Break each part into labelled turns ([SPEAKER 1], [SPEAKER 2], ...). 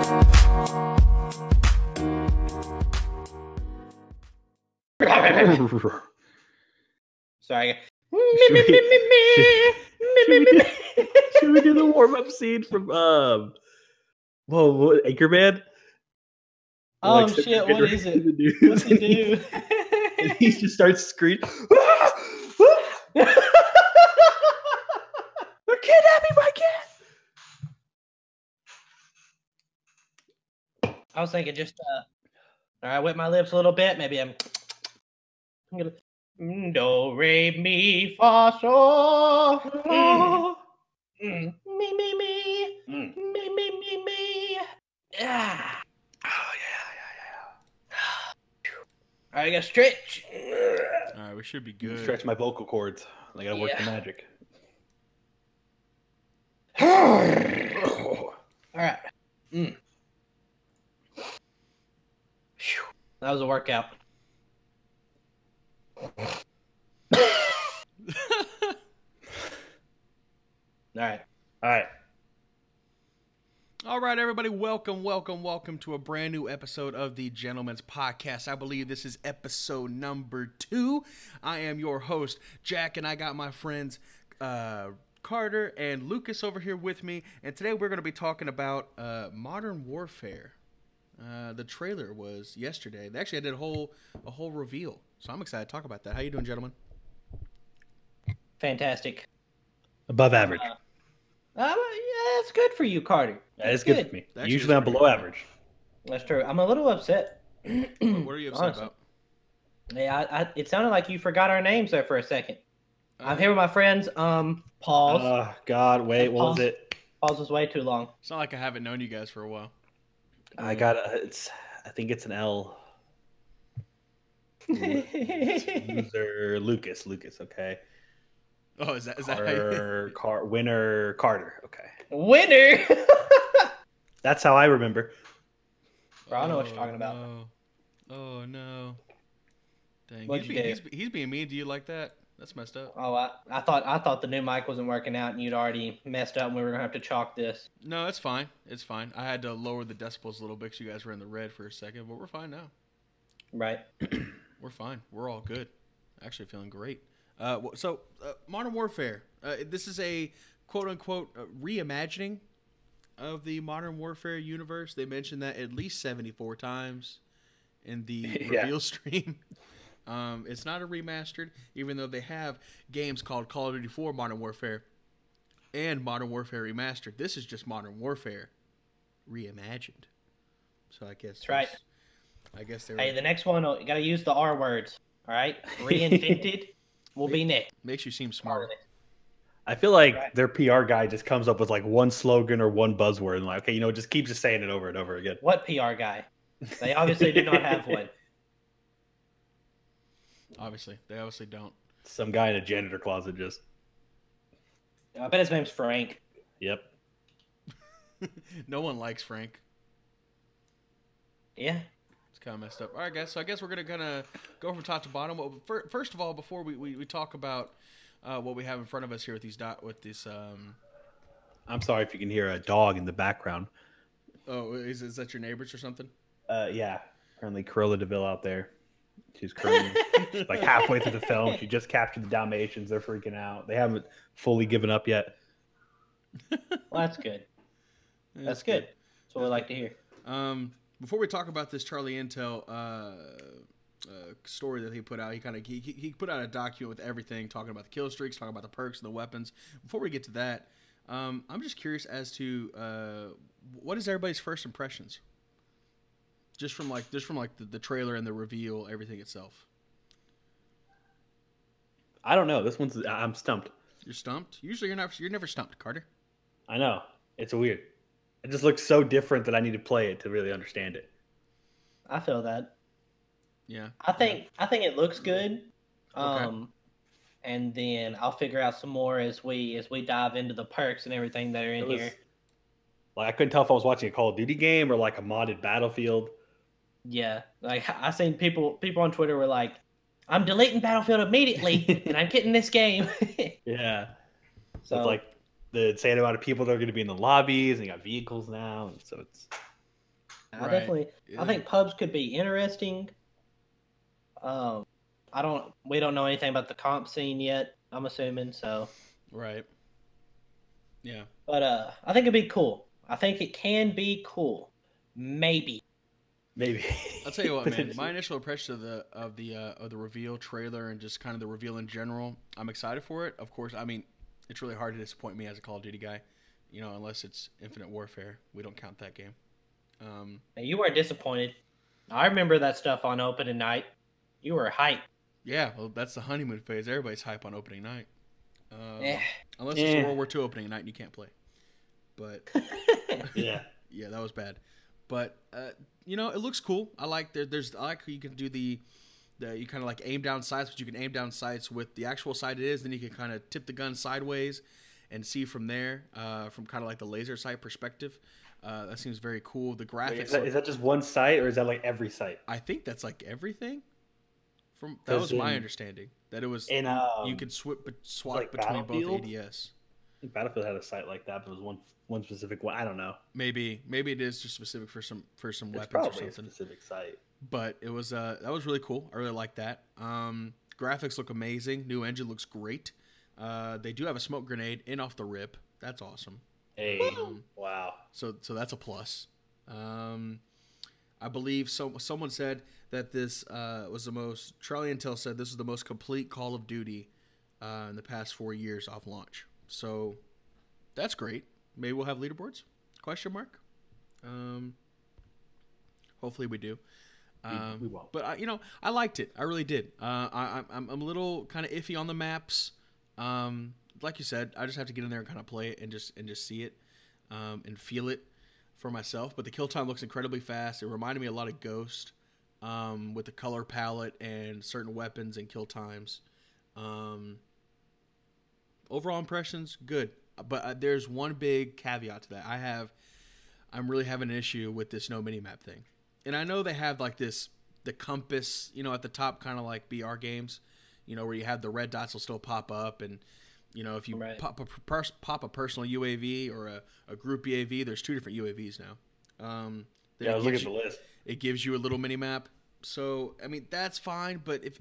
[SPEAKER 1] Sorry.
[SPEAKER 2] Should we- should we do- Should we do the warm up scene from um? Whoa, what, Anchorman!
[SPEAKER 1] Oh
[SPEAKER 2] Like,
[SPEAKER 1] shit!
[SPEAKER 2] Anchorman
[SPEAKER 1] What is it?
[SPEAKER 2] reads the news
[SPEAKER 1] What's he
[SPEAKER 2] and
[SPEAKER 1] do?
[SPEAKER 2] and he just starts screaming. They're kidnapping my cat.
[SPEAKER 1] I was thinking just uh, all right, wet my lips a little bit. Maybe I'm. I'm gonna. Mm, Do re mi fa so. Mm, mm, Me me me
[SPEAKER 2] Mm.
[SPEAKER 1] me me me me. Ah.
[SPEAKER 2] Oh yeah,
[SPEAKER 1] All right, I gotta stretch.
[SPEAKER 3] All right, we should be
[SPEAKER 2] yeah, yeah.
[SPEAKER 3] good.
[SPEAKER 2] Stretch my vocal cords. I gotta work the
[SPEAKER 1] Yeah.
[SPEAKER 2] magic.
[SPEAKER 1] All right. Mm. Phew. That was a workout. All right.
[SPEAKER 2] All right.
[SPEAKER 3] All right, everybody, welcome, welcome, welcome to a brand new episode of the Gentleman's Podcast. I believe this is episode number two. I am your host, Jack, and I got my friends uh, Carter and Lucas over here with me. And today we're going to be talking about uh, modern warfare. Uh, the trailer was yesterday. They actually did a whole a whole reveal, so I'm excited to talk about that. How you doing, gentlemen?
[SPEAKER 1] Fantastic.
[SPEAKER 2] Above average.
[SPEAKER 1] Uh, yeah, that's good for you, Carter.
[SPEAKER 2] That is good for me.
[SPEAKER 3] That actually
[SPEAKER 2] Usually
[SPEAKER 3] is
[SPEAKER 2] I'm
[SPEAKER 3] pretty
[SPEAKER 2] below
[SPEAKER 3] good.
[SPEAKER 2] average.
[SPEAKER 1] That's true. I'm a little upset.
[SPEAKER 3] What are you upset
[SPEAKER 1] Honestly.
[SPEAKER 3] about?
[SPEAKER 1] Yeah, I, I, it sounded like you forgot our names there for a second. I'm
[SPEAKER 3] Uh,
[SPEAKER 1] here with my friends. Um, pause.
[SPEAKER 2] Oh God, wait, what was
[SPEAKER 1] Pause.
[SPEAKER 2] it?
[SPEAKER 1] pause was way too long.
[SPEAKER 3] It's not like I haven't known you guys for a while.
[SPEAKER 2] I got a, it's. I think it's an L. Loser Lucas, Lucas. Okay.
[SPEAKER 3] Oh, is that is that? how you-
[SPEAKER 2] Carter, Car, winner Carter. Okay,
[SPEAKER 1] Winner.
[SPEAKER 2] that's how I remember.
[SPEAKER 1] Bro, I know
[SPEAKER 2] Uh,
[SPEAKER 1] what you're talking about.
[SPEAKER 3] No. Oh no. Dang.
[SPEAKER 1] What'd
[SPEAKER 3] He's
[SPEAKER 1] you
[SPEAKER 3] being,
[SPEAKER 1] do?
[SPEAKER 3] he's, he's being mean to you like that. That's messed up.
[SPEAKER 1] oh, I, I thought I thought the new mic wasn't working out, and you'd already messed up, and we were gonna have to chalk this.
[SPEAKER 3] No, it's fine. It's fine. I had to lower the decibels a little bit because you guys were in the red for a second, but we're fine now.
[SPEAKER 1] Right.
[SPEAKER 3] We're fine. We're all good. Actually, feeling great. Uh, wh- so, uh, Modern Warfare. Uh, this is a quote unquote uh, reimagining of the Modern Warfare universe. They mentioned that at least 74 times in the
[SPEAKER 2] Yeah.
[SPEAKER 3] reveal stream. Um, it's not a remastered, even though they have games called Call of Duty 4 Modern Warfare and Modern Warfare Remastered. This is just Modern Warfare reimagined. So I guess
[SPEAKER 1] That's right.
[SPEAKER 3] there's- I guess they're
[SPEAKER 1] Hey, the next one, oh, you gotta use the R words. All right. Reinvented will be next.
[SPEAKER 3] makes you seem smarter.
[SPEAKER 2] I feel like
[SPEAKER 1] Right.
[SPEAKER 2] their PR guy just comes up with like one slogan or one buzzword and like, okay, you know, just keeps just saying it over and over again.
[SPEAKER 1] What PR guy? They obviously do not have one.
[SPEAKER 3] Obviously, they obviously don't.
[SPEAKER 2] Some guy in a janitor closet just,
[SPEAKER 1] I bet his name's Frank.
[SPEAKER 2] yep.
[SPEAKER 3] no one likes Frank.
[SPEAKER 1] Yeah.
[SPEAKER 3] It's kind of messed up. All right, guys. So I guess we're gonna kind of go from top to bottom. Well, fir- First of all, before we, we, we talk about uh, what we have in front of us here with these dot with this um
[SPEAKER 2] I'm sorry if you can hear a dog in the background.
[SPEAKER 3] oh is, is that your neighbors or something?
[SPEAKER 2] Uh, yeah, currently Corolla Deville out there. She's currently like halfway through the film. She just captured the Dalmatians. They're freaking out. They haven't fully given up yet.
[SPEAKER 1] Well, that's good. That's good. That's what we like to hear.
[SPEAKER 3] Um, before we talk about this Charlie Intel uh, uh, story that he put out, he kind of he, he he put out a document with everything, talking about the kill streaks, talking about the perks and the weapons. Before we get to that, um, I'm just curious as to uh, what is everybody's first impressions, just from like just from like the, the trailer and the reveal, everything itself.
[SPEAKER 2] I don't know. This one's, I- I'm stumped.
[SPEAKER 3] You're stumped. Usually, you're not. You're never stumped, Carter.
[SPEAKER 2] I know. It's weird. It just looks so different that I need to play it to really understand it.
[SPEAKER 1] I feel that.
[SPEAKER 3] Yeah.
[SPEAKER 1] I think I think it looks good.
[SPEAKER 3] Okay.
[SPEAKER 1] Um and then I'll figure out some more as we as we dive into the perks and everything that are in
[SPEAKER 2] It was-
[SPEAKER 1] here.
[SPEAKER 2] Like I couldn't tell if I was watching a Call of Duty game or like a modded Battlefield.
[SPEAKER 1] Yeah. Like I seen people people on Twitter were like, I'm deleting Battlefield immediately and I'm getting this game.
[SPEAKER 2] Yeah, so
[SPEAKER 1] so
[SPEAKER 2] it's like the same amount of people that are going to be in the lobbies, and you got vehicles now, and so it's
[SPEAKER 1] I
[SPEAKER 3] Right.
[SPEAKER 1] definitely I
[SPEAKER 3] Yeah.
[SPEAKER 1] think pubs could be interesting. Um, I don't. We don't know anything about the comp scene yet. I'm assuming so.
[SPEAKER 3] Right. Yeah.
[SPEAKER 1] But uh, I think it'd be cool. I think it can be cool. Maybe.
[SPEAKER 2] Maybe.
[SPEAKER 3] I'll tell you what, man. My
[SPEAKER 2] Potentially.
[SPEAKER 3] initial impression of the of the uh, of the reveal trailer and just kind of the reveal in general, I'm excited for it. Of course, I mean, it's really hard to disappoint me as a Call of Duty guy, you know, unless it's Infinite Warfare. We don't count that game. Um,
[SPEAKER 1] Now, you were disappointed. I remember that stuff on opening night. You were hyped.
[SPEAKER 3] yeah, well, that's the honeymoon phase. Everybody's hype on opening night. Um,
[SPEAKER 1] Eh.
[SPEAKER 3] Unless it's a
[SPEAKER 2] Yeah.
[SPEAKER 3] World War II opening night and you can't play. But
[SPEAKER 2] yeah.
[SPEAKER 3] yeah, that was bad. But uh, you know, it looks cool. I like there, there's I like how you can do the the you kind of like aim down sights, but you can aim down sights with the actual sight it is. Then you can kind of tip the gun sideways and see from there, uh, from kind of like the laser sight perspective. Uh, that seems very cool. The graphics,
[SPEAKER 2] is, that, is that just one site or is that like every site?
[SPEAKER 3] I think that's like everything. From that was
[SPEAKER 2] Does
[SPEAKER 3] my
[SPEAKER 2] in-
[SPEAKER 3] understanding that it was
[SPEAKER 2] In um,
[SPEAKER 3] you could swip but swap
[SPEAKER 2] like
[SPEAKER 3] between both
[SPEAKER 2] Battlefield?
[SPEAKER 3] ADS.
[SPEAKER 2] I think Battlefield had a site like that, but it was one one specific one. I don't know.
[SPEAKER 3] Maybe maybe it is just specific for some for some
[SPEAKER 2] It's
[SPEAKER 3] weapons or
[SPEAKER 2] probably a
[SPEAKER 3] something.
[SPEAKER 2] specific site.
[SPEAKER 3] but it was uh that was really cool. I really like that. Um, graphics look amazing. New engine looks great. Uh, they do have a smoke grenade in off the rip. That's awesome.
[SPEAKER 2] Hey,
[SPEAKER 3] Um,
[SPEAKER 2] wow.
[SPEAKER 3] so so that's a plus. Um, I believe so, someone said that this uh, was the most. Charlie Intel said this is the most complete Call of Duty uh, in the past four years off launch. So that's great. Maybe we'll have leaderboards? Question mark. Um, hopefully we do.
[SPEAKER 2] We-
[SPEAKER 3] Um,
[SPEAKER 2] we won't.
[SPEAKER 3] But I, you know, I liked it. I really did. Uh, I, I'm- I'm I'm a little kind of iffy on the maps. Um, like you said, I just have to get in there and kind of play it and just and just see it um, and feel it for myself. But the kill time looks incredibly fast. It reminded me a lot of Ghost um, with the color palette and certain weapons and kill times. Um, overall impressions good, but uh, there's one big caveat to that. I have, I'm really having an issue with this no mini map thing, and I know they have like this the compass, you know, at the top, kind of like BR games, you know, where you have the red dots will still pop up and. You know, if you
[SPEAKER 1] Right.
[SPEAKER 3] pop a pers- pop a personal UAV or a, a group UAV, there's two different UAVs now. Um, then
[SPEAKER 2] Yeah,
[SPEAKER 3] it
[SPEAKER 2] I was looking
[SPEAKER 3] gives
[SPEAKER 2] at the
[SPEAKER 3] you-
[SPEAKER 2] list.
[SPEAKER 3] it gives you a little mini map. So I mean that's fine, but if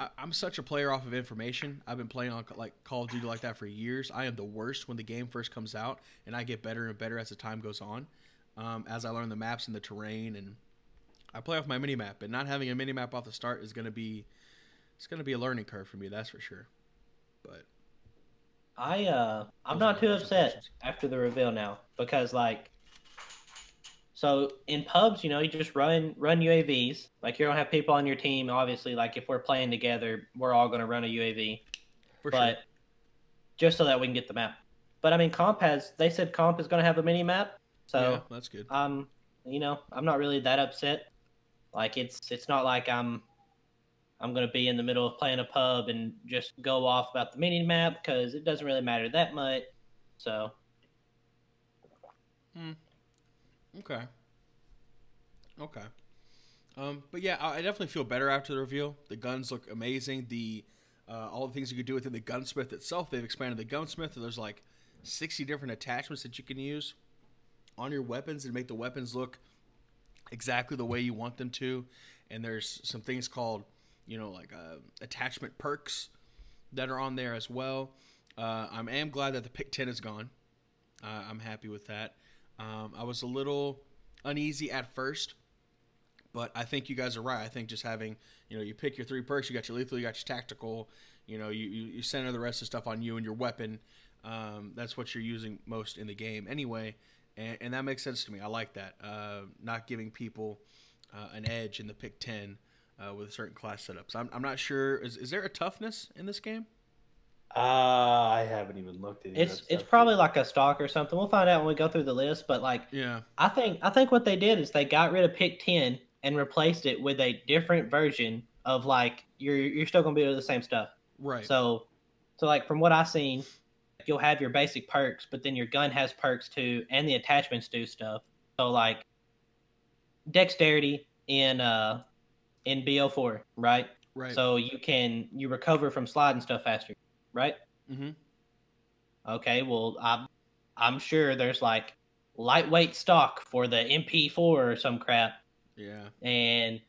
[SPEAKER 3] I- I'm such a player off of information, I've been playing on like Call of Duty like that for years. I am the worst when the game first comes out, and I get better and better as the time goes on. Um, as I learn the maps and the terrain, and I play off my mini map, and not having a mini map off the start is gonna be it's gonna be a learning curve for me, that's for sure. But
[SPEAKER 1] I uh I'm
[SPEAKER 3] Those are
[SPEAKER 1] not too
[SPEAKER 3] my
[SPEAKER 1] upset
[SPEAKER 3] questions.
[SPEAKER 1] after the reveal now because like so in pubs, you know, you just run run UAVs. Like you don't have people on your team, obviously, like if we're playing together, we're all gonna run a UAV.
[SPEAKER 3] for
[SPEAKER 1] but
[SPEAKER 3] sure,
[SPEAKER 1] just so that we can get the map. But I mean comp has they said comp is gonna have a mini map. So
[SPEAKER 3] yeah, that's good.
[SPEAKER 1] um you know i'm not really that upset like it's it's not like i'm i'm gonna be in the middle of playing a pub and just go off about the mini map because it doesn't really matter that much so
[SPEAKER 3] Okay. Okay. Um, but yeah, I, I definitely feel better after the reveal. The guns look amazing. The uh, all the things you could do within the gunsmith itself, they've expanded the gunsmith. There's like 60 different attachments that you can use on your weapons and make the weapons look exactly the way you want them to. And there's some things called, you know, like uh, attachment perks that are on there as well. Uh, I am glad that the pick 10 is gone. Uh, I'm happy with that. Um, I was a little uneasy at first, but I think you guys are right. I think just having, you know, you pick your three perks, you got your lethal, you got your tactical, you know, you, you, you center the rest of the stuff on you and your weapon. Um, that's what you're using most in the game anyway. And, and that makes sense to me. I like that. Uh, not giving people uh, an edge in the pick 10 uh, with certain class setups. I'm, I'm not sure. Is, is there a toughness in this game?
[SPEAKER 2] Uh, I haven't even looked at
[SPEAKER 1] it's it's probably like a stock or something we'll find out when we go through the list but like
[SPEAKER 3] Yeah.
[SPEAKER 1] i think i think what they did is they got rid of pick 10 and replaced it with a different version of like you're you're still gonna be able to do the same stuff
[SPEAKER 3] Right.
[SPEAKER 1] So, so like from what I've seen, you'll have your basic perks, but then your gun has perks too, and the attachments do stuff. So like dexterity in uh in BO4, right?
[SPEAKER 3] right.
[SPEAKER 1] So you can you recover from sliding stuff faster, right?
[SPEAKER 3] Mhm.
[SPEAKER 1] Okay, well I'm I'm sure there's like lightweight stock for the MP4 or some crap
[SPEAKER 3] yeah.
[SPEAKER 1] and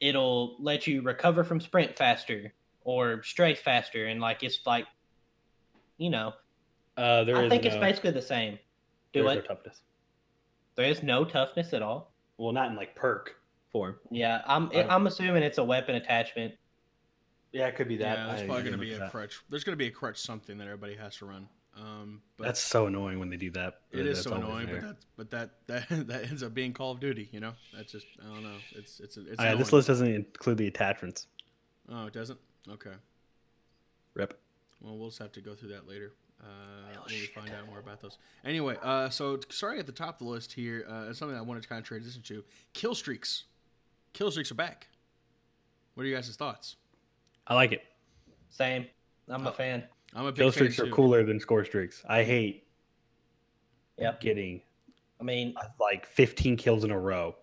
[SPEAKER 1] it'll let you recover from sprint faster or strafe faster, and like it's like, you know,
[SPEAKER 2] Uh, there
[SPEAKER 1] I
[SPEAKER 2] is
[SPEAKER 1] think
[SPEAKER 2] no,
[SPEAKER 1] it's basically the same. Do
[SPEAKER 2] there is
[SPEAKER 1] it.
[SPEAKER 2] no toughness.
[SPEAKER 1] there is no toughness at all.
[SPEAKER 2] Well, not in like perk form.
[SPEAKER 1] Yeah, I'm
[SPEAKER 2] Uh,
[SPEAKER 1] I'm assuming it's a weapon attachment.
[SPEAKER 2] Yeah, it could be that.
[SPEAKER 3] yeah, there's
[SPEAKER 2] I
[SPEAKER 3] probably
[SPEAKER 2] didn't
[SPEAKER 3] gonna be
[SPEAKER 2] look
[SPEAKER 3] a
[SPEAKER 2] at that.
[SPEAKER 3] crutch. There's gonna be a crutch something that everybody has to run. Um, but
[SPEAKER 2] That's so annoying when they do that.
[SPEAKER 3] it is so
[SPEAKER 2] That's always
[SPEAKER 3] annoying.
[SPEAKER 2] there.
[SPEAKER 3] But that but that that that ends up being Call of Duty. You know, that's just I don't know. It's it's it's.
[SPEAKER 2] Uh, this
[SPEAKER 3] annoying.
[SPEAKER 2] list doesn't include the attachments.
[SPEAKER 3] Oh, it doesn't. Okay.
[SPEAKER 2] Rip.
[SPEAKER 3] Well, we'll just have to go through that later uh,
[SPEAKER 2] Oh,
[SPEAKER 3] when we
[SPEAKER 2] shit.
[SPEAKER 3] find out more about those. Anyway, uh, so t- starting at the top of the list here, uh, is something I wanted to kind of transition to kill streaks. Kill streaks are back. What are you guys' thoughts?
[SPEAKER 2] I like it.
[SPEAKER 1] Same. I'm
[SPEAKER 3] Oh.
[SPEAKER 1] a fan.
[SPEAKER 3] I'm a big
[SPEAKER 2] Kill
[SPEAKER 3] fan
[SPEAKER 2] streaks are
[SPEAKER 3] too.
[SPEAKER 2] cooler than score streaks. I hate
[SPEAKER 1] Yep.
[SPEAKER 2] getting
[SPEAKER 1] I mean,
[SPEAKER 2] uh, like 15 kills in a row.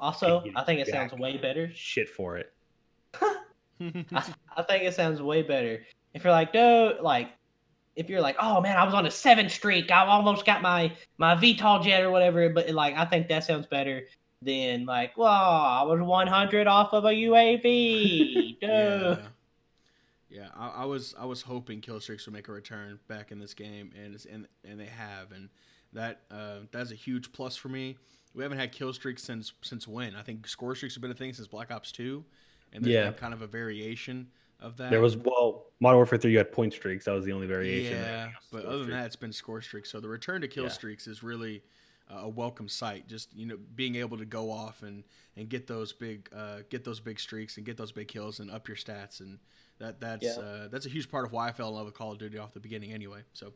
[SPEAKER 1] also,
[SPEAKER 2] Can't get
[SPEAKER 1] I think it
[SPEAKER 2] it back.
[SPEAKER 1] sounds way better.
[SPEAKER 2] Shit for it.
[SPEAKER 1] I, I think it sounds way better. If you're like, no, like, if you're like, oh man, I was on a seven streak, I almost got my my VTOL jet or whatever, but like, I think that sounds better than like, well, I was 100 off of a UAV.
[SPEAKER 3] yeah.
[SPEAKER 1] Dude.
[SPEAKER 3] Yeah, I, I was I was hoping kill streaks would make a return back in this game, and it's, and and they have, and that uh, that's a huge plus for me. We haven't had kill streaks since since when? I think score streaks have been a thing since Black Ops Two, and there's
[SPEAKER 2] Yeah.
[SPEAKER 3] been kind of a variation of that.
[SPEAKER 2] There was well, Modern Warfare 3. You had point streaks. That was the only variation.
[SPEAKER 3] Yeah, but
[SPEAKER 2] Score
[SPEAKER 3] other than
[SPEAKER 2] streak.
[SPEAKER 3] that, it's been score streaks. So the return to kill
[SPEAKER 2] Yeah.
[SPEAKER 3] streaks is really uh, a welcome sight. Just you know, being able to go off and and get those big uh, get those big streaks and get those big kills and up your stats and that that's
[SPEAKER 1] Yeah.
[SPEAKER 3] uh, that's a huge part of why I fell in love with Call of Duty off the beginning anyway. So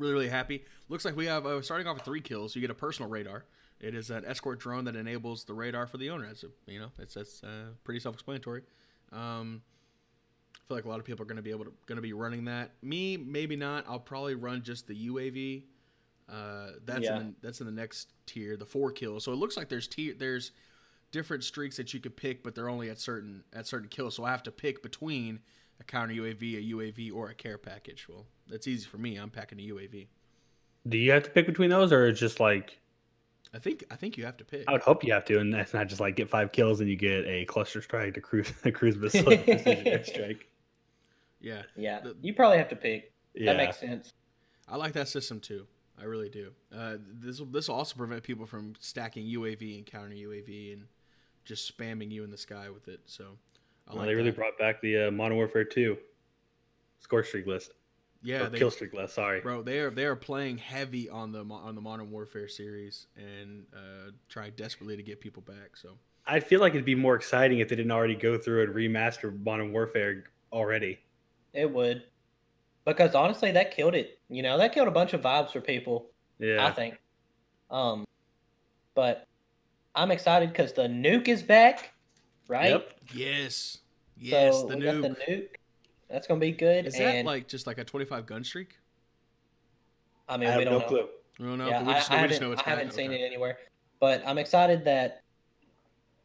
[SPEAKER 3] really really happy. Looks like we have uh, starting off with three kills. You get a personal radar. It is an escort drone that enables the radar for the owner. That's a, you know it's that's uh, pretty self explanatory. Um, I feel like a lot of people are going to be able to going to be running that. Me, maybe not. I'll probably run just the UAV. Uh, that's
[SPEAKER 1] Yeah.
[SPEAKER 3] in the, that's in the next tier, the four kills. So it looks like there's tier there's different streaks that you could pick, but they're only at certain at certain kills. So I have to pick between a counter UAV, a UAV, or a care package. Well, that's easy for me. I'm packing a UAV.
[SPEAKER 2] do you have to pick between those, or it's just like
[SPEAKER 3] I think I think you have to pick.
[SPEAKER 2] I would hope you have to, and that's not just like get five kills and you get a cluster strike, a cruise, a cruise missile, and a precision airstrike.
[SPEAKER 3] Yeah,
[SPEAKER 1] Yeah.
[SPEAKER 3] The-
[SPEAKER 1] You probably have to pick.
[SPEAKER 2] Yeah,
[SPEAKER 1] That makes sense.
[SPEAKER 3] I like that system too. I really do. Uh, this will this will also prevent people from stacking UAV and counter UAV and just spamming you in the sky with it. So I
[SPEAKER 2] Well,
[SPEAKER 3] like
[SPEAKER 2] they really
[SPEAKER 3] that.
[SPEAKER 2] brought back the uh, Modern Warfare Two score streak list,
[SPEAKER 3] yeah
[SPEAKER 2] or
[SPEAKER 3] they,
[SPEAKER 2] kill streak list. Sorry,
[SPEAKER 3] bro they are they are playing heavy on the mo- on the Modern Warfare series and uh, try desperately to get people back. So
[SPEAKER 2] I feel like it'd be more exciting if they didn't already go through and remaster Modern Warfare already.
[SPEAKER 1] It would. Because honestly, that killed it. You know, that killed a bunch of vibes for people. I
[SPEAKER 2] Yeah,
[SPEAKER 1] think. Um, but I'm excited because the nuke is back, right?
[SPEAKER 2] Yep.
[SPEAKER 3] yes, yes,
[SPEAKER 1] so
[SPEAKER 3] the
[SPEAKER 1] we got
[SPEAKER 3] nuke.
[SPEAKER 1] the nuke. That's gonna be good.
[SPEAKER 3] Is that
[SPEAKER 1] and
[SPEAKER 3] like just like a twenty five gun streak?
[SPEAKER 1] I
[SPEAKER 2] I
[SPEAKER 1] mean,
[SPEAKER 2] have
[SPEAKER 1] we don't
[SPEAKER 2] no
[SPEAKER 1] know.
[SPEAKER 2] clue.
[SPEAKER 3] I don't know.
[SPEAKER 1] yeah,
[SPEAKER 3] but we
[SPEAKER 1] I,
[SPEAKER 3] just,
[SPEAKER 1] I
[SPEAKER 3] know- we
[SPEAKER 1] haven't,
[SPEAKER 3] just know it's
[SPEAKER 1] I haven't
[SPEAKER 3] back.
[SPEAKER 1] seen
[SPEAKER 3] Okay.
[SPEAKER 1] it anywhere, but I'm excited that,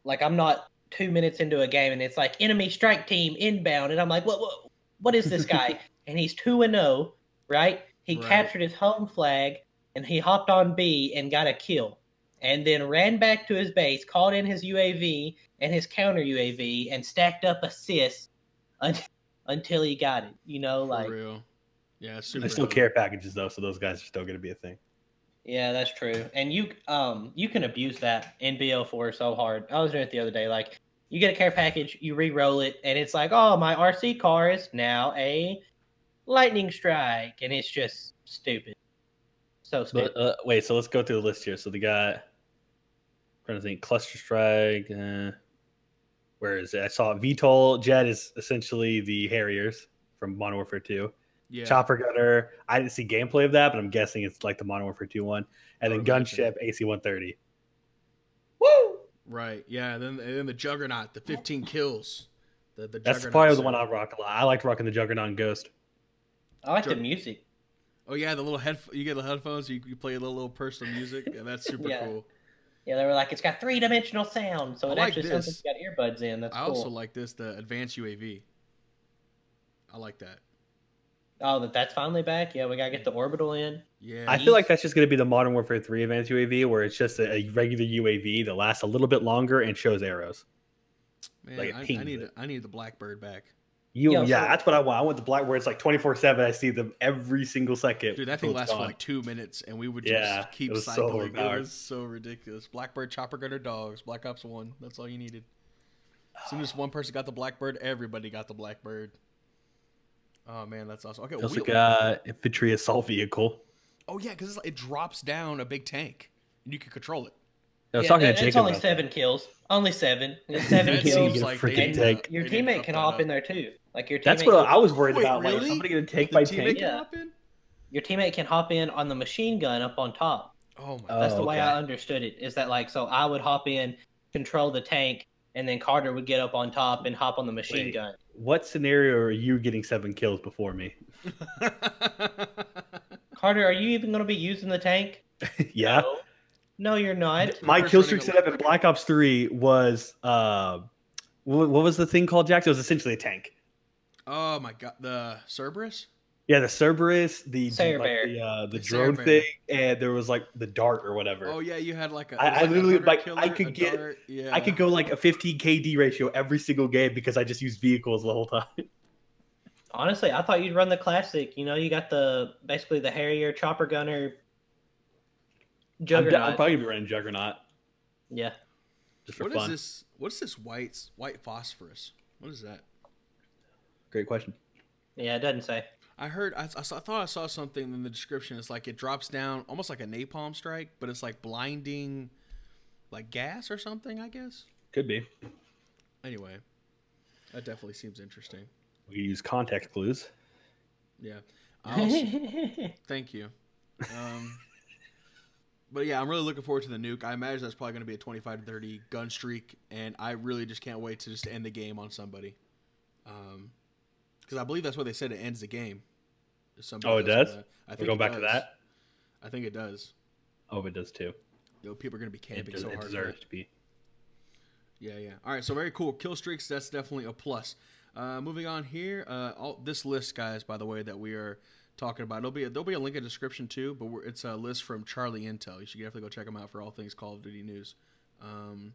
[SPEAKER 1] like, I'm not two minutes into a game and it's like enemy strike team inbound, and I'm like, what, what, what is this guy? and he's two and zero, right? He
[SPEAKER 3] Right.
[SPEAKER 1] captured his home flag and he hopped on B and got a kill, and then ran back to his base, called in his UAV and his counter UAV, and stacked up assists un- until he got it. You know,
[SPEAKER 3] For
[SPEAKER 1] like,
[SPEAKER 3] real. Yeah, it's super.
[SPEAKER 2] They still
[SPEAKER 3] dope.
[SPEAKER 2] care packages though, so those guys are still going to be a thing.
[SPEAKER 1] Yeah, that's true. And you um you can abuse that in BO4 so hard. I was doing it the other day. Like you get a care package, you re-roll it, and it's like, oh, my RC car is now a lightning strike, and it's just stupid. So stupid.
[SPEAKER 2] But, uh, wait, so let's go through the list here. So they got, I'm trying to think, Cluster Strike. Uh, where is it? I saw VTOL Jet is essentially the Harriers from Modern Warfare 2.
[SPEAKER 3] Yeah.
[SPEAKER 2] Chopper Gunner. I didn't see gameplay of that, but I'm guessing it's like the Modern Warfare 2 one. And
[SPEAKER 3] I
[SPEAKER 2] then
[SPEAKER 3] would imagine.
[SPEAKER 2] Gunship AC 130.
[SPEAKER 1] Woo!
[SPEAKER 3] Right. Yeah. Then and then the Juggernaut, the 15 kills. The the
[SPEAKER 2] That's
[SPEAKER 3] Juggernaut
[SPEAKER 2] probably the
[SPEAKER 3] suit.
[SPEAKER 2] one I rock a lot. I liked rocking the Juggernaut and Ghost.
[SPEAKER 1] I like the
[SPEAKER 3] Jordan-
[SPEAKER 1] music.
[SPEAKER 3] Oh yeah, the little head. You get the headphones. You, you play a little, little personal music, and that's super
[SPEAKER 1] Yeah.
[SPEAKER 3] cool.
[SPEAKER 1] Yeah, they were like, it's got three dimensional sound, so
[SPEAKER 3] I
[SPEAKER 1] it
[SPEAKER 3] like
[SPEAKER 1] actually
[SPEAKER 3] this.
[SPEAKER 1] sounds like it's got earbuds in. That's
[SPEAKER 3] I
[SPEAKER 1] cool.
[SPEAKER 3] also like this, the advanced UAV. I like that.
[SPEAKER 1] Oh, that that's finally back. Yeah, we gotta get the orbital in.
[SPEAKER 3] Yeah.
[SPEAKER 2] I feel like that's just going to be the Modern Warfare 3 Advanced UAV, where it's just a, a regular UAV that lasts a little bit longer and shows arrows.
[SPEAKER 3] Man,
[SPEAKER 2] Like, it
[SPEAKER 3] I, I
[SPEAKER 2] pings
[SPEAKER 3] need
[SPEAKER 2] it.
[SPEAKER 3] I need the Blackbird back.
[SPEAKER 2] You,
[SPEAKER 1] Yeah,
[SPEAKER 2] yeah,
[SPEAKER 1] so-
[SPEAKER 2] that's what I want. I want the black where it's like twenty four seven. I see them every single second.
[SPEAKER 3] Dude, that
[SPEAKER 2] until
[SPEAKER 3] thing
[SPEAKER 2] it's
[SPEAKER 3] lasts for
[SPEAKER 2] gone.
[SPEAKER 3] like two minutes, and we would just
[SPEAKER 2] Yeah,
[SPEAKER 3] keep
[SPEAKER 2] it was so
[SPEAKER 3] cycling. it
[SPEAKER 2] hard.
[SPEAKER 3] was so ridiculous. Blackbird, chopper gunner, dogs, Black Ops One. That's all you needed. As soon as one person got the Blackbird, everybody got the Blackbird. Oh man, that's awesome. Okay,
[SPEAKER 2] They also
[SPEAKER 3] wheel-
[SPEAKER 2] got infantry assault vehicle.
[SPEAKER 3] oh yeah, because it drops down a big tank, and you can control it.
[SPEAKER 2] I was
[SPEAKER 1] Yeah,
[SPEAKER 2] talking to
[SPEAKER 1] and
[SPEAKER 2] Jacob.
[SPEAKER 1] It's only
[SPEAKER 2] about
[SPEAKER 1] seven kills. Only seven. And it's seven
[SPEAKER 2] That
[SPEAKER 1] kills.
[SPEAKER 2] seems
[SPEAKER 1] Like,
[SPEAKER 2] freaking
[SPEAKER 3] didn't,
[SPEAKER 2] tank.
[SPEAKER 1] your
[SPEAKER 3] they didn't
[SPEAKER 1] teammate
[SPEAKER 3] up
[SPEAKER 1] can
[SPEAKER 3] that
[SPEAKER 1] hop
[SPEAKER 3] up.
[SPEAKER 1] in there too. Like your teammate.
[SPEAKER 2] That. That's what I was worried
[SPEAKER 3] Wait,
[SPEAKER 2] about. Like,
[SPEAKER 3] really?
[SPEAKER 2] is somebody gonna take
[SPEAKER 3] The
[SPEAKER 2] my
[SPEAKER 3] teammate
[SPEAKER 2] tank?
[SPEAKER 3] can
[SPEAKER 1] Yeah.
[SPEAKER 3] hop in?
[SPEAKER 1] your teammate can hop in on the machine gun up on top.
[SPEAKER 3] Oh my.
[SPEAKER 2] Oh,
[SPEAKER 1] That's the way
[SPEAKER 2] okay.
[SPEAKER 1] I understood it. Is that like so? I would hop in, control the tank, and then Carter would get up on top and hop on the machine
[SPEAKER 2] Wait.
[SPEAKER 1] gun.
[SPEAKER 2] What scenario are you getting seven kills before me? Uh,
[SPEAKER 1] Carter, are you even going to be using the tank?
[SPEAKER 2] yeah.
[SPEAKER 1] No. No, you're not.
[SPEAKER 2] My
[SPEAKER 3] We're
[SPEAKER 2] kill
[SPEAKER 3] turning
[SPEAKER 2] streak set
[SPEAKER 3] a-
[SPEAKER 2] up in Black Ops 3 was uh wh- what was the thing called Jack? It was essentially a tank.
[SPEAKER 3] oh my god, the Cerberus.
[SPEAKER 2] Yeah, the Cerberus, the
[SPEAKER 1] Sayer Bear.
[SPEAKER 2] the, uh, the
[SPEAKER 3] The Sayer
[SPEAKER 2] drone
[SPEAKER 3] Bear.
[SPEAKER 2] thing, and there was like the dart or whatever.
[SPEAKER 3] Oh yeah, you had like a.
[SPEAKER 2] I- I
[SPEAKER 3] it was like a
[SPEAKER 2] literally,
[SPEAKER 3] hunter
[SPEAKER 2] like, I
[SPEAKER 3] killer,
[SPEAKER 2] could
[SPEAKER 3] a
[SPEAKER 2] get-
[SPEAKER 3] dart, Yeah.
[SPEAKER 2] I could go like a 15 KD ratio every single game because I just use vehicles the whole time.
[SPEAKER 1] Honestly, I thought you'd run the classic. You know, you got the basically the Harrier, chopper gunner,
[SPEAKER 2] I'm,
[SPEAKER 1] juggernaut.
[SPEAKER 2] I'm probably gonna be running Juggernaut
[SPEAKER 1] yeah,
[SPEAKER 2] just for
[SPEAKER 3] What is
[SPEAKER 2] fun.
[SPEAKER 3] this? What's this white white phosphorus? What is that?
[SPEAKER 2] Great question.
[SPEAKER 1] yeah, it doesn't say.
[SPEAKER 3] I heard. I, I, saw, I thought I saw something in the description. It's like it drops down almost like a napalm strike, but it's like blinding, like gas or something. I guess.
[SPEAKER 2] Could be.
[SPEAKER 3] Anyway, that definitely seems interesting.
[SPEAKER 2] We could use context clues.
[SPEAKER 3] Yeah. I
[SPEAKER 2] Oh,
[SPEAKER 3] also- thank you. Um, but yeah, I'm really looking forward to the nuke. I imagine that's probably going to be a 25 to 30 gun streak, and I really just can't wait to just end the game on somebody. Um, because I believe that's what they said it ends the game. If somebody
[SPEAKER 2] Oh, it does?
[SPEAKER 3] that. I
[SPEAKER 2] We're
[SPEAKER 3] think
[SPEAKER 2] going
[SPEAKER 3] it
[SPEAKER 2] back to
[SPEAKER 3] does.
[SPEAKER 2] that.
[SPEAKER 3] I think it does.
[SPEAKER 2] Oh, it does too.
[SPEAKER 3] Yo, people are going to be
[SPEAKER 2] It,
[SPEAKER 3] camping
[SPEAKER 2] des-
[SPEAKER 3] so
[SPEAKER 2] it
[SPEAKER 3] hard. for
[SPEAKER 2] deserves
[SPEAKER 3] that.
[SPEAKER 2] to be.
[SPEAKER 3] Yeah, yeah. All right, so very cool. Kill streaks, that's definitely a plus. Uh, moving on here, uh, all, this list, guys, by the way, that we are talking about, it'll be there'll be a link in the description too, but we're, it's a list from Charlie Intel. You should definitely go check him out for all things Call of Duty news. Um,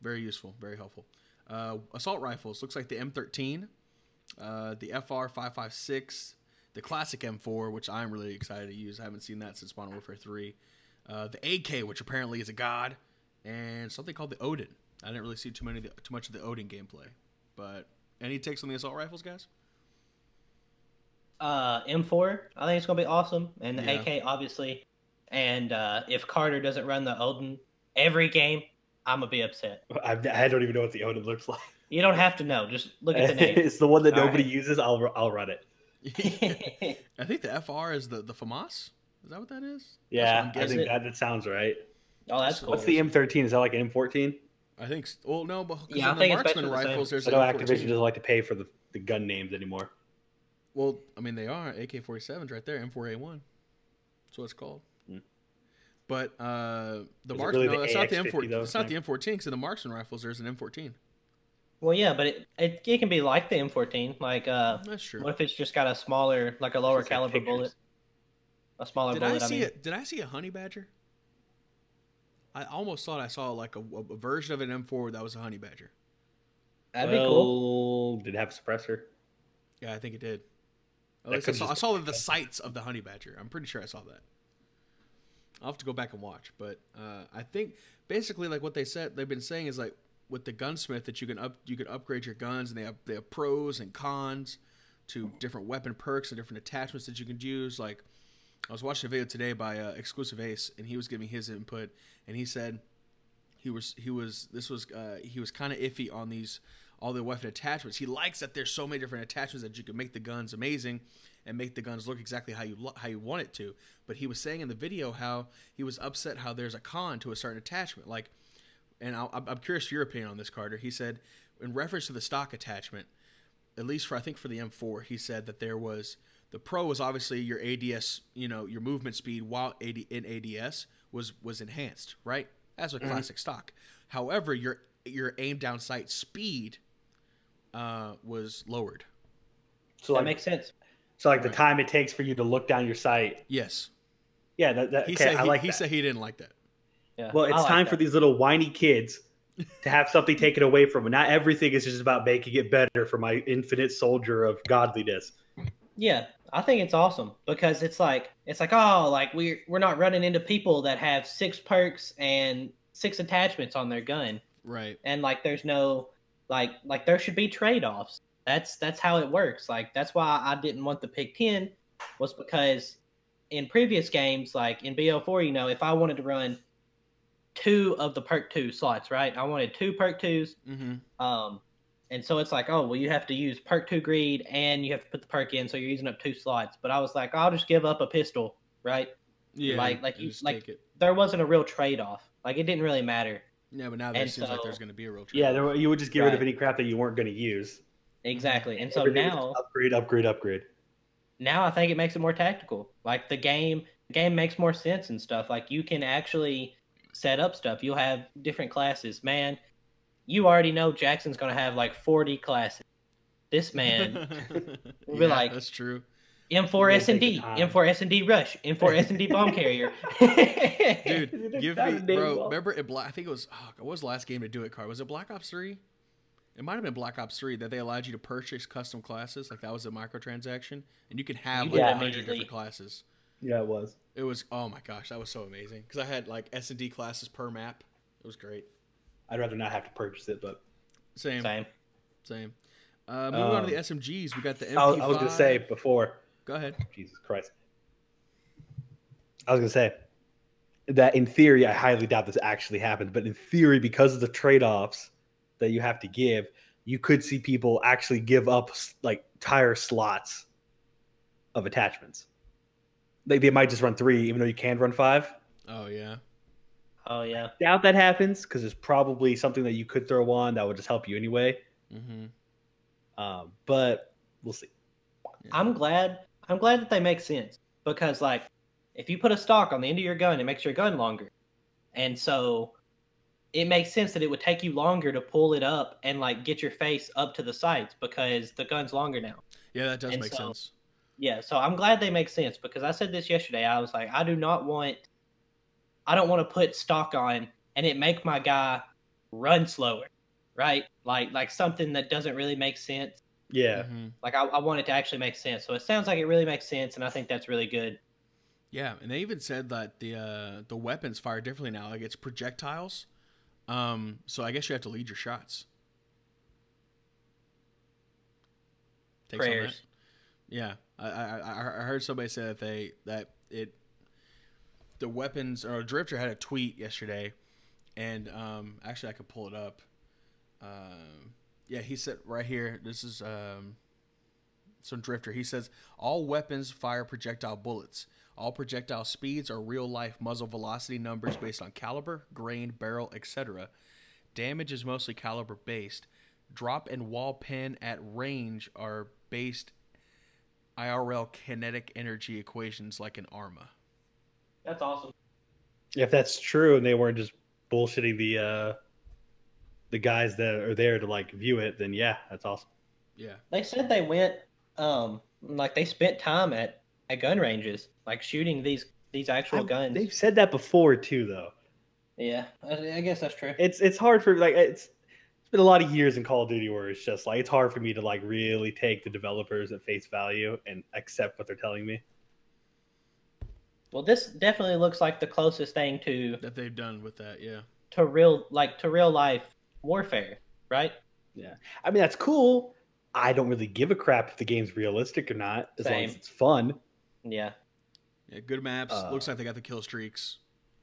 [SPEAKER 3] very useful, very helpful. Uh, assault rifles looks like the M13, uh, the FR556, the classic M4, which I'm really excited to use. I haven't seen that since Modern Warfare 3. Uh, the AK, which apparently is a god, and something called the Odin. I didn't really see too many of the, too much of the Odin gameplay, but any takes on the assault rifles, guys?
[SPEAKER 1] uh, M4. I think it's gonna be awesome, and the
[SPEAKER 3] Yeah.
[SPEAKER 1] AK obviously. And uh, if Carter doesn't run the Odin every game, I'm gonna be upset.
[SPEAKER 2] I, I don't even know what the Odin looks like.
[SPEAKER 1] You don't have to know. Just look at the name.
[SPEAKER 2] it's the one that
[SPEAKER 1] All
[SPEAKER 2] nobody uses. I'll I'll run it.
[SPEAKER 3] I think the FR is the the FAMAS. Is that what that is?
[SPEAKER 2] Yeah,
[SPEAKER 3] That's what
[SPEAKER 2] I
[SPEAKER 3] I'm
[SPEAKER 2] think
[SPEAKER 1] guessing.
[SPEAKER 2] that, that sounds right.
[SPEAKER 1] oh, that's cool.
[SPEAKER 2] What's the M13? Is that like an M14?
[SPEAKER 3] I think. s- Well, no, but 'cause
[SPEAKER 1] Yeah, I
[SPEAKER 3] in the
[SPEAKER 1] think it's
[SPEAKER 3] marksman
[SPEAKER 1] basically the same.
[SPEAKER 3] rifles, there's
[SPEAKER 2] I know
[SPEAKER 3] an
[SPEAKER 2] Activision
[SPEAKER 3] M14.
[SPEAKER 2] doesn't like to pay for the, the gun names anymore.
[SPEAKER 3] Well, I mean, they are AK-47s right there, M4A1. That's what it's called.
[SPEAKER 2] Hmm.
[SPEAKER 3] But uh, the
[SPEAKER 2] it
[SPEAKER 3] marksman,
[SPEAKER 2] really
[SPEAKER 3] no,
[SPEAKER 2] the
[SPEAKER 3] that's not the
[SPEAKER 2] AX-50
[SPEAKER 3] M4.
[SPEAKER 2] though,
[SPEAKER 3] That's not
[SPEAKER 2] Frank?
[SPEAKER 3] the M14 because in the marksman rifles, there's an M14.
[SPEAKER 1] Well, yeah, but it, it it can be like the M14. Like,
[SPEAKER 2] Oh.
[SPEAKER 1] uh,
[SPEAKER 3] That's true.
[SPEAKER 1] what if it's just got a smaller, like a lower
[SPEAKER 2] Just like
[SPEAKER 1] caliber
[SPEAKER 2] pictures.
[SPEAKER 1] bullet, a smaller
[SPEAKER 3] Did I
[SPEAKER 1] bullet? I,
[SPEAKER 3] see
[SPEAKER 1] mean,
[SPEAKER 3] a, Did I see a honey badger? I almost thought I saw like a, a version of an M4 that was a honey badger.
[SPEAKER 1] that'd be cool.
[SPEAKER 2] cool. Did it have a suppressor?
[SPEAKER 3] Yeah, I think it did.
[SPEAKER 2] That
[SPEAKER 3] At least I
[SPEAKER 2] could
[SPEAKER 3] saw, I
[SPEAKER 2] just
[SPEAKER 3] saw the sights of the honey badger. I'm pretty sure I saw that. I'll have to go back and watch, but uh, I think basically like what they said they've been saying is like with the gunsmith that you can up you can upgrade your guns and they have they have pros and cons to different weapon perks and different attachments that you can use. Like I was watching a video today by uh, Exclusive Ace and he was giving his input and he said he was he was this was uh, he was kind of iffy on these all the weapon attachments. He likes that there's so many different attachments that you can make the guns amazing and make the guns look exactly how you lo- how you want it to. But he was saying in the video how he was upset how there's a con to a certain attachment. Like, and I'll, I'm I'm curious your opinion on this, Carter. He said in reference to the stock attachment, at least for I think for the M4, he said that there was the pro was obviously your ADS, you know, your movement speed while AD, in ADS was was enhanced, right? As a classic stock. However, your your aim down sight speed uh, was lowered.
[SPEAKER 2] So
[SPEAKER 1] That
[SPEAKER 2] like,
[SPEAKER 1] makes sense.
[SPEAKER 2] so like the
[SPEAKER 3] Right.
[SPEAKER 2] time it takes for you to look down your sight.
[SPEAKER 3] Yes,
[SPEAKER 2] Yeah, that, that
[SPEAKER 3] he
[SPEAKER 2] okay,
[SPEAKER 3] said.
[SPEAKER 2] I
[SPEAKER 3] he,
[SPEAKER 2] like
[SPEAKER 3] he
[SPEAKER 2] that.
[SPEAKER 3] said he didn't like that.
[SPEAKER 1] Yeah,
[SPEAKER 2] well, it's
[SPEAKER 1] I like
[SPEAKER 2] time
[SPEAKER 1] that.
[SPEAKER 2] for these little whiny kids to have something taken away from it. Not everything is just about making it better for my infinite soldier of godliness.
[SPEAKER 1] Yeah, I think it's awesome because it's like it's like oh, like we're we're not running into people that have six perks and six attachments on their gun,
[SPEAKER 3] Right.
[SPEAKER 1] and like there's no like like there should be trade offs. That's that's how it works. Like that's why I didn't want the pick ten was because in previous games, like in BL4, you know, if I wanted to run two of the perk two slots, right? I wanted two perk twos
[SPEAKER 3] Mm-hmm.
[SPEAKER 1] Um, and so it's like, oh, well, you have to use perk two greed and you have to put the perk in, so you're using up two slots. But I was like, I'll just give up a pistol, right?
[SPEAKER 3] Yeah.
[SPEAKER 1] Like- like
[SPEAKER 3] and
[SPEAKER 1] you-
[SPEAKER 3] just
[SPEAKER 1] like-
[SPEAKER 3] take it.
[SPEAKER 1] There wasn't a real trade off. Like it didn't really matter.
[SPEAKER 3] Yeah, but now there
[SPEAKER 1] and
[SPEAKER 3] seems like
[SPEAKER 1] so-
[SPEAKER 3] there's going to be a real.
[SPEAKER 2] Yeah,
[SPEAKER 3] trade-off.
[SPEAKER 2] there, were- you would just get rid of
[SPEAKER 1] Right.
[SPEAKER 2] any crap that you weren't going to use.
[SPEAKER 1] Exactly. And so
[SPEAKER 2] Everything was
[SPEAKER 1] now
[SPEAKER 2] upgrade, upgrade, upgrade.
[SPEAKER 1] now I think it makes it more tactical. Like the game the game makes more sense and stuff. Like you can actually set up stuff. You'll have different classes. Man, you already know Jackson's gonna have like forty classes. This man We'll be
[SPEAKER 3] Yeah,
[SPEAKER 1] like-
[SPEAKER 3] that's true.
[SPEAKER 1] M4
[SPEAKER 2] Really
[SPEAKER 1] S and
[SPEAKER 2] take
[SPEAKER 1] D,
[SPEAKER 2] your time.
[SPEAKER 1] M4 S and D rush, M4 S and D bomb carrier.
[SPEAKER 3] Dude, give
[SPEAKER 2] That
[SPEAKER 3] me,
[SPEAKER 2] would be
[SPEAKER 3] bro.
[SPEAKER 2] well-
[SPEAKER 3] Remember, it, Bla- I think it was. Oh, what was the last game to do it? Card was it Black Ops Three? It might have been Black Ops Three that they allowed you to purchase custom classes. Like that was a microtransaction, and you could have
[SPEAKER 1] You
[SPEAKER 3] like
[SPEAKER 1] did
[SPEAKER 3] a
[SPEAKER 1] that
[SPEAKER 3] hundred different
[SPEAKER 1] immediately.
[SPEAKER 3] classes.
[SPEAKER 2] Yeah, it was.
[SPEAKER 3] It was. Oh my gosh, that was so amazing because I had like S and D classes per map. It was great.
[SPEAKER 2] I'd rather not have to purchase it, but
[SPEAKER 3] Same, same.
[SPEAKER 1] Same.
[SPEAKER 3] Uh, moving on to the
[SPEAKER 2] Um,
[SPEAKER 3] SMGs, we got the MP5.
[SPEAKER 2] I was, I was going to say before,
[SPEAKER 3] Go ahead.
[SPEAKER 2] Jesus Christ. I was going to say that in theory, I highly doubt this actually happens, but in theory, because of the trade offs that you have to give, you could see people actually give up s- like tire slots of attachments. Like they might just run three, even though you can run five.
[SPEAKER 3] Oh yeah.
[SPEAKER 1] Oh yeah.
[SPEAKER 2] Doubt that happens because it's probably something that you could throw on that would just help you anyway.
[SPEAKER 3] Mm-hmm.
[SPEAKER 2] Um, but we'll see.
[SPEAKER 1] I'm glad. I'm glad that they make sense because, like, if you put a stock on the end of your gun, it makes your gun longer, and so it makes sense that it would take you longer to pull it up and like get your face up to the sights because the gun's longer now.
[SPEAKER 3] Yeah, that does
[SPEAKER 1] And
[SPEAKER 3] make
[SPEAKER 1] so-
[SPEAKER 3] sense.
[SPEAKER 1] Yeah, so I'm glad they make sense because I said this yesterday. I was like, I do not want, I don't want to put stock on and it make my guy run slower, right? Like like something that doesn't really make sense.
[SPEAKER 2] Yeah.
[SPEAKER 3] Mhm.
[SPEAKER 1] Like I, I want it to actually make sense. So it sounds like it really makes sense, and I think that's really good.
[SPEAKER 3] Yeah, and they even said that the uh, the weapons fire differently now. Like it's projectiles. Um, so I guess you have to lead your shots. Takes on that?
[SPEAKER 1] Prayers.
[SPEAKER 3] Yeah, I, I I I heard somebody say that they that it the weapons or Drifter had a tweet yesterday, and um actually I could pull it up. Um, yeah, he said right here. This is um some Drifter. He says all weapons fire projectile bullets. All projectile speeds are real life muzzle velocity numbers based on caliber, grain, barrel, etc. Damage is mostly caliber based. Drop and wall pin at range are based IRL kinetic energy equations like an ARMA.
[SPEAKER 1] That's awesome.
[SPEAKER 2] If that's true and they weren't just bullshitting the uh the guys that are there to like view it, then yeah, that's awesome.
[SPEAKER 3] Yeah.
[SPEAKER 1] They said they went, um, like they spent time at at gun ranges, like shooting these these actual
[SPEAKER 2] I-
[SPEAKER 1] guns.
[SPEAKER 2] They've said that before too though.
[SPEAKER 1] Yeah, I, I guess that's true.
[SPEAKER 2] It's it's hard for like it's it's been a lot of years in Call of Duty where it's just like it's hard for me to like really take the developers at face value and accept what they're telling me.
[SPEAKER 1] Well, this definitely looks like the closest thing to
[SPEAKER 3] That they've done with that, yeah.
[SPEAKER 1] to real like to real life warfare, right?
[SPEAKER 2] I mean that's cool. I don't really give a crap if the game's realistic or not, as long as
[SPEAKER 1] Same.
[SPEAKER 2] it's fun.
[SPEAKER 1] Yeah,
[SPEAKER 3] Yeah, good maps.
[SPEAKER 2] Uh,
[SPEAKER 3] Looks like they got the kill streaks.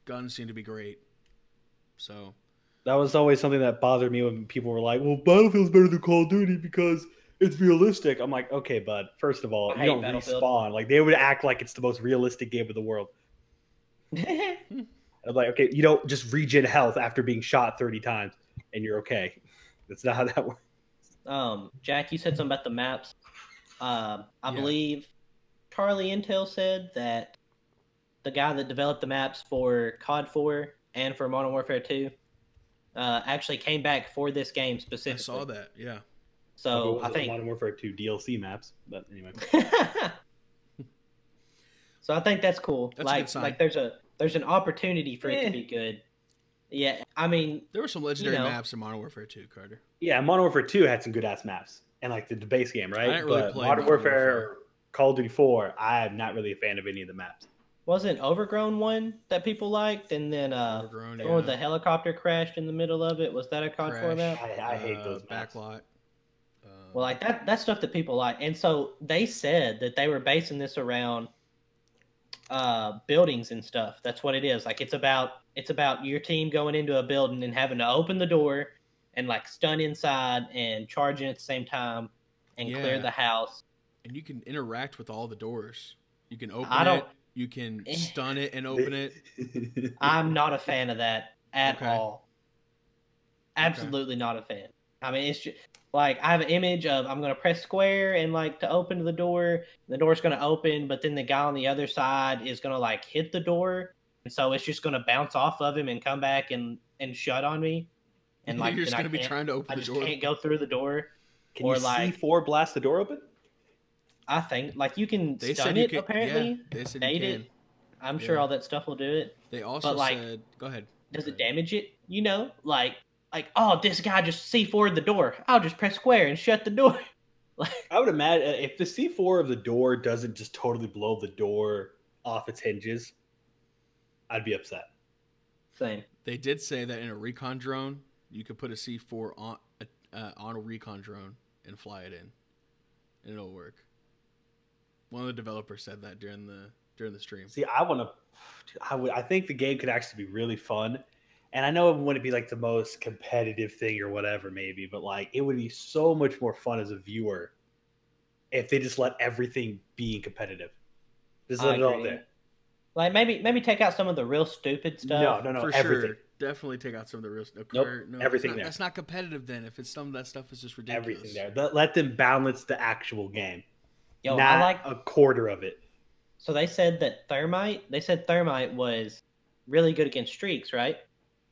[SPEAKER 3] Guns seem to be great. So
[SPEAKER 2] That was always something that bothered me when people were like, "Well, Battlefield's better than Call of Duty because it's realistic." I'm like, "Okay, bud. First of all,
[SPEAKER 1] I
[SPEAKER 2] you
[SPEAKER 1] hate
[SPEAKER 2] don't
[SPEAKER 1] Battlefield.
[SPEAKER 2] respawn. Like they would act like it's the most realistic game in the world. I'm like, okay, you don't just regen health after being shot 30 times and you're okay. That's not how that works.
[SPEAKER 1] um, Jack, you said something about the maps. Um, I
[SPEAKER 3] Yeah.
[SPEAKER 1] believe Charlie Intel said that the guy that developed the maps for COD 4 and for Modern Warfare 2 uh, actually came back for this game
[SPEAKER 3] I
[SPEAKER 1] specifically.
[SPEAKER 3] saw that, yeah.
[SPEAKER 2] Although it
[SPEAKER 1] So I
[SPEAKER 2] wasn't
[SPEAKER 1] think.
[SPEAKER 2] Modern Warfare 2 DLC maps, but anyway,
[SPEAKER 1] so I think that's cool.
[SPEAKER 3] That's a good
[SPEAKER 1] like,
[SPEAKER 3] sign.
[SPEAKER 1] like there's a there's an opportunity for it
[SPEAKER 2] Eh.
[SPEAKER 1] to be good. Yeah, I mean,
[SPEAKER 3] There were some legendary
[SPEAKER 1] know.
[SPEAKER 3] maps in Modern Warfare 2, Carter.
[SPEAKER 2] Yeah, Modern Warfare 2 had some good ass maps and like the, the base game, right?
[SPEAKER 3] didn't really
[SPEAKER 2] but
[SPEAKER 3] play
[SPEAKER 2] Modern
[SPEAKER 3] Modern
[SPEAKER 2] Warfare,
[SPEAKER 3] Warfare.
[SPEAKER 2] or Call of Duty 4, I'm not really a fan of any of the maps.
[SPEAKER 1] wasn't Overgrown one that people liked, and then uh,
[SPEAKER 3] Overgrown,
[SPEAKER 1] the one with
[SPEAKER 3] yeah.
[SPEAKER 1] the helicopter crashed in the middle of it. Was that a COD
[SPEAKER 3] Crash.
[SPEAKER 1] four map?
[SPEAKER 2] I, I hate
[SPEAKER 3] Uh,
[SPEAKER 2] those maps.
[SPEAKER 3] Backlot. Um,
[SPEAKER 1] Well, like that, that's stuff that people like. And so they said that they were basing this around uh, buildings and stuff. That's what it is. Like it's about it's about your team going into a building and having to open the door and like stun inside and charge in at the same time and
[SPEAKER 3] Yeah.
[SPEAKER 1] clear the house.
[SPEAKER 3] and you can interact with all the doors. You can open
[SPEAKER 1] I
[SPEAKER 3] it.
[SPEAKER 1] don't-
[SPEAKER 3] You can
[SPEAKER 1] Eh.
[SPEAKER 3] stun it and open it.
[SPEAKER 1] I'm not a fan of that at
[SPEAKER 3] Okay.
[SPEAKER 1] all. Absolutely not a fan. I mean, it's just like I have an image of I'm going to press square and like to open the door. The door's going to open, but then the guy on the other side is going to like hit the door, and so it's just going to bounce off of him and come back and and shut on me. And like
[SPEAKER 3] you're just
[SPEAKER 1] then I
[SPEAKER 3] gonna be
[SPEAKER 1] can't-
[SPEAKER 3] trying to
[SPEAKER 1] I
[SPEAKER 3] open the
[SPEAKER 1] just
[SPEAKER 3] door.
[SPEAKER 1] can't go through the door.
[SPEAKER 2] Can
[SPEAKER 1] Or
[SPEAKER 2] you
[SPEAKER 1] like-
[SPEAKER 2] C4 blast the door open?
[SPEAKER 1] I think like you can
[SPEAKER 3] They
[SPEAKER 1] stun
[SPEAKER 3] said you
[SPEAKER 1] it
[SPEAKER 3] can.
[SPEAKER 1] apparently.
[SPEAKER 3] Yeah, they said you
[SPEAKER 1] Date
[SPEAKER 3] can.
[SPEAKER 1] it. I'm sure
[SPEAKER 3] Yeah.
[SPEAKER 1] all that stuff will do it.
[SPEAKER 3] They also
[SPEAKER 1] But, like,
[SPEAKER 3] said, "Go ahead."
[SPEAKER 1] does
[SPEAKER 3] Go
[SPEAKER 1] it
[SPEAKER 3] ahead.
[SPEAKER 1] damage it? You know, like like oh, this guy just C forward the door. I'll just press square and shut the door.
[SPEAKER 2] I would imagine uh, if the C4 of the door doesn't just totally blow the door off its hinges, I'd be upset.
[SPEAKER 1] Same.
[SPEAKER 3] They did say that in a recon drone, you could put a C4 on uh, on a recon drone and fly it in, and it'll work. One of the developers said that during the during the stream.
[SPEAKER 2] See, I want to. I would. I think the game could actually be really fun, and I know it wouldn't be like the most competitive thing or whatever, maybe, but like it would be so much more fun as a viewer if they just let everything be competitive. Just
[SPEAKER 1] I
[SPEAKER 2] let it all
[SPEAKER 1] agree.
[SPEAKER 2] there.
[SPEAKER 1] Like maybe maybe take out some of the real stupid
[SPEAKER 2] No,
[SPEAKER 1] stuff.
[SPEAKER 2] no, no.
[SPEAKER 3] For
[SPEAKER 2] everything.
[SPEAKER 3] sure, definitely take out some of the risk. No,
[SPEAKER 2] Nope,
[SPEAKER 3] Carter, no, that's
[SPEAKER 2] everything
[SPEAKER 3] not-
[SPEAKER 2] there.
[SPEAKER 3] That's not competitive then. If it's some of that stuff is just ridiculous.
[SPEAKER 2] Everything there. Let, let them balance the actual game,
[SPEAKER 1] Yo,
[SPEAKER 2] not
[SPEAKER 1] I like.
[SPEAKER 2] a quarter of it.
[SPEAKER 1] So they said that thermite. They said thermite was really good against streaks, right?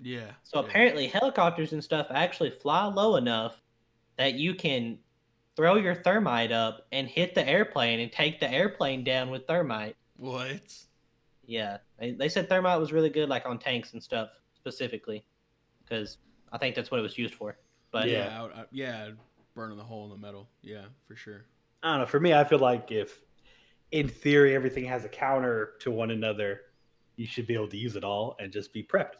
[SPEAKER 3] Yeah.
[SPEAKER 1] So
[SPEAKER 3] yeah.
[SPEAKER 1] apparently helicopters and stuff actually fly low enough that you can throw your thermite up and hit the airplane and take the airplane down with thermite.
[SPEAKER 3] What?
[SPEAKER 1] Yeah, they, they said thermite was really good, like on tanks and stuff specifically, because I think that's what it was used for. But
[SPEAKER 2] Yeah.
[SPEAKER 1] yeah,
[SPEAKER 3] yeah, I would, I, yeah, I'd burn in the hole in the metal. Yeah, for sure.
[SPEAKER 2] I don't know. For me, I feel like if, in theory, everything has a counter to one another, you should be able to use it all and just be prepped.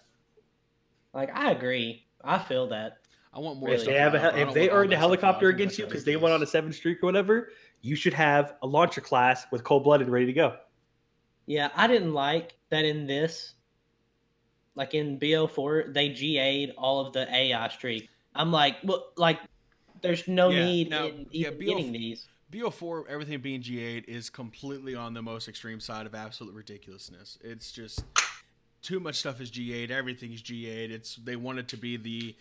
[SPEAKER 1] like I agree, I feel that.
[SPEAKER 3] I want more.
[SPEAKER 1] Really?
[SPEAKER 2] If
[SPEAKER 3] stuff
[SPEAKER 2] they have a,
[SPEAKER 3] out, but I
[SPEAKER 2] hel-
[SPEAKER 3] don't
[SPEAKER 2] if they
[SPEAKER 3] want all
[SPEAKER 2] earned a
[SPEAKER 3] that stuff out.
[SPEAKER 2] helicopter
[SPEAKER 3] I think
[SPEAKER 2] against you
[SPEAKER 3] that's
[SPEAKER 2] because they went on a
[SPEAKER 3] ridiculous.
[SPEAKER 2] seven streak or whatever, you should have a launcher class with cold blooded ready to go.
[SPEAKER 1] Yeah, I didn't like that in this, like in BO4, they GA'd all of the AI streak. I'm like, well, like there's no
[SPEAKER 3] Yeah,
[SPEAKER 1] need
[SPEAKER 3] no,
[SPEAKER 1] in
[SPEAKER 3] yeah,
[SPEAKER 1] even
[SPEAKER 3] BO4
[SPEAKER 1] getting these.
[SPEAKER 3] BO4, everything being G8 is completely on the most extreme side of absolute ridiculousness. It's just too much stuff is G8. Everything is G8. It's they want it to be the,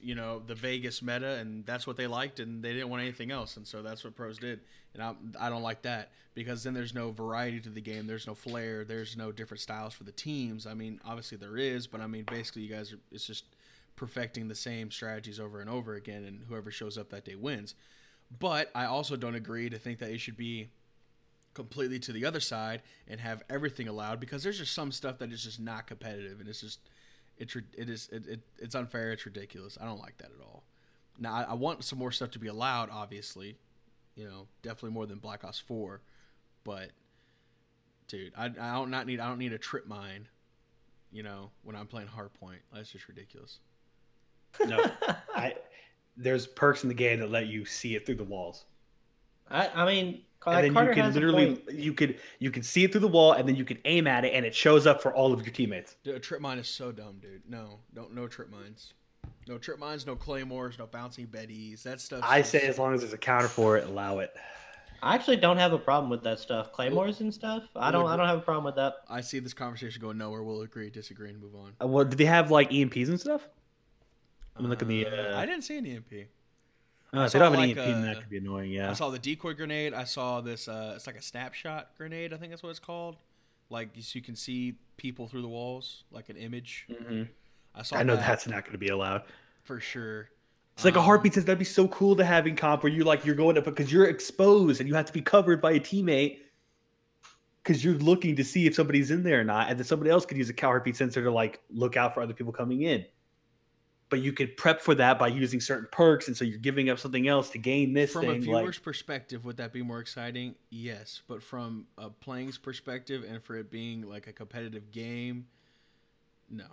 [SPEAKER 3] you know, the Vegas meta, and that's what they liked, and they didn't want anything else, and so that's what pros did. And I, I don't like that because then there's no variety to the game. There's no flair. There's no different styles for the teams. I mean, obviously there is, but I mean, basically you guys are. It's just perfecting the same strategies over and over again, and whoever shows up that day wins. But I also don't agree to think that it should be completely to the other side and have everything allowed because there's just some stuff that is just not competitive and it's just it's rid- it is it, it, it's unfair it's ridiculous I don't like that at all. Now I, I want some more stuff to be allowed obviously, you know definitely more than Black Ops Four, but dude I, I don't not need I don't need a trip mine, you know when I'm playing Hardpoint that's just ridiculous.
[SPEAKER 2] No, I, there's perks in the game that let you see it through the walls,
[SPEAKER 1] I, I mean,
[SPEAKER 2] and
[SPEAKER 1] like,
[SPEAKER 2] then
[SPEAKER 1] Carter
[SPEAKER 2] you can
[SPEAKER 1] has a point.
[SPEAKER 2] literally you could you can see it through the wall, and then you can aim at it, and it shows up for all of your teammates.
[SPEAKER 3] Dude, a trip mine is so dumb, dude. No, don't no trip mines. No trip mines, no claymores, no bouncing betties. That stuff.
[SPEAKER 2] I say as long as there's a counter for it, allow it.
[SPEAKER 1] I actually don't have a problem with that stuff, claymores and stuff. I
[SPEAKER 3] Would-
[SPEAKER 1] don't, I don't have a problem with that.
[SPEAKER 3] I see this conversation going nowhere. We'll agree, disagree, and move on.
[SPEAKER 2] Uh, Well, do they have like EMPs and stuff? I'm looking the. Uh,
[SPEAKER 3] I didn't see an EMP.
[SPEAKER 2] uh, if
[SPEAKER 3] saw,
[SPEAKER 2] they don't have
[SPEAKER 3] like,
[SPEAKER 2] an EMP, then
[SPEAKER 3] uh,
[SPEAKER 2] that could be annoying.
[SPEAKER 3] I
[SPEAKER 2] Yeah.
[SPEAKER 3] saw the decoy grenade. I saw this. Uh, it's like a snapshot grenade. I think that's what it's called. Like you, so you can see people through the walls, like an image.
[SPEAKER 2] Mhm.
[SPEAKER 3] I saw.
[SPEAKER 2] I know
[SPEAKER 3] Mm-hmm. that
[SPEAKER 2] that's not going to be allowed.
[SPEAKER 3] for sure.
[SPEAKER 2] It's like a
[SPEAKER 3] Um,
[SPEAKER 2] heartbeat says that'd be so cool to have in comp where you like you're going up because you're exposed and you have to be covered by a teammate. because you're looking to see if somebody's in there or not, and then somebody else could use a cow heartbeat sensor to like look out for other people coming in. But you could prep for that by using certain perks, and so you're giving up something else to gain this
[SPEAKER 3] from
[SPEAKER 2] thing.
[SPEAKER 3] a
[SPEAKER 2] like-
[SPEAKER 3] viewer's perspective, would that be more exciting? Yes, but from a playing's perspective and for it being like a competitive game, no,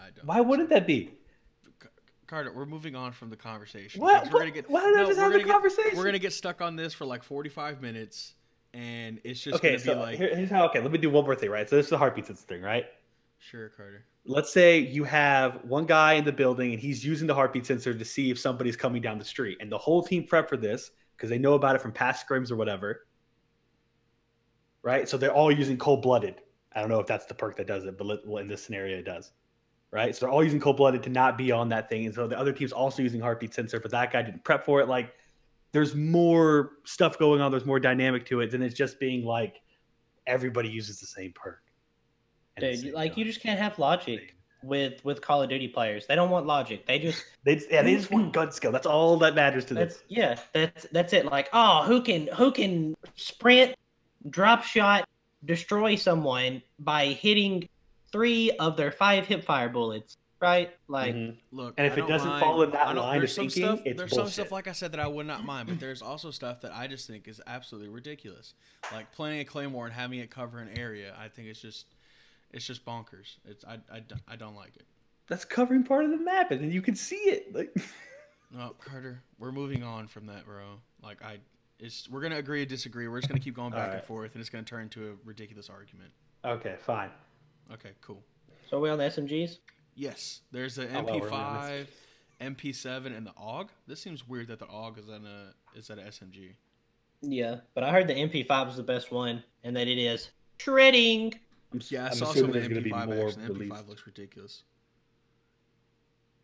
[SPEAKER 3] I don't.
[SPEAKER 2] why wouldn't that be?
[SPEAKER 3] Carter, we're moving on from the conversation.
[SPEAKER 2] What?
[SPEAKER 3] because
[SPEAKER 2] What-
[SPEAKER 3] We're gonna get.
[SPEAKER 2] why did I
[SPEAKER 3] no,
[SPEAKER 2] just
[SPEAKER 3] we're
[SPEAKER 2] have the
[SPEAKER 3] gonna get-
[SPEAKER 2] conversation?
[SPEAKER 3] We're gonna get stuck on this for like forty-five minutes, and it's just
[SPEAKER 2] okay,
[SPEAKER 3] gonna
[SPEAKER 2] so
[SPEAKER 3] be like,
[SPEAKER 2] here- here's how. Okay, let me do one more thing, right? So this is the heartbeat sensor thing, right?
[SPEAKER 3] sure, Carter.
[SPEAKER 2] Let's say you have one guy in the building and he's using the heartbeat sensor to see if somebody's coming down the street, and the whole team prep for this because they know about it from past scrims or whatever, right? So they're all using cold blooded. I don't know if that's the perk that does it, but let, well, in this scenario, it does, right? So they're all using cold blooded to not be on that thing, and so the other team's also using heartbeat sensor, but that guy didn't prep for it. Like, there's more stuff going on. There's more dynamic to it than it's just being like everybody uses the same perk. at the
[SPEAKER 1] Dude,
[SPEAKER 2] same
[SPEAKER 1] like you
[SPEAKER 2] time.
[SPEAKER 1] just can't have logic with with Call of Duty players. They don't want logic. They just
[SPEAKER 2] They yeah, they just want gun skill. That's all that matters to them.
[SPEAKER 1] that's yeah, that's that's it. Like, oh, who can who can sprint, drop shot, destroy someone by hitting three of their five hip fire bullets, right? Like
[SPEAKER 2] Mhm.
[SPEAKER 3] Look,
[SPEAKER 2] And if
[SPEAKER 3] I
[SPEAKER 2] it
[SPEAKER 3] don't
[SPEAKER 2] doesn't
[SPEAKER 3] mind-
[SPEAKER 2] fall in that
[SPEAKER 3] I don't-
[SPEAKER 2] line of
[SPEAKER 3] there's some
[SPEAKER 2] thinking,
[SPEAKER 3] stuff,
[SPEAKER 2] it's
[SPEAKER 3] there's some stuff
[SPEAKER 2] bullshit.
[SPEAKER 3] like I said that I would not mind, but there's also stuff that I just think is absolutely ridiculous, like playing a claymore and having it cover an area. I think it's just, it's just bonkers. It's I, I, don't- I don't like it.
[SPEAKER 2] that's covering part of the map, and then you can see it. Like
[SPEAKER 3] No, Carter, we're moving on from that, bro. Like I, it's we're gonna agree to disagree. We're just gonna keep going back and
[SPEAKER 2] Alright.
[SPEAKER 3] forth, and it's gonna turn into a ridiculous argument.
[SPEAKER 2] okay, fine.
[SPEAKER 3] Okay, cool.
[SPEAKER 1] so are we on the SMGs?
[SPEAKER 3] Yes, there's the
[SPEAKER 2] well, we're on
[SPEAKER 3] MP5, MP7, and the AUG. This seems weird that the AUG is on a is at a SMG.
[SPEAKER 1] Yeah. But I heard the MP5 was the best one and that it is shredding.
[SPEAKER 2] I'm, s-
[SPEAKER 3] Yeah, I
[SPEAKER 2] I'm
[SPEAKER 3] saw some
[SPEAKER 2] assuming
[SPEAKER 3] of the
[SPEAKER 2] there's going
[SPEAKER 3] MP5
[SPEAKER 2] to be
[SPEAKER 3] action.
[SPEAKER 2] more
[SPEAKER 3] The MP5
[SPEAKER 2] released.
[SPEAKER 3] looks ridiculous.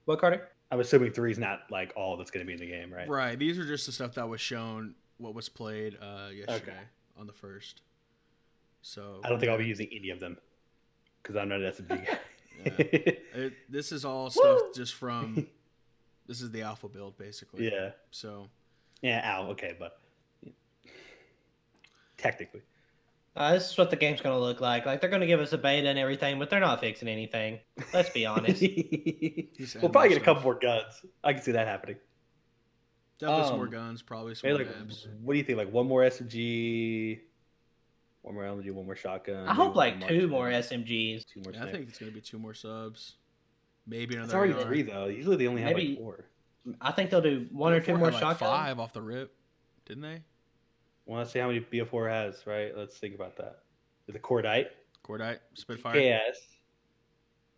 [SPEAKER 1] What Carter?
[SPEAKER 2] I'm assuming three is not like all that's going to be in the game, right?
[SPEAKER 3] Right. These are just the stuff that was shown, what was played uh, yesterday on the first. So
[SPEAKER 2] I don't think I'll be using any of them because I'm not an SMG guy.
[SPEAKER 3] yeah. It, this is all stuff
[SPEAKER 2] Woo!
[SPEAKER 3] just from. This is the alpha build, basically.
[SPEAKER 2] yeah,
[SPEAKER 3] So
[SPEAKER 2] yeah. Ow. Okay, but technically,
[SPEAKER 1] Uh, this is what the game's gonna look like. Like they're gonna give us a beta and everything, but they're not fixing anything. Let's be honest.
[SPEAKER 3] Just
[SPEAKER 2] we'll
[SPEAKER 3] add
[SPEAKER 2] probably
[SPEAKER 3] more
[SPEAKER 2] get a couple
[SPEAKER 3] stuff.
[SPEAKER 2] more guns. I can see that happening.
[SPEAKER 3] definitely some more
[SPEAKER 1] Um,
[SPEAKER 3] guns, probably some
[SPEAKER 2] Maybe
[SPEAKER 3] more
[SPEAKER 2] like,
[SPEAKER 3] maps.
[SPEAKER 2] what do you think? Like one more SMG, one more LMG, one more shotgun.
[SPEAKER 1] I hope
[SPEAKER 2] maybe one
[SPEAKER 1] like two more
[SPEAKER 2] sniper,
[SPEAKER 1] SMGs.
[SPEAKER 2] two more.
[SPEAKER 3] Yeah, I
[SPEAKER 2] sniper.
[SPEAKER 3] think it's gonna be two more subs, maybe another.
[SPEAKER 2] It's already
[SPEAKER 3] AR.
[SPEAKER 2] three though. Usually they only have
[SPEAKER 1] Maybe-
[SPEAKER 2] like four.
[SPEAKER 1] I think they'll do one or two
[SPEAKER 3] Four
[SPEAKER 1] more
[SPEAKER 3] had, like,
[SPEAKER 1] shotguns.
[SPEAKER 3] Five off the rip, didn't they?
[SPEAKER 2] Well, let's see how many BO4 has, right? Let's think about that. The Cordite,
[SPEAKER 3] Cordite, Spitfire,
[SPEAKER 2] KS,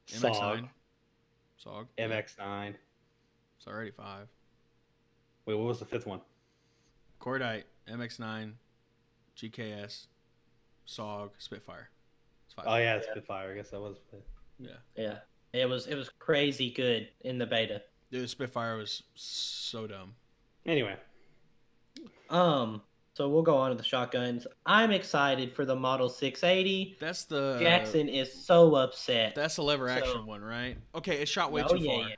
[SPEAKER 2] SOG,
[SPEAKER 3] MX9, SOG, yeah,
[SPEAKER 2] MX9.
[SPEAKER 3] It's already five.
[SPEAKER 2] Wait, what was the fifth one?
[SPEAKER 3] Cordite, MX9, GKS, SOG, Spitfire. It's five.
[SPEAKER 2] Oh yeah,
[SPEAKER 1] Yeah.
[SPEAKER 2] Spitfire. I guess that was.
[SPEAKER 3] yeah.
[SPEAKER 1] Yeah, it was it was crazy good in the beta.
[SPEAKER 3] Dude, Spitfire was so dumb.
[SPEAKER 2] Anyway,
[SPEAKER 1] Um, so we'll go on to the shotguns. I'm excited for the Model 680.
[SPEAKER 3] That's the
[SPEAKER 1] Jackson is so upset.
[SPEAKER 3] That's the lever action
[SPEAKER 1] So-
[SPEAKER 3] one, right? Okay, it shot way
[SPEAKER 1] No,
[SPEAKER 3] too
[SPEAKER 1] yeah,
[SPEAKER 3] far.
[SPEAKER 1] yeah.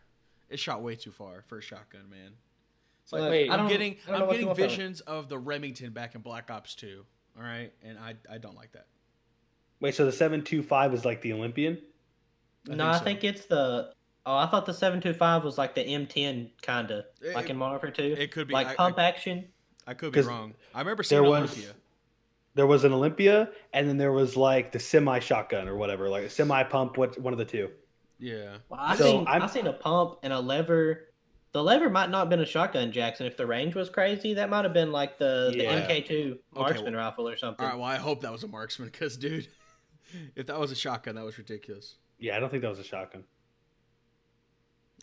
[SPEAKER 3] It shot way too far for a shotgun, man. It's
[SPEAKER 1] Look,
[SPEAKER 3] like
[SPEAKER 1] I
[SPEAKER 3] I'm
[SPEAKER 1] don't-
[SPEAKER 3] getting
[SPEAKER 1] I don't know
[SPEAKER 3] I'm
[SPEAKER 1] what you
[SPEAKER 3] getting
[SPEAKER 1] want from it.
[SPEAKER 3] visions of the Remington back in Black Ops 2. All right, and I I don't like that.
[SPEAKER 2] wait. So the seven two five is like the Olympian.
[SPEAKER 1] no,
[SPEAKER 3] I think
[SPEAKER 1] I
[SPEAKER 3] so.
[SPEAKER 1] think it's the. Oh, I thought the 725 was like the M10 kinda,
[SPEAKER 3] It,
[SPEAKER 1] like in Modern Warfare 2,
[SPEAKER 3] it could be
[SPEAKER 1] like
[SPEAKER 3] I,
[SPEAKER 1] pump
[SPEAKER 3] I,
[SPEAKER 1] action.
[SPEAKER 3] I could be
[SPEAKER 2] 'cause
[SPEAKER 3] wrong. I remember seeing
[SPEAKER 2] There
[SPEAKER 3] it on
[SPEAKER 2] was
[SPEAKER 3] Olympia.
[SPEAKER 2] there was an Olympia, and then there was like the semi shotgun or whatever, like a semi pump. What one of the two?
[SPEAKER 3] Yeah.
[SPEAKER 1] Well, I
[SPEAKER 2] So,
[SPEAKER 1] seen
[SPEAKER 2] I'm-
[SPEAKER 1] I seen a pump and a lever. The lever might not have been a shotgun, Jackson. If the range was crazy, that might have been like the,
[SPEAKER 2] Yeah.
[SPEAKER 1] the MK2 marksman rifle or something.
[SPEAKER 3] All right. Well, I hope that was a marksman, because dude, if that was a shotgun, that was ridiculous.
[SPEAKER 2] Yeah, I don't think that was a shotgun.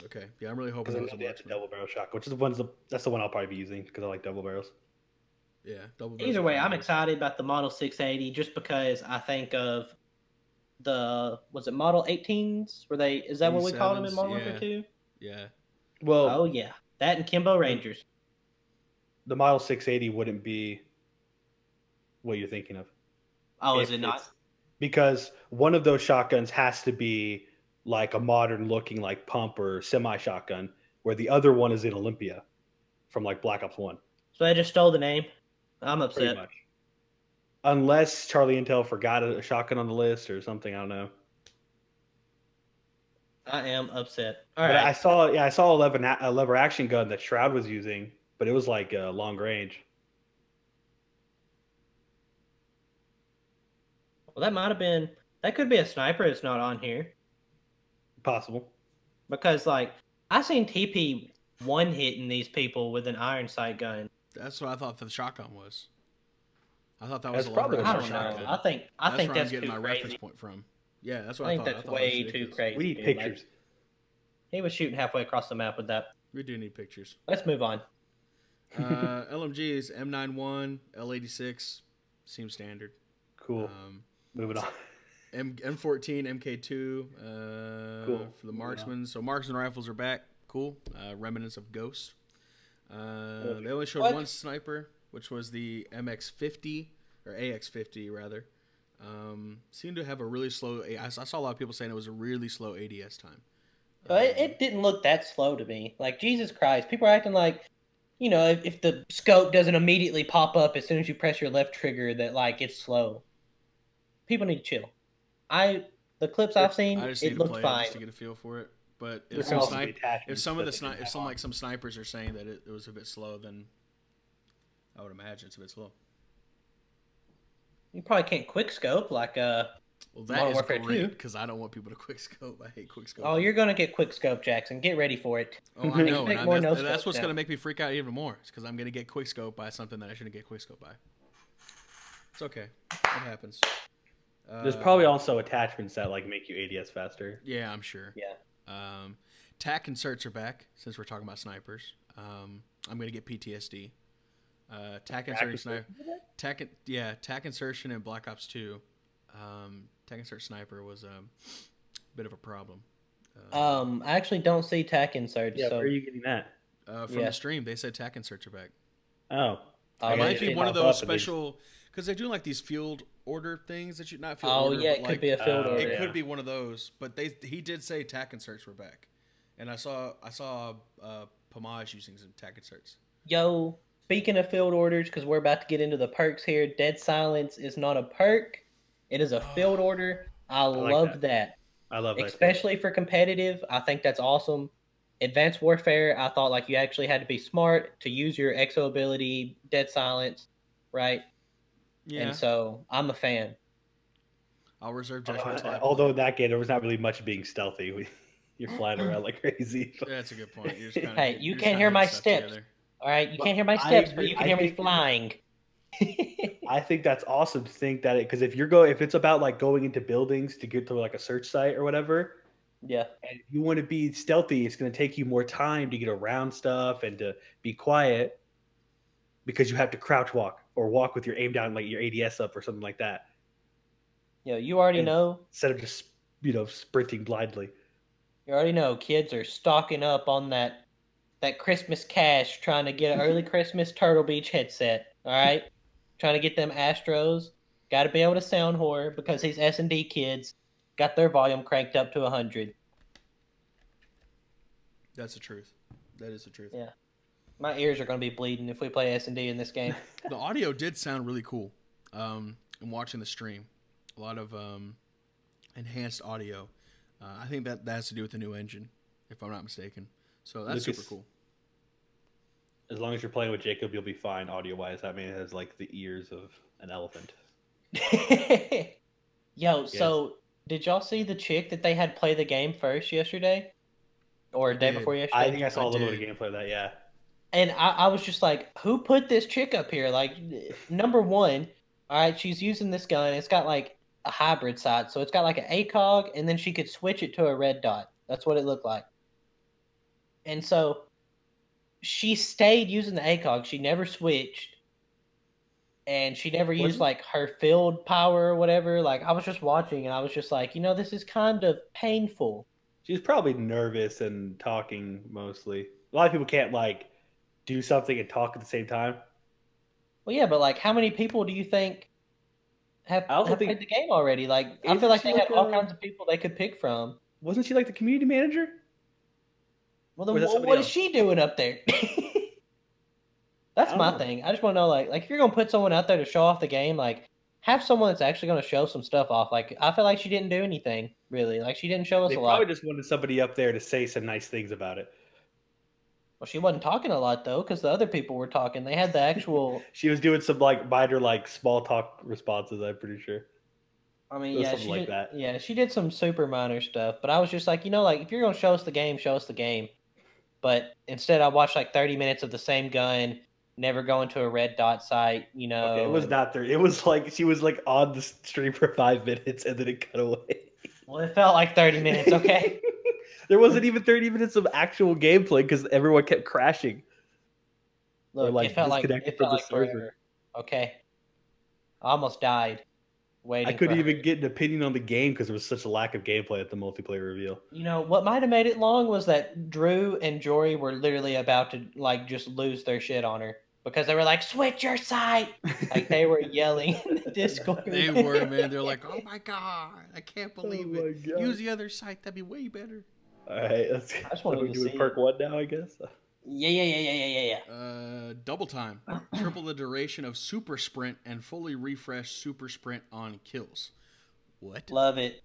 [SPEAKER 3] Okay. Yeah, I'm really hoping
[SPEAKER 2] Because I know
[SPEAKER 3] that was
[SPEAKER 2] they
[SPEAKER 3] a
[SPEAKER 2] have the
[SPEAKER 3] marksman.
[SPEAKER 2] double barrel shotgun, which is the ones the, that's the one I'll probably be using because I like double barrels.
[SPEAKER 3] Yeah. Double. barrels
[SPEAKER 1] Either
[SPEAKER 3] are
[SPEAKER 1] way,
[SPEAKER 3] fine,
[SPEAKER 1] I'm
[SPEAKER 3] dude.
[SPEAKER 1] excited about the Model 680 just because I think of the was it Model 18s? Were they? Is that what we called them in
[SPEAKER 3] 87s,
[SPEAKER 1] Modern Warfare
[SPEAKER 3] yeah.
[SPEAKER 1] 2?
[SPEAKER 3] Yeah.
[SPEAKER 2] Well,
[SPEAKER 1] Oh yeah, that and Kimbo Rangers.
[SPEAKER 2] the Model 680 wouldn't be what you're thinking of.
[SPEAKER 1] Oh, is
[SPEAKER 2] If
[SPEAKER 1] it not?
[SPEAKER 2] it's- Because one of those shotguns has to be like a modern looking like pump or semi shotgun, where the other one is in Olympia from like Black Ops 1.
[SPEAKER 1] So they just stole the name. I'm
[SPEAKER 2] Pretty
[SPEAKER 1] upset.
[SPEAKER 2] much. Unless Charlie Intel forgot a shotgun on the list or something, I don't know.
[SPEAKER 1] I am upset. All
[SPEAKER 2] But I
[SPEAKER 1] right.
[SPEAKER 2] saw, yeah, I saw a lever, a lever action gun that Shroud was using, but it was like uh, long range.
[SPEAKER 1] well, that might have been. That could be a sniper. It's not on here
[SPEAKER 2] Possible.
[SPEAKER 1] because, like, I seen TP one hitting these people with an iron sight gun.
[SPEAKER 3] That's what I thought the shotgun was. I thought that was
[SPEAKER 2] That's
[SPEAKER 3] a
[SPEAKER 2] probably
[SPEAKER 1] I
[SPEAKER 3] lever-action
[SPEAKER 1] don't know.
[SPEAKER 3] shotgun.
[SPEAKER 1] I think I think
[SPEAKER 3] where
[SPEAKER 1] that's
[SPEAKER 3] I'm
[SPEAKER 1] too
[SPEAKER 3] getting my reference
[SPEAKER 1] crazy.
[SPEAKER 3] point from. Yeah, that's
[SPEAKER 1] I
[SPEAKER 3] what I,
[SPEAKER 1] think
[SPEAKER 3] thought.
[SPEAKER 1] that's
[SPEAKER 3] thought it was
[SPEAKER 1] way too
[SPEAKER 3] ridiculous.
[SPEAKER 1] crazy.
[SPEAKER 2] We need
[SPEAKER 1] dude. Like,
[SPEAKER 2] pictures.
[SPEAKER 1] he was shooting halfway across the map with that.
[SPEAKER 3] We do need pictures.
[SPEAKER 1] Let's move on.
[SPEAKER 3] Uh, LMGs, M91, L86, seems standard.
[SPEAKER 2] cool.
[SPEAKER 3] Um,
[SPEAKER 2] Moving on.
[SPEAKER 3] M- M14, MK2 uh,
[SPEAKER 2] Cool.
[SPEAKER 3] for the marksmen. So marksman rifles are back. Cool. Uh, remnants of Ghost. Uh, they only showed
[SPEAKER 1] What?
[SPEAKER 3] one sniper, which was the MX50 or AX50 rather. Um, seemed to have a really slow. A- I s- I saw a lot of people saying it was a really slow ADS time.
[SPEAKER 1] But it,
[SPEAKER 3] Um,
[SPEAKER 1] Uh, it didn't look that slow to me. Like Jesus Christ, people are acting like, you know, if, if the scope doesn't immediately pop up as soon as you press your left trigger, that like it's slow. People need to chill. I the clips I've seen,
[SPEAKER 3] I just need
[SPEAKER 1] it
[SPEAKER 3] to
[SPEAKER 1] looked
[SPEAKER 3] play it
[SPEAKER 1] fine.
[SPEAKER 3] just to get a feel for it. But
[SPEAKER 2] There can
[SPEAKER 3] if some,
[SPEAKER 2] also be
[SPEAKER 3] snipe, if
[SPEAKER 2] attachments
[SPEAKER 3] some of
[SPEAKER 2] that
[SPEAKER 3] the
[SPEAKER 2] they can
[SPEAKER 3] snipe, if
[SPEAKER 2] have
[SPEAKER 3] some
[SPEAKER 2] on.
[SPEAKER 3] like some snipers are saying that it, it was a bit slow, then I would imagine it's a bit slow.
[SPEAKER 1] You probably can't quick scope like uh
[SPEAKER 3] Well,
[SPEAKER 1] Modern
[SPEAKER 3] that
[SPEAKER 1] Warfare
[SPEAKER 3] is great
[SPEAKER 1] 2.
[SPEAKER 3] because I don't want people to quick scope. I hate quick scope.
[SPEAKER 1] oh you're gonna get quick scope, Jackson. Get ready for it.
[SPEAKER 3] Oh, I know.
[SPEAKER 1] Expect
[SPEAKER 3] and I-
[SPEAKER 1] more
[SPEAKER 3] that's,
[SPEAKER 1] no
[SPEAKER 3] that's
[SPEAKER 1] scopes
[SPEAKER 3] what's
[SPEAKER 1] now.
[SPEAKER 3] going to make me freak out even more. It's because I'm going to get quick scope by something that I shouldn't get quick scope by. It's okay. It happens. Uh,
[SPEAKER 2] There's probably also attachments that like make you ADS faster.
[SPEAKER 3] Yeah, I'm sure.
[SPEAKER 1] Yeah.
[SPEAKER 3] Um, TAC inserts are back since we're talking about snipers. Um, I'm going to get PTSD. Uh, TAC inserting sniper. TAC, in- yeah, TAC insertion in Black Ops 2. Um, TAC insert sniper was um, a bit of a problem. Uh, Uh-huh.
[SPEAKER 1] Um, I actually don't see tac inserts,
[SPEAKER 2] Yeah,
[SPEAKER 1] so
[SPEAKER 2] where are you getting that?
[SPEAKER 3] uh, from
[SPEAKER 1] yeah.
[SPEAKER 3] the stream, they said TAC inserts are back.
[SPEAKER 2] Oh,
[SPEAKER 1] Oh,
[SPEAKER 2] I
[SPEAKER 3] It
[SPEAKER 2] guess
[SPEAKER 3] might
[SPEAKER 1] yeah,
[SPEAKER 2] they
[SPEAKER 3] be
[SPEAKER 1] yeah.
[SPEAKER 2] didn't
[SPEAKER 3] one of
[SPEAKER 2] pop
[SPEAKER 3] those
[SPEAKER 2] up and they-
[SPEAKER 3] special because they do like these field order things that you not field
[SPEAKER 1] Oh
[SPEAKER 3] order.
[SPEAKER 1] yeah,
[SPEAKER 3] but,
[SPEAKER 1] it
[SPEAKER 3] like,
[SPEAKER 1] could be a field
[SPEAKER 2] uh,
[SPEAKER 1] order.
[SPEAKER 3] it
[SPEAKER 2] yeah.
[SPEAKER 3] could be one of those. But they he did say tack inserts were back, and I saw I saw uh, Pomage using some tack inserts.
[SPEAKER 1] Yo, speaking of field orders, because we're about to get into the perks here, Dead Silence is not a perk, it is a field order. I,
[SPEAKER 2] Oh, like
[SPEAKER 1] love that,
[SPEAKER 2] I love that.
[SPEAKER 1] especially for competitive. I think that's awesome. Advanced Warfare, I thought like you actually had to be smart to use your exo ability, Dead Silence, right?
[SPEAKER 3] Yeah,
[SPEAKER 1] And so I'm a fan.
[SPEAKER 3] I'll reserve judgment. till
[SPEAKER 2] Although, Uh,
[SPEAKER 3] I-
[SPEAKER 2] although in that game there was not really much being stealthy. We, you're flying around like crazy.
[SPEAKER 3] Yeah, that's a good point. You're just kinda,
[SPEAKER 1] Hey,
[SPEAKER 3] you're
[SPEAKER 1] you
[SPEAKER 3] just
[SPEAKER 1] can't
[SPEAKER 3] kinda
[SPEAKER 1] hear
[SPEAKER 3] hitting
[SPEAKER 1] my
[SPEAKER 3] stuff
[SPEAKER 1] steps.
[SPEAKER 3] together.
[SPEAKER 1] All right, you
[SPEAKER 2] But
[SPEAKER 1] can't hear my
[SPEAKER 2] I
[SPEAKER 1] steps, but
[SPEAKER 2] agree-
[SPEAKER 1] you can
[SPEAKER 2] I
[SPEAKER 1] hear me
[SPEAKER 2] think-
[SPEAKER 1] flying.
[SPEAKER 2] I think that's awesome to think that it because if you're go if it's about like going into buildings to get to like a search site or whatever,
[SPEAKER 1] yeah.
[SPEAKER 2] and if you want to be stealthy, it's going to take you more time to get around stuff and to be quiet because you have to crouch walk or walk with your aim down like your ADS up or something like that
[SPEAKER 1] Yo, you already
[SPEAKER 2] And-
[SPEAKER 1] know
[SPEAKER 2] instead of just you know sprinting blindly.
[SPEAKER 1] You already know kids are stocking up on that that Christmas cash, trying to get an early Christmas Turtle Beach headset. All right, trying to get them Astros. Got to be able to sound horror because these S and D kids got their volume cranked up to hundred.
[SPEAKER 3] That's the truth. That is the truth.
[SPEAKER 1] Yeah. My ears are going to be bleeding if we play S and D in this game.
[SPEAKER 3] the audio did sound really cool. Um, and watching the stream, a lot of um, enhanced audio. Uh, I think that that has to do with the new engine, if I'm not mistaken. So that's
[SPEAKER 2] Lucas.
[SPEAKER 3] super cool.
[SPEAKER 2] As long as you're playing with Jacob, you'll be fine audio wise. I mean, it has like the ears of an elephant.
[SPEAKER 1] Yo, so did y'all see the chick that they had play the game first yesterday, or day
[SPEAKER 3] did.
[SPEAKER 1] before yesterday?
[SPEAKER 2] I think I saw a little
[SPEAKER 3] did.
[SPEAKER 2] bit of gameplay of that. Yeah,
[SPEAKER 1] and I, I was just like, who put this chick up here? Like, number one, all right, she's using this gun. It's got like a hybrid sight, so it's got like an ACOG, and then she could switch it to a red dot. That's what it looked like. And so she stayed using the ACOG. She never switched, and she never used
[SPEAKER 2] Wasn't-
[SPEAKER 1] like her field power or whatever. Like, I was just watching, and I was just like, you know, this is kind of painful.
[SPEAKER 2] she's probably nervous and talking mostly. A lot of people can't like do something and talk at the same time.
[SPEAKER 1] Well, yeah, but like, how many people do you think have,
[SPEAKER 2] I also
[SPEAKER 1] have
[SPEAKER 2] think-
[SPEAKER 1] played the game already? Like, I
[SPEAKER 2] Isn't
[SPEAKER 1] feel like
[SPEAKER 2] she
[SPEAKER 1] they have
[SPEAKER 2] like
[SPEAKER 1] all
[SPEAKER 2] a-
[SPEAKER 1] kinds of people they could pick from.
[SPEAKER 2] Wasn't she like the community manager?
[SPEAKER 1] Well,
[SPEAKER 2] Or
[SPEAKER 1] then
[SPEAKER 2] is that
[SPEAKER 1] wh-
[SPEAKER 2] somebody
[SPEAKER 1] what is
[SPEAKER 2] else?
[SPEAKER 1] she doing up there? That's
[SPEAKER 2] I
[SPEAKER 1] my
[SPEAKER 2] don't know.
[SPEAKER 1] thing. I just want to know, like, like if you're gonna put someone out there to show off the game, like, have someone that's actually going to show some stuff off. Like I feel like she didn't do anything really. Like she didn't show us
[SPEAKER 2] They
[SPEAKER 1] a lot.
[SPEAKER 2] probably just wanted somebody up there to say some nice things about it.
[SPEAKER 1] Well, she wasn't talking a lot though, because the other people were talking. They had the actual.
[SPEAKER 2] She was doing some like minor like small talk responses. I'm pretty sure.
[SPEAKER 1] I mean,
[SPEAKER 2] It was
[SPEAKER 1] yeah,
[SPEAKER 2] something
[SPEAKER 1] she
[SPEAKER 2] like
[SPEAKER 1] did,
[SPEAKER 2] that.
[SPEAKER 1] yeah, she did some super minor stuff. But I was just like, you know, like if you're gonna show us the game, show us the game. But instead, I watched like 30 minutes of the same gun, never going to a red dot site. You know,
[SPEAKER 2] Okay, it was
[SPEAKER 1] and-
[SPEAKER 2] not there. It was like she was like on the stream for five minutes and then it cut away.
[SPEAKER 1] Well, it felt like 30 minutes. Okay.
[SPEAKER 2] there wasn't even 30 minutes of actual gameplay because everyone kept crashing.
[SPEAKER 1] Look,
[SPEAKER 2] like,
[SPEAKER 1] it felt like
[SPEAKER 2] disconnected
[SPEAKER 1] it felt
[SPEAKER 2] from the
[SPEAKER 1] like forever.
[SPEAKER 2] server.
[SPEAKER 1] Okay. I almost died. Waiting.
[SPEAKER 2] I couldn't
[SPEAKER 1] for-
[SPEAKER 2] even get an opinion on the game because there was such a lack of gameplay at the multiplayer reveal.
[SPEAKER 1] You know what might have made it long was that Drew and Jory were literally about to like just lose their shit on her because they were like, "Switch your site!" Like they were yelling in the
[SPEAKER 2] Oh
[SPEAKER 1] Discord.
[SPEAKER 3] They were, man. They're like, oh my god, I can't believe it.
[SPEAKER 2] God.
[SPEAKER 3] Use the other site. That'd be way better.
[SPEAKER 2] All right, let's
[SPEAKER 1] I just
[SPEAKER 2] what are
[SPEAKER 1] wanted
[SPEAKER 2] we
[SPEAKER 1] to
[SPEAKER 2] doing
[SPEAKER 1] see
[SPEAKER 2] perk one now, I guess.
[SPEAKER 1] Yeah, yeah, yeah, yeah, yeah, yeah, yeah.
[SPEAKER 3] Uh, double time, triple the duration of super sprint, and fully refresh super sprint on kills. What?
[SPEAKER 1] Love it.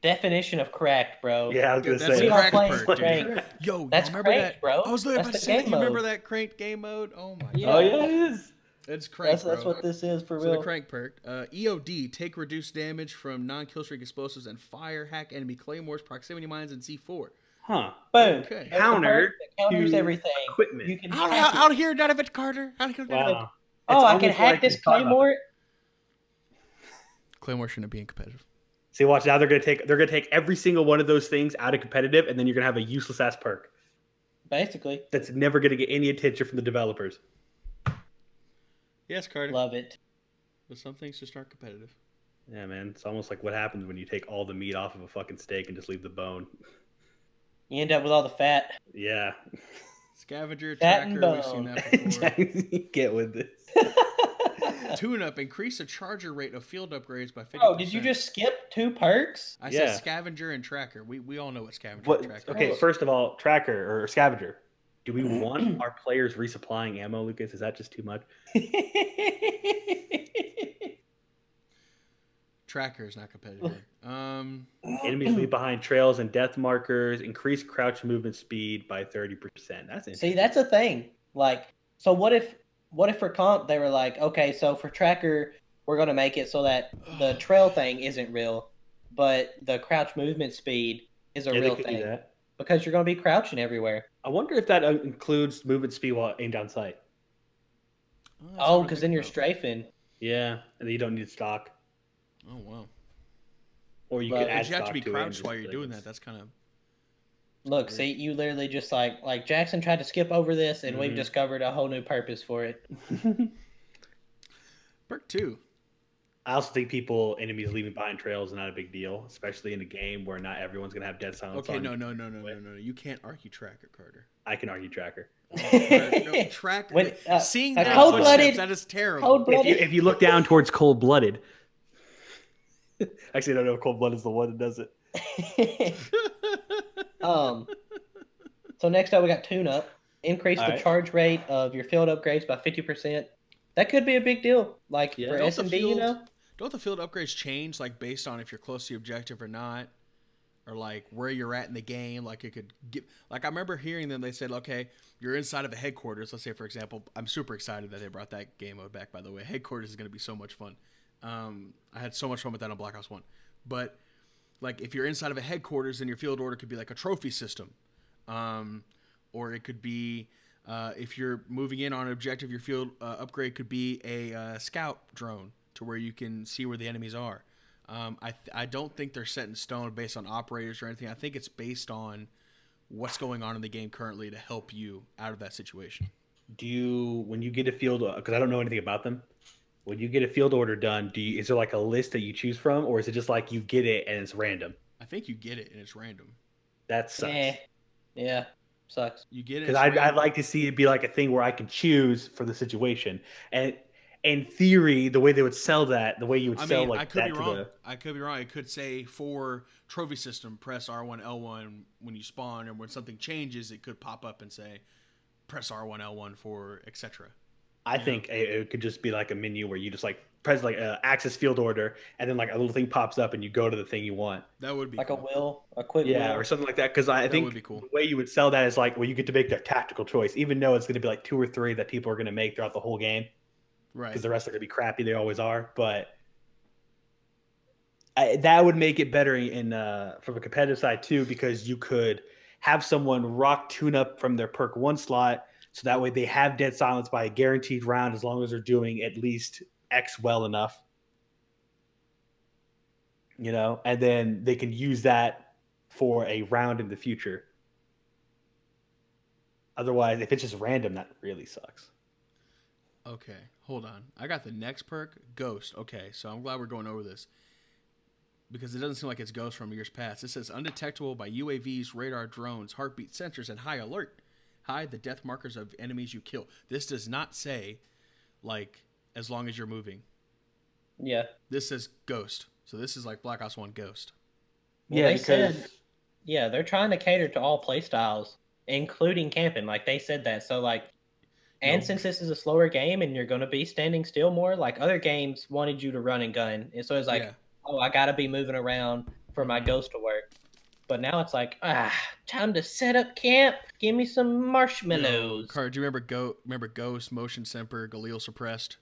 [SPEAKER 1] Definition of cracked, bro.
[SPEAKER 2] Yeah, I was
[SPEAKER 3] Dude,
[SPEAKER 2] gonna
[SPEAKER 3] that's
[SPEAKER 2] say.
[SPEAKER 1] We are
[SPEAKER 3] crack
[SPEAKER 1] playing
[SPEAKER 3] perk, dude.
[SPEAKER 1] cranked.
[SPEAKER 3] Yo, you
[SPEAKER 1] That's
[SPEAKER 3] remember
[SPEAKER 1] cranked,
[SPEAKER 3] that?
[SPEAKER 1] bro.
[SPEAKER 3] I was
[SPEAKER 1] That's
[SPEAKER 3] literally about to
[SPEAKER 1] the
[SPEAKER 3] say that.
[SPEAKER 1] game
[SPEAKER 3] You remember
[SPEAKER 1] mode.
[SPEAKER 3] that crank game mode? Oh my
[SPEAKER 1] Yeah.
[SPEAKER 2] Oh
[SPEAKER 3] god,
[SPEAKER 2] yeah, it is.
[SPEAKER 3] it's crank.
[SPEAKER 1] That's that's
[SPEAKER 3] bro.
[SPEAKER 1] what this is for
[SPEAKER 3] So the
[SPEAKER 1] real.
[SPEAKER 3] crank perk, uh, EOD, take reduced damage from non-killstreak explosives and fire, hack enemy claymores, proximity mines, and C4.
[SPEAKER 2] Huh?
[SPEAKER 1] Boom. That's
[SPEAKER 3] Okay.
[SPEAKER 1] the
[SPEAKER 2] Counter
[SPEAKER 1] perk that counters
[SPEAKER 2] to
[SPEAKER 1] everything.
[SPEAKER 2] Equipment.
[SPEAKER 1] You can
[SPEAKER 3] Out,
[SPEAKER 1] hack
[SPEAKER 3] out,
[SPEAKER 1] it.
[SPEAKER 3] out here, Donovan Carter. Out here, Donovan.
[SPEAKER 2] wow.
[SPEAKER 1] Oh,
[SPEAKER 2] It's
[SPEAKER 1] I can
[SPEAKER 2] almost
[SPEAKER 1] hack
[SPEAKER 2] like
[SPEAKER 1] this
[SPEAKER 2] we thought about it.
[SPEAKER 1] claymore.
[SPEAKER 3] Claymore shouldn't be in competitive.
[SPEAKER 2] See, watch now. They're gonna take they're gonna take every single one of those things out of competitive, and then you're gonna have a useless ass perk
[SPEAKER 1] Basically,
[SPEAKER 2] that's never gonna get any attention from the developers.
[SPEAKER 3] Yes, Carter.
[SPEAKER 1] love it.
[SPEAKER 3] But some things just aren't competitive.
[SPEAKER 2] Yeah, man, it's almost like what happens when you take all the meat off of a fucking steak and just leave the bone.
[SPEAKER 1] You end up with all the fat.
[SPEAKER 2] Yeah,
[SPEAKER 3] Scavenger,
[SPEAKER 1] Fat and
[SPEAKER 3] tracker, we've seen
[SPEAKER 1] bone.
[SPEAKER 3] that before.
[SPEAKER 2] get with this.
[SPEAKER 3] Tune up, increase the charger rate of field upgrades by 50%.
[SPEAKER 1] Oh, did you just skip two perks?
[SPEAKER 3] I
[SPEAKER 2] Yeah.
[SPEAKER 3] said scavenger and tracker. We we all know what scavenger
[SPEAKER 2] What?
[SPEAKER 3] and tracker
[SPEAKER 2] Okay,
[SPEAKER 1] Oh.
[SPEAKER 3] is.
[SPEAKER 2] first of all, tracker or scavenger. Do we want our players resupplying ammo, Lucas? Is that just too much?
[SPEAKER 3] Tracker is not competitive. either. Um,
[SPEAKER 2] Enemies leave behind trails and death markers. Increase crouch movement speed by thirty percent. That's interesting.
[SPEAKER 1] See, that's a thing. Like, so what if, what if for comp they were like, okay, so for tracker we're gonna make it so that the trail thing isn't real, but the crouch movement speed is a
[SPEAKER 2] Yeah, they
[SPEAKER 1] real
[SPEAKER 2] could do
[SPEAKER 1] thing
[SPEAKER 2] that.
[SPEAKER 1] because you're gonna be crouching everywhere.
[SPEAKER 2] I wonder if that uh, includes movement speed while aimed on sight.
[SPEAKER 3] oh, that's
[SPEAKER 1] Oh,
[SPEAKER 3] not
[SPEAKER 1] because
[SPEAKER 3] a
[SPEAKER 1] then
[SPEAKER 3] big
[SPEAKER 1] you're
[SPEAKER 3] problem.
[SPEAKER 1] strafing.
[SPEAKER 2] Yeah, and you don't need stock,
[SPEAKER 3] Oh wow.
[SPEAKER 2] or you
[SPEAKER 1] But-
[SPEAKER 2] could
[SPEAKER 1] But
[SPEAKER 2] add
[SPEAKER 3] But you have
[SPEAKER 2] stock
[SPEAKER 3] to be
[SPEAKER 2] it and
[SPEAKER 3] crouched
[SPEAKER 2] just
[SPEAKER 3] while you're
[SPEAKER 2] like-
[SPEAKER 3] doing that. That's kind of
[SPEAKER 1] Look, see, you literally just like like Jackson tried to skip over this, and
[SPEAKER 2] Mhm.
[SPEAKER 1] we've discovered a whole new purpose for it.
[SPEAKER 3] perk two.
[SPEAKER 2] I also think people enemies leaving behind trails is not a big deal, especially in a game where not everyone's gonna have dead silence.
[SPEAKER 3] Okay,
[SPEAKER 2] on.
[SPEAKER 3] no, no, no, no, no, no, no. You can't argue tracker, Carter.
[SPEAKER 2] I can argue tracker.
[SPEAKER 3] no, tracker.
[SPEAKER 1] When- uh,
[SPEAKER 3] Seeing
[SPEAKER 1] a
[SPEAKER 3] that
[SPEAKER 1] cold-blooded-
[SPEAKER 3] footsteps, that is
[SPEAKER 2] If
[SPEAKER 3] terrible.
[SPEAKER 1] Cold-blooded-
[SPEAKER 2] you, if you look down towards cold blooded, actually, I don't know if cold blood is the one that does it.
[SPEAKER 1] um, so next up, we got tune up. Increase the
[SPEAKER 2] Alright.
[SPEAKER 1] charge rate of your field upgrades by fifty percent. That could be a big deal, like
[SPEAKER 2] Yeah.
[SPEAKER 1] for
[SPEAKER 3] Delta
[SPEAKER 1] S and B. You
[SPEAKER 3] Field-
[SPEAKER 1] know,
[SPEAKER 3] Don't the field upgrades change like based on if you're close to the objective or not, or like where you're at in the game? Like it could get like I remember hearing them. They said, okay, you're inside of a headquarters. Let's say for example, I'm super excited that they brought that game mode back. By the way, headquarters is going to be so much fun. Um, I had so much fun with that on Black Ops One, but like if you're inside of a headquarters, then your field order could be like a trophy system, um, or it could be. Uh, if you're moving in on an objective, your field uh, upgrade could be a uh, scout drone to where you can see where the enemies are. Um, I, th- I don't think they're set in stone based on operators or anything. I think it's based on what's going on in the game currently to help you out of that situation.
[SPEAKER 2] Do you, when you get a field, because I don't know anything about them, when you get a field order done, do you, is there like a list that you choose from, or is it just like you get it and it's random?
[SPEAKER 3] I think you get it and it's random.
[SPEAKER 2] That sucks.
[SPEAKER 1] Eh. yeah, sucks.
[SPEAKER 3] You get it.
[SPEAKER 2] Because
[SPEAKER 3] it's
[SPEAKER 2] I'd,
[SPEAKER 3] random.
[SPEAKER 2] I'd like to see it be like a thing where I can choose for the situation. And in theory, the way they would sell that, the way you would
[SPEAKER 3] I
[SPEAKER 2] sell
[SPEAKER 3] mean,
[SPEAKER 2] like
[SPEAKER 3] I could
[SPEAKER 2] that
[SPEAKER 3] be
[SPEAKER 2] to
[SPEAKER 3] wrong.
[SPEAKER 2] the-
[SPEAKER 3] I could be wrong. It could say for trophy system, press R1 L1 when you spawn, and when something changes, it could pop up and say press R1 L1 for etc.
[SPEAKER 2] I
[SPEAKER 3] Yeah.
[SPEAKER 2] think it, it could just be like a menu where you just like press like uh, access field order, and then like a little thing pops up, and you go to the thing you want.
[SPEAKER 3] That would be
[SPEAKER 1] like a
[SPEAKER 3] cool.
[SPEAKER 1] will, a quick
[SPEAKER 2] Yeah,
[SPEAKER 1] will.
[SPEAKER 2] or something like that. Because I, I
[SPEAKER 3] that
[SPEAKER 2] think
[SPEAKER 3] would be cool.
[SPEAKER 2] the way you would sell that is like, well, you get to make their tactical choice, even though it's going to be like two or three that people are going to make throughout the whole game,
[SPEAKER 3] Right.
[SPEAKER 2] because the rest are going to be crappy. They always are, but I, that would make it better in uh, from a competitive side too, because you could have someone rock tune up from their perk one slot, so that way they have dead silence by a guaranteed round, as long as they're doing at least X well enough. You know, and then they can use that for a round in the future. Otherwise, if it's just random, that really sucks.
[SPEAKER 3] Okay, hold on. I got the next perk, Ghost. Okay, so I'm glad we're going over this because it doesn't seem like it's Ghost from years past. It says undetectable by UAVs, radar drones, heartbeat sensors, and high alert. Hide the death markers of enemies you kill. This does not say, like, as long as you're moving.
[SPEAKER 1] yeah.
[SPEAKER 3] This says Ghost. So this is like Black Ops 1 Ghost.
[SPEAKER 1] Well,
[SPEAKER 2] yeah,
[SPEAKER 1] they
[SPEAKER 2] because
[SPEAKER 1] said, yeah, they're trying to cater to all play styles, including camping. Like they said that. So like, and
[SPEAKER 3] No.
[SPEAKER 1] since this is a slower game and you're going to be standing still more, like other games wanted you to run and gun, and so it's like,
[SPEAKER 3] yeah.
[SPEAKER 1] oh, I gotta be moving around for
[SPEAKER 2] Mm-hmm.
[SPEAKER 1] my ghost to work. But now it's like, ah, time to set up camp. Give me some marshmallows.
[SPEAKER 3] Car, do you remember Go? Remember Ghost, Motion Semper, Galil Suppressed?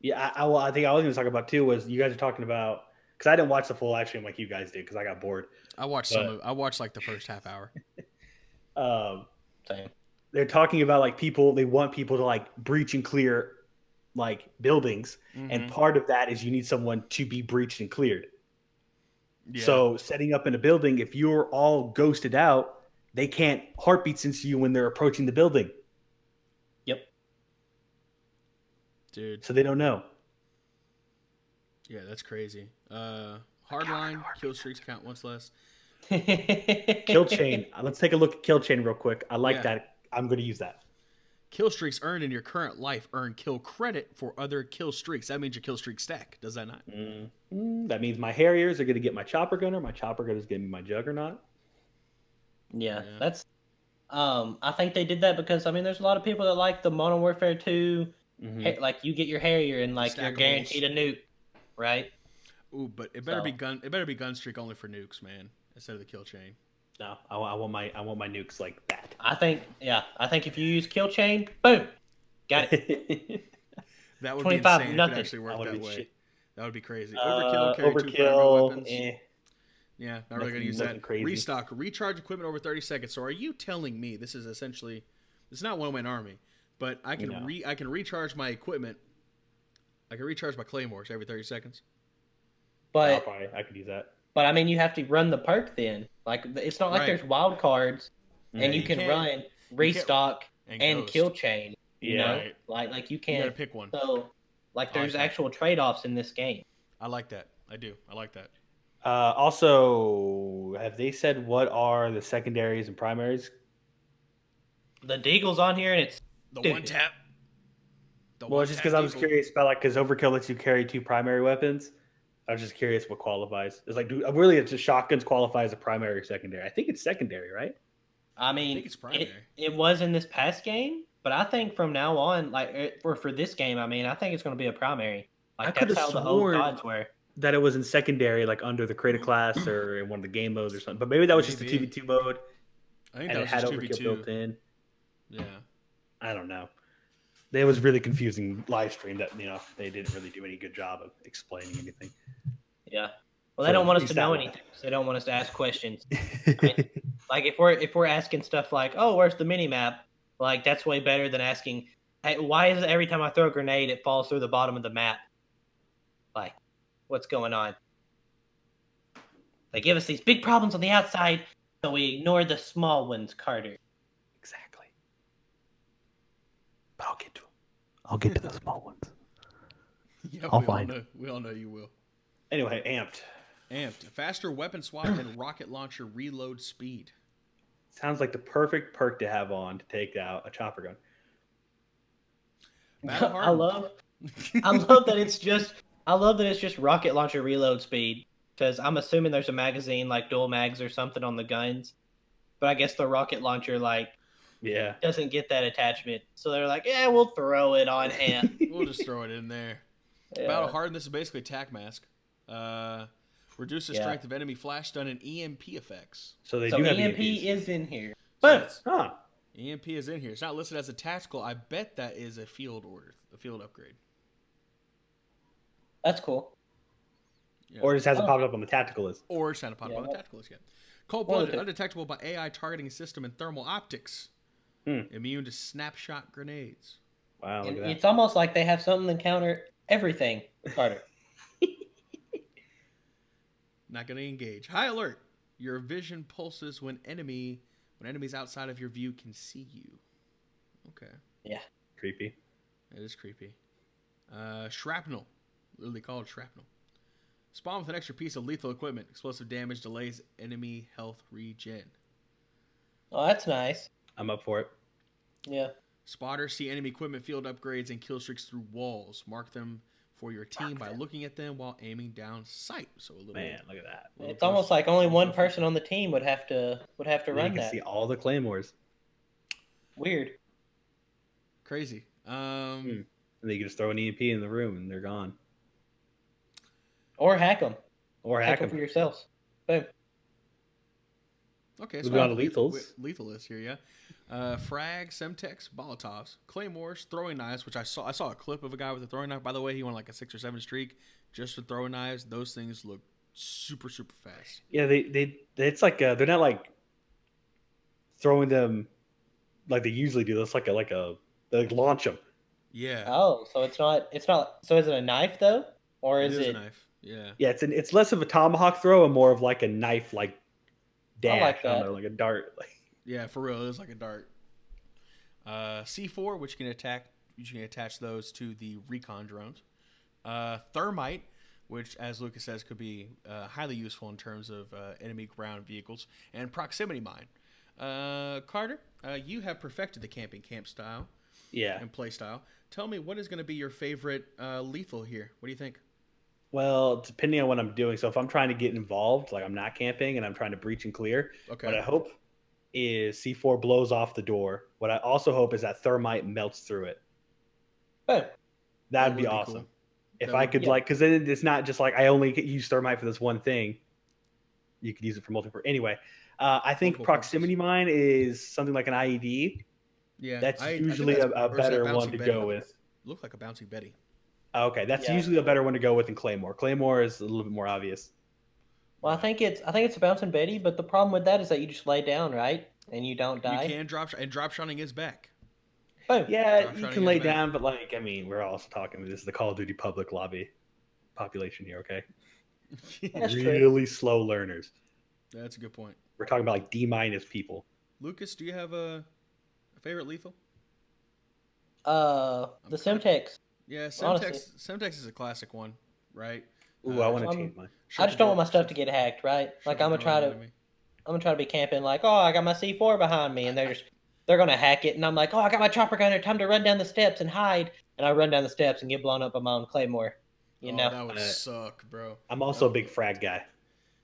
[SPEAKER 2] yeah, I, I, well, I think I was going to talk about too was you guys are talking about because I didn't watch the full live stream like you guys did because I got bored.
[SPEAKER 3] I watched some.
[SPEAKER 2] But-
[SPEAKER 3] Of, I watched like the first half hour.
[SPEAKER 2] Um,
[SPEAKER 1] Same.
[SPEAKER 2] they're talking about like people they want people to like breach and clear like buildings, and
[SPEAKER 3] Mhm.
[SPEAKER 2] part of that is you need someone to be breached and cleared.
[SPEAKER 3] yeah.
[SPEAKER 2] So setting up in a building, if you're all ghosted out, they can't heartbeat sense you when they're approaching the building,
[SPEAKER 3] dude.
[SPEAKER 2] so they don't know.
[SPEAKER 3] Yeah, that's crazy. Uh, hardline kill streaks count once less.
[SPEAKER 2] Kill chain. Uh, Let's take a look at kill chain real quick. I like
[SPEAKER 3] Yeah.
[SPEAKER 2] that. I'm going to use that.
[SPEAKER 3] Kill streaks earned in your current life earn kill credit for other kill streaks. That means your kill streak stack. Does that not?
[SPEAKER 2] Mm, that means my Harriers are going to get my chopper gunner. My chopper gunner's going to be my juggernaut.
[SPEAKER 1] Yeah,
[SPEAKER 3] Yeah.
[SPEAKER 1] that's. Um, I think they did that because I mean, there's a lot of people that like the Modern Warfare Two.
[SPEAKER 2] Mhm.
[SPEAKER 1] Hey, like you get your Harrier and like you're
[SPEAKER 3] Stackables.
[SPEAKER 1] guaranteed a nuke, right?
[SPEAKER 3] Ooh, but it better be
[SPEAKER 1] So-
[SPEAKER 3] gun. It better be gun streak only for nukes, man. Instead of the kill chain.
[SPEAKER 2] No, I, wa- I want my I want my nukes like that.
[SPEAKER 1] I think, yeah, I think if you use kill chain, boom, got it.
[SPEAKER 3] That would be
[SPEAKER 1] 25
[SPEAKER 3] insane if
[SPEAKER 1] nothing.
[SPEAKER 3] it actually worked
[SPEAKER 2] That would
[SPEAKER 3] that,
[SPEAKER 2] be
[SPEAKER 3] way.
[SPEAKER 2] shit.
[SPEAKER 3] That would be crazy.
[SPEAKER 2] Uh,
[SPEAKER 3] Overkill, carry two primary
[SPEAKER 2] overkill.
[SPEAKER 3] weapons.
[SPEAKER 2] eh.
[SPEAKER 3] Yeah, not really
[SPEAKER 2] Nothing-
[SPEAKER 3] gonna use
[SPEAKER 2] nothing
[SPEAKER 3] that.
[SPEAKER 2] crazy.
[SPEAKER 3] Restock, recharge equipment over thirty seconds. So are you telling me this is essentially it's not one man army, but I can
[SPEAKER 2] No.
[SPEAKER 3] re I can recharge my equipment. I can recharge my claymores every thirty seconds.
[SPEAKER 2] I'll
[SPEAKER 1] But
[SPEAKER 2] probably, I could use that.
[SPEAKER 1] but I mean, you have to run the perk then. Like it's not like
[SPEAKER 3] Right.
[SPEAKER 1] there's wild cards and
[SPEAKER 3] Yeah,
[SPEAKER 1] you
[SPEAKER 3] you
[SPEAKER 1] can
[SPEAKER 3] can't-
[SPEAKER 1] run restock and
[SPEAKER 3] ghost.
[SPEAKER 1] kill chain. You
[SPEAKER 2] Mm, Yeah.
[SPEAKER 1] know,
[SPEAKER 3] Right.
[SPEAKER 1] like like you
[SPEAKER 3] You gotta
[SPEAKER 1] can't.
[SPEAKER 3] pick one.
[SPEAKER 1] So like
[SPEAKER 3] I like
[SPEAKER 1] there's
[SPEAKER 3] that.
[SPEAKER 1] actual trade offs in this game.
[SPEAKER 3] I like that. I do. I like that.
[SPEAKER 2] Uh, also, have they said what are the secondaries and primaries?
[SPEAKER 1] The Deagle's on here and it's
[SPEAKER 3] The
[SPEAKER 1] Dude.
[SPEAKER 3] one tap. The
[SPEAKER 2] Well,
[SPEAKER 3] one
[SPEAKER 2] just
[SPEAKER 3] tap
[SPEAKER 2] because I was
[SPEAKER 3] equal-
[SPEAKER 2] curious about like because overkill lets you carry two primary weapons. I was just curious what qualifies. It's like, do really? It's just shotguns qualify as a primary or secondary. I think it's secondary, right?
[SPEAKER 1] I mean,
[SPEAKER 3] think it's
[SPEAKER 1] it,
[SPEAKER 3] primary.
[SPEAKER 1] it was in this past game, but I think from now on, like it- for for this game, I mean, I think it's going to be a primary. Like
[SPEAKER 2] I
[SPEAKER 1] that's
[SPEAKER 2] could've
[SPEAKER 1] how the old
[SPEAKER 2] sworn-
[SPEAKER 1] gods were.
[SPEAKER 2] that it was in secondary, like under the creative class or in one of the game modes or something. But maybe that was just a
[SPEAKER 3] Maybe.
[SPEAKER 2] two v two mode,
[SPEAKER 3] I
[SPEAKER 2] and
[SPEAKER 3] think that
[SPEAKER 2] it
[SPEAKER 3] was
[SPEAKER 2] had
[SPEAKER 3] just
[SPEAKER 2] overkill built
[SPEAKER 3] 2v2.
[SPEAKER 2] in.
[SPEAKER 3] Yeah.
[SPEAKER 2] I don't know. It was really confusing live stream that you know they didn't really do any good job of explaining anything.
[SPEAKER 1] Yeah. Well, they
[SPEAKER 2] So
[SPEAKER 1] don't want
[SPEAKER 2] you
[SPEAKER 1] us to
[SPEAKER 2] sat
[SPEAKER 1] know
[SPEAKER 2] with
[SPEAKER 1] anything. so They don't want us to ask questions. Like if we're if we're asking stuff like, "Oh, where's the mini map?" Like that's way better than asking, "Hey, why is it every time I throw a grenade it falls through the bottom of the map?" Like, what's going on? They give us these big problems on the outside, so we ignore the small ones, Carter.
[SPEAKER 2] exactly. But I'll get to them. I'll get to the small ones.
[SPEAKER 3] Yeah,
[SPEAKER 2] I'll
[SPEAKER 3] we
[SPEAKER 2] find
[SPEAKER 3] all know. We all know you will.
[SPEAKER 2] Anyway, amped
[SPEAKER 3] Amped. Faster weapon swap and rocket launcher reload speed.
[SPEAKER 2] sounds like the perfect perk to have on to take out a chopper gun.
[SPEAKER 3] Battle
[SPEAKER 1] I
[SPEAKER 3] hardened.
[SPEAKER 1] love, I love that it's just, I love that it's just rocket launcher reload speed. Because I'm assuming there's a magazine like dual mags or something on the guns, but I guess the rocket launcher like
[SPEAKER 2] Yeah.
[SPEAKER 1] doesn't get that attachment, so they're like, yeah, we'll throw it on hand.
[SPEAKER 3] We'll just throw it in there. Battle hardened. This is basically attack mask. Uh, reduce the
[SPEAKER 1] Yeah.
[SPEAKER 3] strength of enemy flash stun and EMP effects.
[SPEAKER 2] So they
[SPEAKER 1] so
[SPEAKER 2] do have E
[SPEAKER 1] EMP
[SPEAKER 2] EMPs.
[SPEAKER 1] is in here.
[SPEAKER 3] But
[SPEAKER 1] Boom.
[SPEAKER 2] Huh.
[SPEAKER 3] EMP E is in here. It's not listed as a tactical. I bet that is a field order, a field upgrade.
[SPEAKER 1] That's cool.
[SPEAKER 3] Yeah.
[SPEAKER 2] Or it just hasn't
[SPEAKER 1] Oh.
[SPEAKER 2] popped up on the tactical list.
[SPEAKER 3] or it's not a pop
[SPEAKER 1] Yeah,
[SPEAKER 3] on the
[SPEAKER 1] that-
[SPEAKER 3] tactical list yet. Cold
[SPEAKER 1] Well,
[SPEAKER 3] blooded,
[SPEAKER 1] okay.
[SPEAKER 3] undetectable by AI targeting system and thermal optics.
[SPEAKER 2] Hmm.
[SPEAKER 3] Immune to snapshot grenades.
[SPEAKER 2] Wow, look
[SPEAKER 1] And
[SPEAKER 2] at that.
[SPEAKER 1] it's almost like they have something to counter everything, Carter.
[SPEAKER 3] Not going to engage. High alert. Your vision pulses when enemy when enemies outside of your view can see you. Okay,
[SPEAKER 2] Creepy.
[SPEAKER 3] that is creepy. Uh, shrapnel, literally called shrapnel. Spawn with an extra piece of lethal equipment. Explosive damage delays enemy health regen.
[SPEAKER 1] oh, that's nice.
[SPEAKER 2] I'm up for it.
[SPEAKER 1] Yeah.
[SPEAKER 3] Spotter see enemy equipment field upgrades and kill streaks through walls. Mark them for your team by looking at them while aiming down sight. So a little
[SPEAKER 2] Man, look at that.
[SPEAKER 3] little
[SPEAKER 1] It's almost like only one
[SPEAKER 3] close.
[SPEAKER 1] person on the team would have to would have to
[SPEAKER 2] And you
[SPEAKER 1] run
[SPEAKER 2] can
[SPEAKER 1] that.
[SPEAKER 2] see all the claymores.
[SPEAKER 1] Weird.
[SPEAKER 3] crazy. Um,
[SPEAKER 2] Hmm. And they can just throw an EMP in the room and they're gone.
[SPEAKER 1] Or hack them.
[SPEAKER 2] Or
[SPEAKER 1] Hack
[SPEAKER 2] hack
[SPEAKER 1] them for
[SPEAKER 2] them.
[SPEAKER 1] yourselves. Boom.
[SPEAKER 3] Okay,
[SPEAKER 2] Moving
[SPEAKER 3] I
[SPEAKER 2] on
[SPEAKER 3] have
[SPEAKER 2] to
[SPEAKER 3] lethal-
[SPEAKER 2] lethals.
[SPEAKER 3] Lethal is here, yeah. Uh, frag, semtex, molotovs, claymores, throwing knives. Which I saw. I saw a clip of a guy with a throwing knife. By the way, he won like a six or seven streak just with throwing knives. Those things look super super fast.
[SPEAKER 2] Yeah, they they it's like uh they're not like throwing them like they usually do. That's like a like a they like launch them.
[SPEAKER 3] Yeah,
[SPEAKER 1] Oh, so it's not it's not so is it a knife though? Or is
[SPEAKER 3] is a
[SPEAKER 1] it,
[SPEAKER 3] knife. Yeah,
[SPEAKER 2] Yeah, it's an, it's less of a tomahawk throw and more of like a knife like dash,
[SPEAKER 1] I like
[SPEAKER 2] don't
[SPEAKER 1] that.
[SPEAKER 2] know, like a dart. Like
[SPEAKER 3] Yeah, for real, it is like a dart. Uh, C4, which you can attack, you can attach those to the recon drones. Uh, thermite, which, as Lucas says, could be uh, highly useful in terms of uh, enemy ground vehicles, and proximity mine. Uh, Carter, uh, you have perfected the camping camp style
[SPEAKER 2] yeah.
[SPEAKER 3] and play style. Tell me, what is going to be your favorite uh, lethal here? What do you think?
[SPEAKER 2] Well, depending on what I'm doing. So if I'm trying to get involved, like I'm not camping and I'm trying to breach and clear, what I
[SPEAKER 3] Okay,
[SPEAKER 2] hope is C4 blows off the door. What I also hope is that thermite melts through it.
[SPEAKER 1] boom.
[SPEAKER 2] That
[SPEAKER 3] That
[SPEAKER 2] would be,
[SPEAKER 3] would be
[SPEAKER 2] awesome.
[SPEAKER 3] cool.
[SPEAKER 2] If
[SPEAKER 3] That
[SPEAKER 2] I
[SPEAKER 3] would-
[SPEAKER 2] could
[SPEAKER 1] yeah.
[SPEAKER 2] like, because then it's not just like I only get- use thermite for this one thing. You could use it for multiple. Anyway, uh, I think
[SPEAKER 3] Multiple
[SPEAKER 2] proximity mine is something like an IED.
[SPEAKER 3] yeah,
[SPEAKER 2] That's
[SPEAKER 3] I- I think
[SPEAKER 2] usually
[SPEAKER 3] that's-
[SPEAKER 2] a, a
[SPEAKER 3] or is that
[SPEAKER 2] better one
[SPEAKER 3] Bouncy
[SPEAKER 2] to
[SPEAKER 3] Betty?
[SPEAKER 2] go with.
[SPEAKER 3] Look like a bouncy Betty.
[SPEAKER 2] Okay, that's
[SPEAKER 1] Yeah.
[SPEAKER 2] usually a better one to go with than Claymore. Claymore is a little bit more obvious.
[SPEAKER 1] Well I think it's I think it's a bouncing Betty, but the problem with that is that you just lay down, right? And you don't die.
[SPEAKER 3] You can drop, and drop shotting is back.
[SPEAKER 1] Boom.
[SPEAKER 2] Yeah,
[SPEAKER 3] Josh
[SPEAKER 2] you
[SPEAKER 3] Ryan
[SPEAKER 2] can
[SPEAKER 3] is
[SPEAKER 2] lay
[SPEAKER 3] better.
[SPEAKER 2] down, but like, I mean, we're also talking. This is the Call of Duty public lobby population here. Okay,
[SPEAKER 1] That's true.
[SPEAKER 2] really slow learners.
[SPEAKER 3] That's a good point.
[SPEAKER 2] We're talking about like D minus people.
[SPEAKER 3] Lucas, do you have a, a favorite lethal?
[SPEAKER 1] Uh the Simtex.
[SPEAKER 3] Yeah,
[SPEAKER 1] Honestly.
[SPEAKER 3] Semtex. Semtex is a classic one, right?
[SPEAKER 2] Ooh,
[SPEAKER 3] Uh,
[SPEAKER 2] I
[SPEAKER 1] so
[SPEAKER 2] want to
[SPEAKER 1] I'm-
[SPEAKER 2] change mine.
[SPEAKER 1] I just don't want my stuff to get hacked, right? Like I'm gonna try to I'm gonna try to be camping like, oh, I got my C4 behind me, and they're just they're gonna hack it, and I'm like, oh, I got my chopper gunner, time to run down the steps and hide, and I run down the steps and get blown up by my own claymore. You know,
[SPEAKER 3] Oh, that would
[SPEAKER 2] Uh,
[SPEAKER 3] suck, bro.
[SPEAKER 2] I'm also a big frag guy.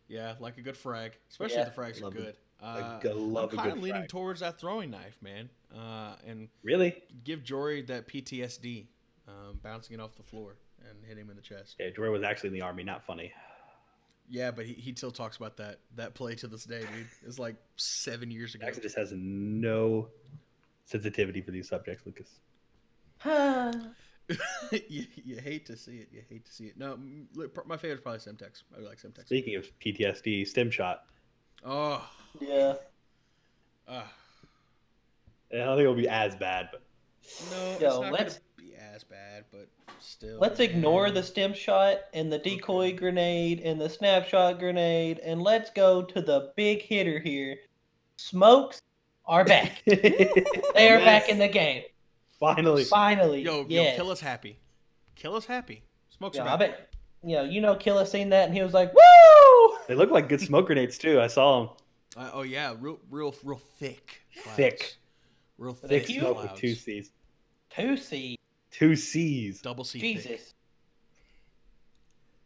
[SPEAKER 3] Yeah, like a good frag, especially
[SPEAKER 1] Yeah.
[SPEAKER 3] if the frags are
[SPEAKER 2] Love a-
[SPEAKER 3] good. Uh,
[SPEAKER 2] I g- love
[SPEAKER 3] I'm
[SPEAKER 2] a
[SPEAKER 3] kind of
[SPEAKER 2] good
[SPEAKER 3] leaning
[SPEAKER 2] frag.
[SPEAKER 3] towards that throwing knife, man, uh, and
[SPEAKER 2] Really?
[SPEAKER 3] give Jory that PTSD, um, bouncing it off the floor and hitting him in the chest.
[SPEAKER 2] Yeah, Jordan was actually in the army. Not funny.
[SPEAKER 3] Yeah, but he, he still talks about that that play to this day, dude. It's like seven years ago.
[SPEAKER 2] Jackson just has no sensitivity for these subjects, Lucas.
[SPEAKER 3] you, you hate to see it. You hate to see it. No, m- look, pr- my favorite's probably Semtex. I like Semtex.
[SPEAKER 2] Speaking of PTSD, stem shot.
[SPEAKER 3] Oh,
[SPEAKER 1] yeah.
[SPEAKER 3] ah.
[SPEAKER 2] I don't think it'll be as bad, but
[SPEAKER 3] no, it's
[SPEAKER 1] Yo,
[SPEAKER 3] not
[SPEAKER 1] let's-
[SPEAKER 3] gonna be as bad, but still.
[SPEAKER 1] Let's ignore
[SPEAKER 3] man.
[SPEAKER 1] the stem shot and the decoy grenade and the snapshot grenade, and let's go to the big hitter here. Smokes are back. They are back in the game.
[SPEAKER 2] finally.
[SPEAKER 1] Finally,
[SPEAKER 3] Yo, yo,
[SPEAKER 1] yes.
[SPEAKER 3] kill us happy. Kill us happy. Smokes
[SPEAKER 1] Yeah,
[SPEAKER 3] are
[SPEAKER 1] I
[SPEAKER 3] back.
[SPEAKER 1] bet. You know, you know, Killa seen that, and he was like, "Woo!"
[SPEAKER 2] They look like good smoke grenades too. I saw them.
[SPEAKER 3] Uh, oh yeah, real, real, real thick. Clouds.
[SPEAKER 2] Thick.
[SPEAKER 3] Real
[SPEAKER 1] they
[SPEAKER 2] They
[SPEAKER 3] thick.
[SPEAKER 1] cute?
[SPEAKER 2] smoke with
[SPEAKER 3] clouds.
[SPEAKER 2] two C's.
[SPEAKER 1] Two C,
[SPEAKER 2] Two C's.
[SPEAKER 3] Double C. thick.
[SPEAKER 1] Jesus.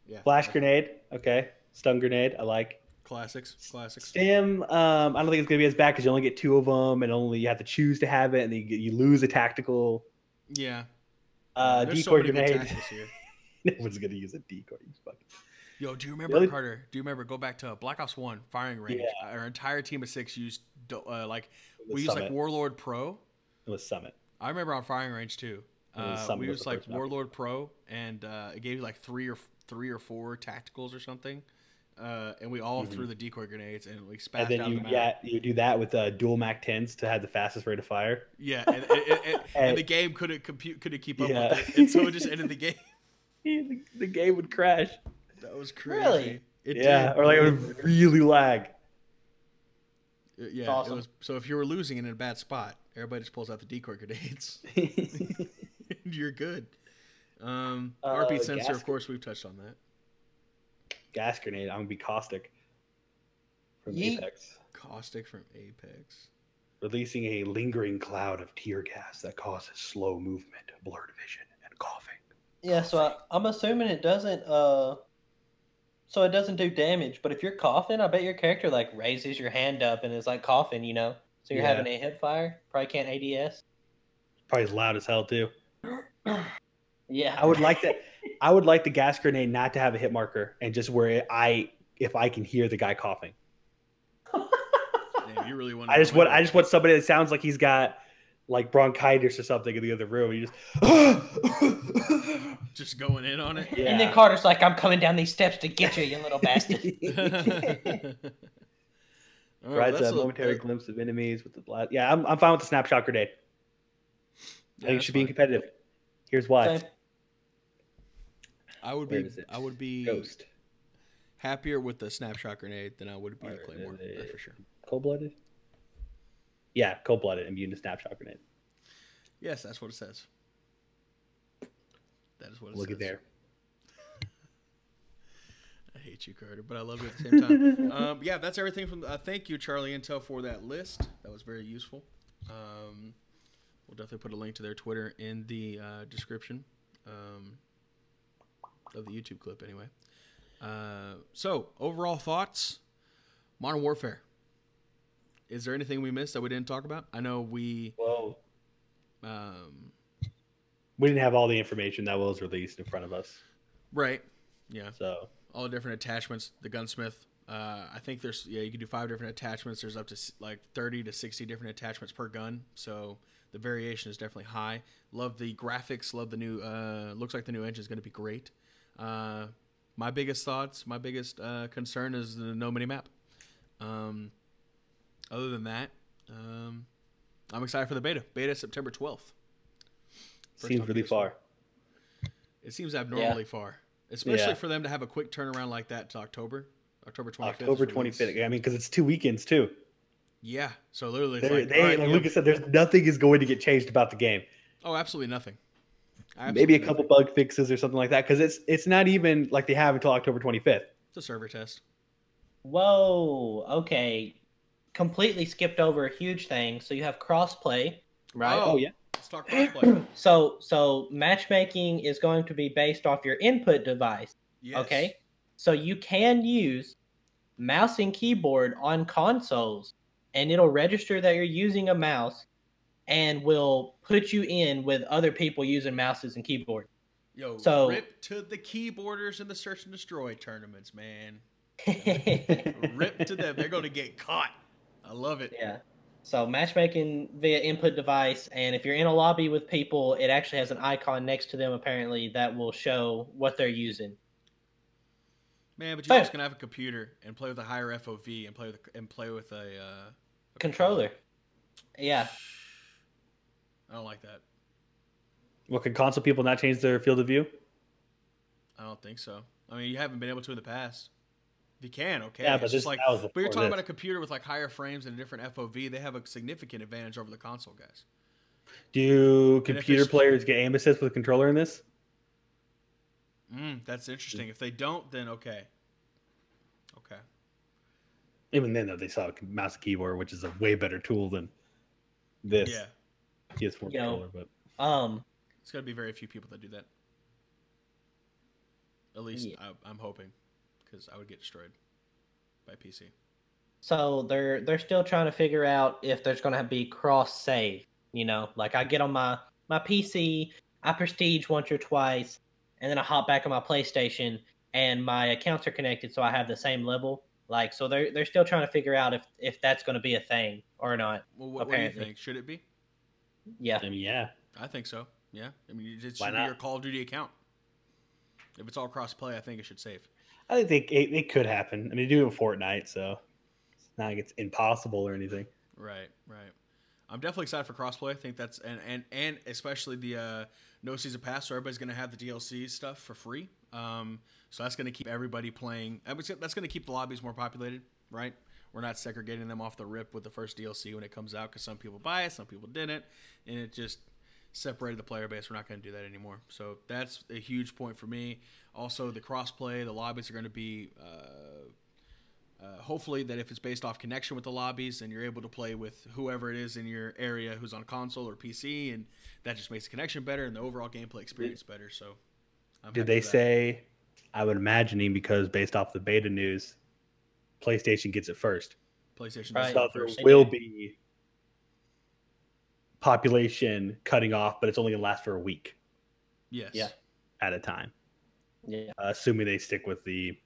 [SPEAKER 3] Yeah.
[SPEAKER 2] Flash
[SPEAKER 3] like
[SPEAKER 2] grenade. Okay. Stun grenade. I like.
[SPEAKER 3] Classics. Classics.
[SPEAKER 2] Stim. Um, I don't think it's gonna be as bad because you only get two of them, and only you have to choose to have it, and then you, get- you lose a tactical
[SPEAKER 3] Yeah.
[SPEAKER 2] uh, decoy
[SPEAKER 3] There's so many good
[SPEAKER 2] grenade.
[SPEAKER 3] tactics here.
[SPEAKER 2] no one's gonna use a decoy. You fucking.
[SPEAKER 3] Yo, do you remember
[SPEAKER 2] only-
[SPEAKER 3] Carter? Do you remember? Go back to Black Ops One firing range. Our entire team of six used do- uh, like
[SPEAKER 2] It
[SPEAKER 3] we
[SPEAKER 2] was
[SPEAKER 3] used
[SPEAKER 2] Summit.
[SPEAKER 3] like Warlord Pro.
[SPEAKER 2] it was Summit.
[SPEAKER 3] I remember on firing range too.
[SPEAKER 2] It was
[SPEAKER 3] Uh,
[SPEAKER 2] Summit
[SPEAKER 3] we
[SPEAKER 2] was
[SPEAKER 3] used
[SPEAKER 2] the
[SPEAKER 3] like
[SPEAKER 2] first map.
[SPEAKER 3] Warlord Pro, and uh, it gave you like three or three or four tacticals or something. Uh, and we all
[SPEAKER 2] Mhm.
[SPEAKER 3] threw the decoy grenades and we
[SPEAKER 2] And
[SPEAKER 3] spazzed
[SPEAKER 2] then
[SPEAKER 3] out
[SPEAKER 2] you
[SPEAKER 3] the map.
[SPEAKER 2] yeah you do that with uh, dual Mac tens to have the fastest rate of fire.
[SPEAKER 3] Yeah, and, and, and, and,
[SPEAKER 2] And-
[SPEAKER 3] the game couldn't compute, couldn't keep up
[SPEAKER 2] Yeah.
[SPEAKER 3] with it, and so it just ended the game.
[SPEAKER 2] the, the game would crash.
[SPEAKER 3] That was crazy.
[SPEAKER 1] Really?
[SPEAKER 3] It
[SPEAKER 2] yeah,
[SPEAKER 3] did.
[SPEAKER 2] or like it would really lag.
[SPEAKER 3] Uh, yeah.
[SPEAKER 1] awesome.
[SPEAKER 3] It was, so if you were losing and in a bad spot, everybody just pulls out the decoy grenades. You're good. Um,
[SPEAKER 2] Uh,
[SPEAKER 3] RP sensor, of
[SPEAKER 2] gasket.
[SPEAKER 3] course, we've touched on that.
[SPEAKER 2] Gas grenade. I'm gonna be caustic. From
[SPEAKER 1] Yeet.
[SPEAKER 2] Apex,
[SPEAKER 3] Caustic from Apex.
[SPEAKER 2] releasing a lingering cloud of tear gas that causes slow movement, blurred vision, and coughing.
[SPEAKER 1] Yeah, so I, I'm assuming it doesn't. uh So it doesn't do damage, but if you're coughing, I bet your character like raises your hand up and is like coughing, you know. So you're
[SPEAKER 2] Yeah.
[SPEAKER 1] having a hip fire. Probably can't ADS.
[SPEAKER 2] Probably as loud as hell too.
[SPEAKER 1] Yeah,
[SPEAKER 2] I would like that. I would like the gas grenade not to have a hit marker and just where I, if I can hear the guy coughing.
[SPEAKER 3] Damn, you really want.
[SPEAKER 2] I just want. I just want somebody that sounds like he's got like bronchitis or something in the other room. You just.
[SPEAKER 3] just going in on it.
[SPEAKER 1] And then Carter's like, "I'm coming down these steps to get you, you little bastard."
[SPEAKER 3] All right,
[SPEAKER 2] Provides
[SPEAKER 3] that's
[SPEAKER 2] a
[SPEAKER 3] a-
[SPEAKER 2] momentary
[SPEAKER 3] that-
[SPEAKER 2] glimpse of enemies with the blast. Yeah, I'm, I'm fine with the snapshot grenade.
[SPEAKER 3] yeah,
[SPEAKER 2] I think it
[SPEAKER 3] that's
[SPEAKER 2] should be
[SPEAKER 3] fine.
[SPEAKER 2] competitive. Here's why.
[SPEAKER 1] Same.
[SPEAKER 3] I would
[SPEAKER 2] Where
[SPEAKER 3] be.
[SPEAKER 2] is it?
[SPEAKER 3] I would be
[SPEAKER 2] Ghost.
[SPEAKER 3] happier with the snapshot grenade than I would be the
[SPEAKER 2] Where
[SPEAKER 3] claymore.
[SPEAKER 2] is
[SPEAKER 3] That's
[SPEAKER 2] it?
[SPEAKER 3] for sure.
[SPEAKER 2] Cold blooded? Yeah, cold blooded, immune to snapshot grenade.
[SPEAKER 3] Yes, that's what it says. That is what it
[SPEAKER 2] Look
[SPEAKER 3] says.
[SPEAKER 2] at there.
[SPEAKER 3] I hate you, Carter, but I love you at the same time. um, yeah, that's everything from. Uh, thank you, Charlie Intel, for that list. That was very useful. Um, we'll definitely put a link to their Twitter in the uh, description um, of the YouTube clip, anyway. Uh, so, overall thoughts Modern Warfare. Is there anything we missed that we didn't talk about? I know we.
[SPEAKER 2] Whoa.
[SPEAKER 3] Um,
[SPEAKER 2] We didn't have all the information that was released in front of us.
[SPEAKER 3] right. Yeah.
[SPEAKER 2] So
[SPEAKER 3] all the different attachments. The gunsmith. Uh, I think there's yeah, you can do five different attachments. There's up to s- like thirty to sixty different attachments per gun. So the variation is definitely high. Love the graphics. Love the new. Uh, looks like the new engine is going to be great. Uh, my biggest thoughts. My biggest uh, concern is the no mini map. Um, other than that, um, I'm excited for the beta. Beta September 12th. First time
[SPEAKER 2] seems really
[SPEAKER 3] PS4.
[SPEAKER 2] far.
[SPEAKER 3] It seems abnormally far, especially for them to have a quick turnaround like that to October, October 25th. is
[SPEAKER 2] October
[SPEAKER 3] release.
[SPEAKER 2] twenty fifth. I mean, because it's two weekends too.
[SPEAKER 3] Yeah. So literally, it's
[SPEAKER 2] They,
[SPEAKER 3] like,
[SPEAKER 2] they,
[SPEAKER 3] all right,
[SPEAKER 2] like
[SPEAKER 3] yeah.
[SPEAKER 2] Lucas said, there's nothing is going to get changed about the game.
[SPEAKER 3] oh, absolutely nothing.
[SPEAKER 2] Maybe
[SPEAKER 3] Absolutely
[SPEAKER 2] a couple
[SPEAKER 3] nothing.
[SPEAKER 2] bug fixes or something like that. Because it's it's not even like they have until October twenty fifth.
[SPEAKER 3] It's a server test.
[SPEAKER 1] Whoa. Okay. Completely skipped over a huge thing. So you have crossplay, right?
[SPEAKER 3] Oh.
[SPEAKER 2] Oh yeah.
[SPEAKER 3] Let's talk crossplay.
[SPEAKER 1] So so matchmaking is going to be based off your input device.
[SPEAKER 3] yes.
[SPEAKER 1] Okay. So you can use mouse and keyboard on consoles and it'll register that you're using a mouse and will put you in with other people using mouses and keyboard.
[SPEAKER 3] Yo,
[SPEAKER 1] So-
[SPEAKER 3] rip to the keyboarders in the search and destroy tournaments, man.
[SPEAKER 1] yeah.
[SPEAKER 3] Rip to them. They're going to get caught. I love it.
[SPEAKER 1] So matchmaking via input device and if you're in a lobby with people, it actually has an icon next to them apparently that will show what they're using.
[SPEAKER 3] Man, but
[SPEAKER 1] Fair.
[SPEAKER 3] you're just going to have a computer and play with a higher FOV and play with a, and play with a, uh, a
[SPEAKER 1] Controller. Yeah.
[SPEAKER 3] I don't like that.
[SPEAKER 2] Well, can console people not change their field of view?
[SPEAKER 3] I don't think so. I mean, you haven't been able to in the past. If you can, okay.
[SPEAKER 2] Yeah,
[SPEAKER 3] It's
[SPEAKER 2] but
[SPEAKER 3] just
[SPEAKER 2] this
[SPEAKER 3] like,
[SPEAKER 2] that was
[SPEAKER 3] but you're
[SPEAKER 2] before
[SPEAKER 3] talking
[SPEAKER 2] this.
[SPEAKER 3] about a computer with like higher frames and a different FOV. They have a significant advantage over the console guys.
[SPEAKER 2] Do
[SPEAKER 3] if
[SPEAKER 2] computer
[SPEAKER 3] it's-
[SPEAKER 2] players get aim assist with a controller in this?
[SPEAKER 3] Mm, that's interesting. If they don't, then okay. Okay.
[SPEAKER 2] Even then, though, they saw a mouse and keyboard, which is a way better tool than this
[SPEAKER 3] Yeah,
[SPEAKER 2] PS4
[SPEAKER 1] You know.
[SPEAKER 2] controller. But
[SPEAKER 1] Um
[SPEAKER 3] it's gonna be very few people that do that. At least
[SPEAKER 1] Yeah.
[SPEAKER 3] I, I'm hoping, because I would get destroyed by PC.
[SPEAKER 1] So they're they're still trying to figure out if there's going to be cross save. You know, like I get on my my PC, I prestige once or twice, and then I hop back on my PlayStation, and my accounts are connected, so I have the same level. Like, so they're they're still trying to figure out if if that's going to be a thing or not.
[SPEAKER 3] Well, what, what do you
[SPEAKER 1] Apparently.
[SPEAKER 3] think? Should it be?
[SPEAKER 1] Yeah,
[SPEAKER 2] I mean, yeah.
[SPEAKER 3] I think so. Yeah. I mean, it
[SPEAKER 2] Why
[SPEAKER 3] should be
[SPEAKER 2] not?
[SPEAKER 3] your Call of Duty account. If it's all cross-play, I think it should save.
[SPEAKER 2] I think they it, it could happen. I mean, they do it with Fortnite, so it's not like it's impossible or anything.
[SPEAKER 3] Right, right. I'm definitely excited for crossplay. I think that's and and and especially the uh, no season pass, so everybody's gonna have the DLC stuff for free. Um, so that's gonna keep everybody playing. I mean, That's gonna keep the lobbies more populated, right? We're not segregating them off the rip with the first DLC when it comes out because some people buy it, some people didn't, and it just separated the player base. We're not going to do that anymore. So that's a huge point for me. Also, the crossplay, the lobbies are going to be. Uh, uh, hopefully that if it's based off connection with the lobbies and you're able to play with whoever it is in your area who's on console or PC and that just makes the connection better and the overall gameplay experience better. So I'm
[SPEAKER 2] Did
[SPEAKER 3] happy
[SPEAKER 2] they
[SPEAKER 3] for that.
[SPEAKER 2] say? I would imagining because based off the beta news, PlayStation gets it first.
[SPEAKER 3] PlayStation
[SPEAKER 1] Right.
[SPEAKER 3] does
[SPEAKER 2] So
[SPEAKER 3] that
[SPEAKER 2] there
[SPEAKER 3] first?
[SPEAKER 2] will be population cutting off, but it's only gonna last for a week
[SPEAKER 3] Yes.
[SPEAKER 1] Yeah.
[SPEAKER 2] at a time,
[SPEAKER 1] yeah.
[SPEAKER 2] uh, assuming they stick with the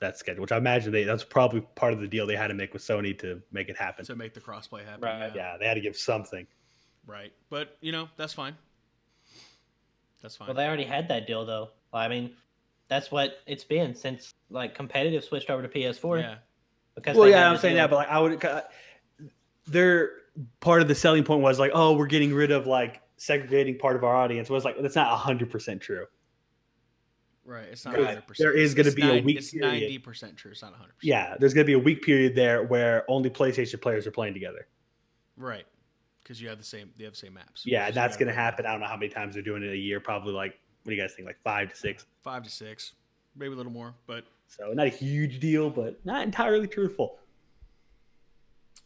[SPEAKER 2] that schedule. Which I imagine they that's probably part of the deal they had to make with Sony to make it happen.
[SPEAKER 3] To make the crossplay happen.
[SPEAKER 1] Right.
[SPEAKER 3] Yeah.
[SPEAKER 2] yeah, they had to give something.
[SPEAKER 3] Right. But you know, that's fine. That's fine.
[SPEAKER 1] Well, they already had that deal though. I mean, that's what it's been since like competitive switched over to PS4.
[SPEAKER 3] yeah.
[SPEAKER 1] Because
[SPEAKER 2] Well,
[SPEAKER 1] they
[SPEAKER 2] yeah,
[SPEAKER 1] had
[SPEAKER 2] I'm
[SPEAKER 1] the
[SPEAKER 2] saying
[SPEAKER 1] deal.
[SPEAKER 2] that, but like I would. uh, Their part of the selling point was like, oh, we're getting rid of like segregating part of our audience. Was like that's not hundred percent true.
[SPEAKER 3] Right. It's not
[SPEAKER 1] Right.
[SPEAKER 3] 100%.
[SPEAKER 2] There is gonna
[SPEAKER 3] It's
[SPEAKER 2] be a
[SPEAKER 3] nine-
[SPEAKER 2] weak
[SPEAKER 3] It's
[SPEAKER 2] period.
[SPEAKER 3] 90% true. It's not 100%.
[SPEAKER 2] Yeah, there's gonna be a week period there where only PlayStation players are playing together.
[SPEAKER 3] Right. Cuz you have the same they have the same maps.
[SPEAKER 2] Yeah,
[SPEAKER 3] It's
[SPEAKER 2] that's
[SPEAKER 3] gotta
[SPEAKER 2] gonna
[SPEAKER 3] work out.
[SPEAKER 2] happen. I don't know how many times they're doing it a year. Probably like what do you guys think? Like five to six.
[SPEAKER 3] 5 to 6, maybe a little more, but
[SPEAKER 2] So not a huge deal, but not entirely truthful.